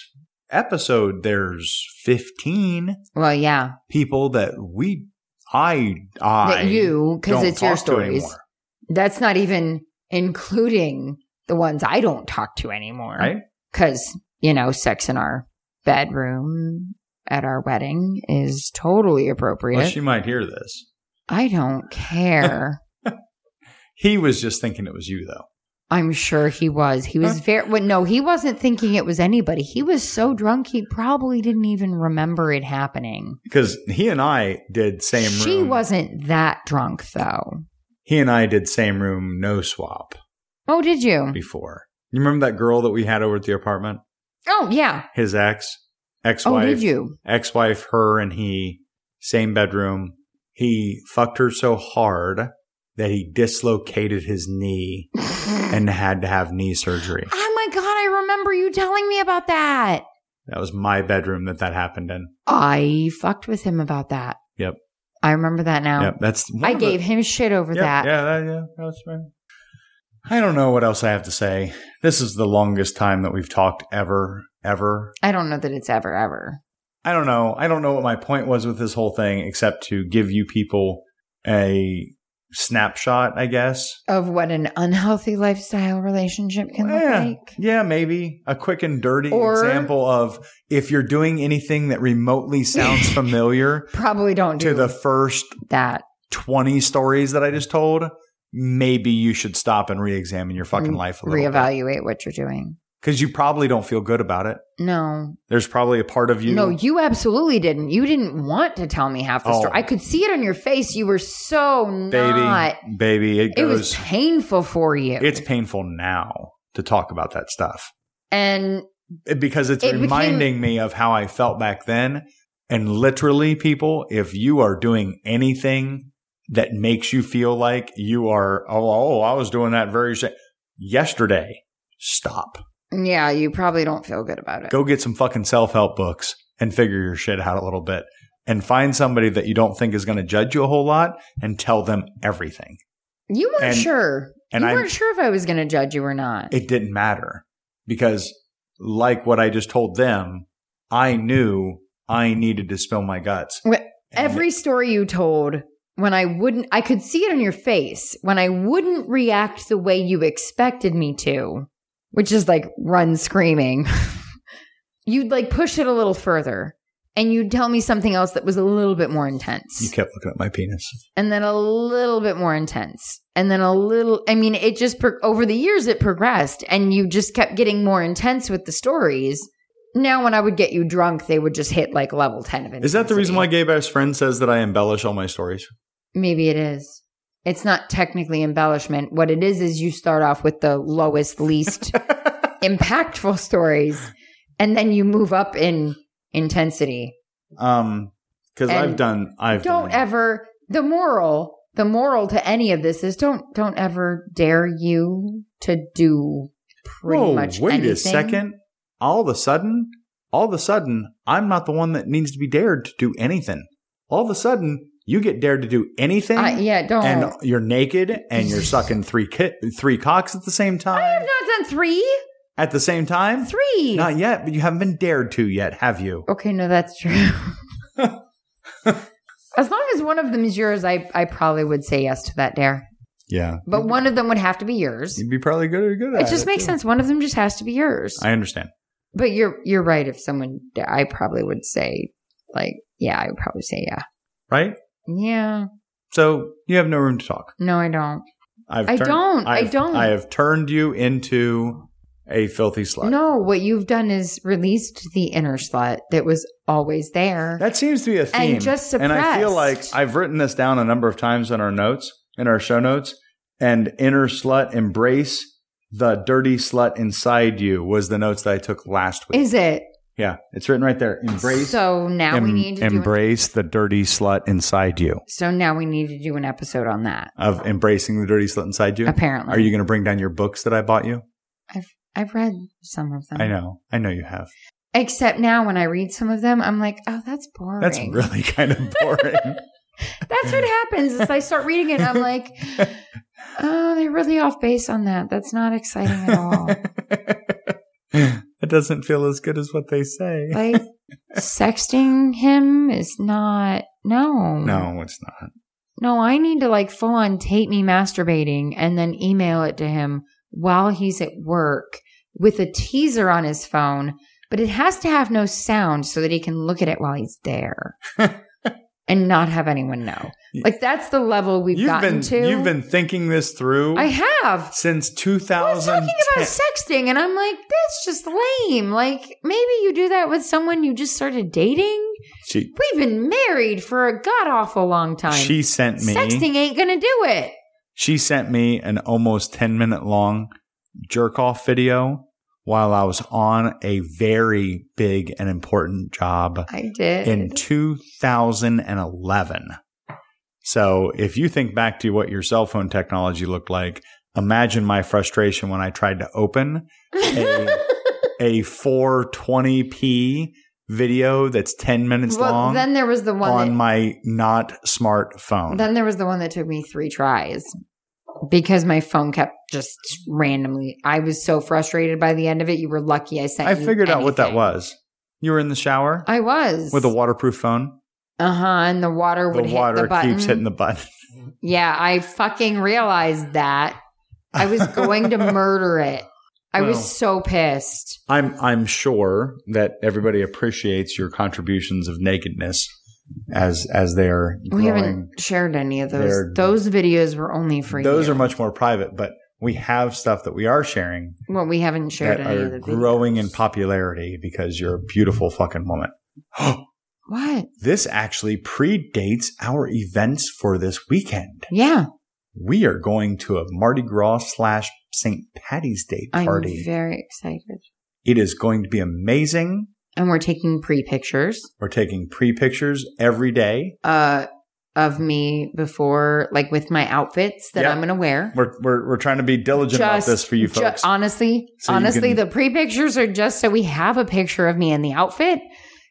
episode, there's fifteen Well, yeah, people that we, I, I, that you because don't it's your talk to stories. anymore, That's not even including the ones I don't talk to anymore, right? Because you know, sex in our bedroom at our wedding is totally appropriate. Unless you might hear this. I don't care. He was just thinking it was you, though. I'm sure he was. He was very well, no, he wasn't thinking it was anybody. He was so drunk he probably didn't even remember it happening. Because he and I did same she room. wasn't that drunk though. He and I did same room, no swap Oh, did you? before. You remember that girl that we had over at the apartment? Oh, yeah. His ex, ex Oh, wife. did you? Ex wife, her and he, same bedroom. He fucked her so hard that he dislocated his knee and had to have knee surgery. Oh my god, I remember you telling me about that. That was my bedroom that that happened in. I fucked with him about that. Yep. I remember that now. Yep, that's one I of the- gave him shit over Yeah, that. Yeah, that, yeah, that was fine. I don't know what else I have to say. This is the longest time that we've talked ever, ever. I don't know that it's ever ever. I don't know. I don't know what my point was with this whole thing, except to give you people a snapshot, I guess. Of what an unhealthy lifestyle relationship can look yeah, like. yeah, maybe a quick and dirty Or- example of if you're doing anything that remotely sounds familiar Probably don't do to the first that. 20 stories that I just told, maybe you should stop and re-examine your fucking Re- life a little bit. Reevaluate what you're doing. because you probably don't feel good about it. No, There's probably a part of you. no, you absolutely didn't. You didn't want to tell me half the Oh. story. I could see it on your face. You were so baby, not. baby, it It goes. was painful for you. it's painful now to talk about that stuff and It- because it's It became- reminding me of how I felt back then. And literally, people, if you are doing anything that makes you feel like you are, oh, oh I was doing that very sa- yesterday, stop. yeah, you probably don't feel good about it. Go get some fucking self help books and figure your shit out a little bit. And find somebody that you don't think is going to judge you a whole lot and tell them everything. You weren't And- sure. and you I'm- weren't sure if I was going to judge you or not. it didn't matter because like what I just told them, I knew I needed to spill my guts. Wh- And Every story you told, when I wouldn't, I could see it on your face, when I wouldn't react the way you expected me to, which is like run screaming, you'd like push it a little further and you'd tell me something else that was a little bit more you intense kept looking at my penis. and then a little bit more intense and then a little, I mean, it just pro- over the years it progressed and you just kept getting more intense with the stories. Now, when I would get you drunk, they would just hit like level 10 of intensity. Is that the reason why Gay Best Friend says that I embellish all my stories? Maybe it is. It's not technically embellishment. What it is is you start off with the lowest, least impactful stories, and then you move up in intensity. Um, because I've And done, I've don't done- ever. The moral, the moral to any of this is don't don't ever dare you to do pretty Whoa, much wait anything. a second. All of a sudden, all of a sudden, I'm not the one that needs to be dared to do anything. All of a sudden, you get dared to do anything, I- yeah, don't. and you're naked and you're sucking three ki- three cocks at the same time. I have not done three. At the same time? Three. Not yet, but you haven't been dared to yet, have you? Okay, no, that's true. as long as one of them is yours, I, I probably would say yes to that dare. Yeah. But one of them would have to be yours. You'd be probably good or good at It just makes too. sense. One of them just has to be yours. I understand. but you're you're right. If someone, da- I probably would say, like, yeah, I would probably say yeah, Right? yeah. So you have no room to talk. No, I don't. I've I don't. I I've, don't. I have turned you into a filthy slut. No, what you've done is released the inner slut that was always there. That seems to be a theme. just and I feel like suppressed. I've written this down a number of times in our notes, in our show notes, and inner slut embrace the dirty slut inside you was the notes that I took last week. is it? Yeah, it's written right there. Embrace. So now we em- need to do an- embrace the dirty slut inside you. so now we need to do an episode on that. Of embracing the dirty slut inside you. Apparently, Are you going to bring down your books that I bought you? I've read some of them. I know. I know you have. Except now, when I read some of them, I'm like, oh, that's boring. That's really kind of boring. That's what happens. Is I start reading it, and I'm like, oh, they're really off base on that. That's not exciting at all. it doesn't feel as good as what they say. like sexting him is not no No, it's not. no i need to like full on tape me masturbating and then email it to him while he's at work with a teaser on his phone but it has to have no sound so that he can look at it while he's there and not have anyone know like that's the level we've You've gotten been to you've been thinking this through i have since I was 2000. talking about sexting, and I'm like, that's just lame. Like, maybe you do that with someone you just started dating. she We've been married for a god awful long time. she sent me Sexting ain't gonna do it. she sent me an almost 10 minute long jerk off video while I was on a very big and important job I did. in 2011. So if you think back to what your cell phone technology looked like, imagine my frustration when I tried to open a, a 420p video that's 10 minutes well, long then there was the on one. my not smartphone. That, then there was the one that took me three tries because my phone kept just randomly. I was so frustrated by the end of it. You were lucky I sent. I you figured out what that anything. was. You were in the shower I was with a waterproof phone. uh huh, and the water The would hit water the button. keeps hitting the button. Yeah, I fucking realized that. I was going to murder it. I Well. was so pissed. I'm I'm sure that everybody appreciates your contributions of nakedness as as they are We growing. haven't shared any of They're- those. Those videos were only for Those you. are much more private, but we have stuff that we are sharing well, we haven't shared that any of are the growing in videos. popularity because you're a beautiful fucking woman. What? This actually predates our events for this weekend. Yeah, We are going to a Mardi Gras slash St. Patty's Day party. I'm very excited, It is going to be amazing. and we're taking pre pictures We're taking pre pictures every day. uh of me before, like with my outfits that Yeah. I'm gonna wear. We're, we're, we're trying to be diligent about this for you ju- folks. honestly, So you honestly, can- the pre pictures are just so we have a picture of me in the outfit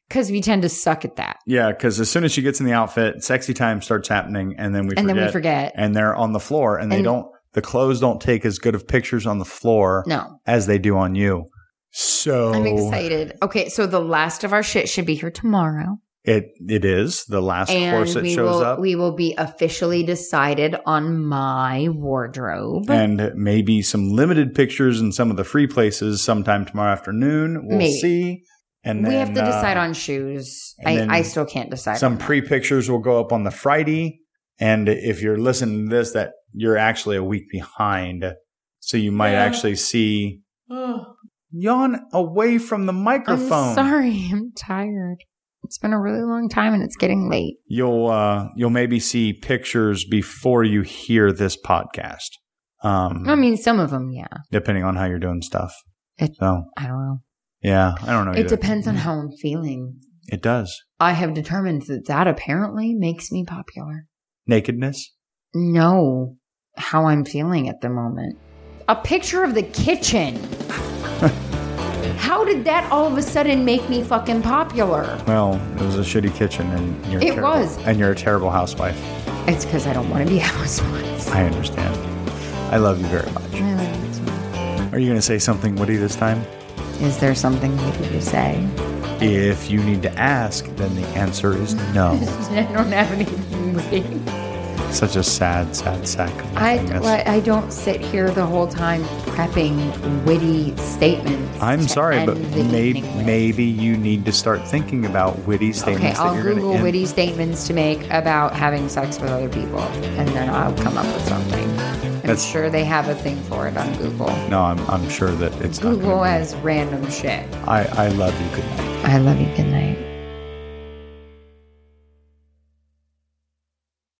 because we tend to suck at that, yeah, because as soon as she gets in the outfit, sexy time starts happening, and then we and forget, then we forget. and they're on the floor, and, they And- don't. The clothes don't take as good of pictures on the floor No, as they do on you. So I'm excited. Okay, so the last of our shit should be here tomorrow, It it is the last and corset we shows will up, we will be officially decided on my wardrobe. and maybe some limited pictures in some of the free places sometime tomorrow afternoon. We'll Maybe. see. And we then, have to decide uh, on shoes. and I, then I still can't decide. Some on that. pre pictures will go up on the Friday. And if you're listening to this, that you're actually a week behind. So you might Yeah. actually see yawn away from the microphone. I'm sorry, I'm tired. It's been a really long time, and it's getting late. You'll uh you'll maybe see pictures before you hear this podcast. Um I mean, some of them, yeah. depending on how you're doing stuff. It- so I don't know. Oh, yeah, Mm-hmm. I don't know. It either. depends on how I'm feeling. it does. I have determined that that apparently makes me popular. Nakedness. No, how I'm feeling at the moment. A picture of the kitchen. how did that all of a sudden make me fucking popular? Well, it was a shitty kitchen and you're a It terrible- was. and you're a terrible housewife. It's because I don't want to be a housewife. I understand. I love you very much. I love you too. Are you going to say something witty this time? Is there something you need to say? If you need to ask, then the answer is no. I don't have anything witty. Such a sad, sad sack of I, nothingness. well, I don't sit here the whole time prepping witty statements. I'm to sorry, end but the maybe evening with. maybe you need to start thinking about witty Okay, statements I'll that you're going to Google end. witty statements to make about having sex with other people, and then I'll come up with something. I'm That's- sure they have a thing for it on Google. No, I'm, I'm sure that it's not. Google gonna as random shit. be- I I love you. Good night. I love you. Good night.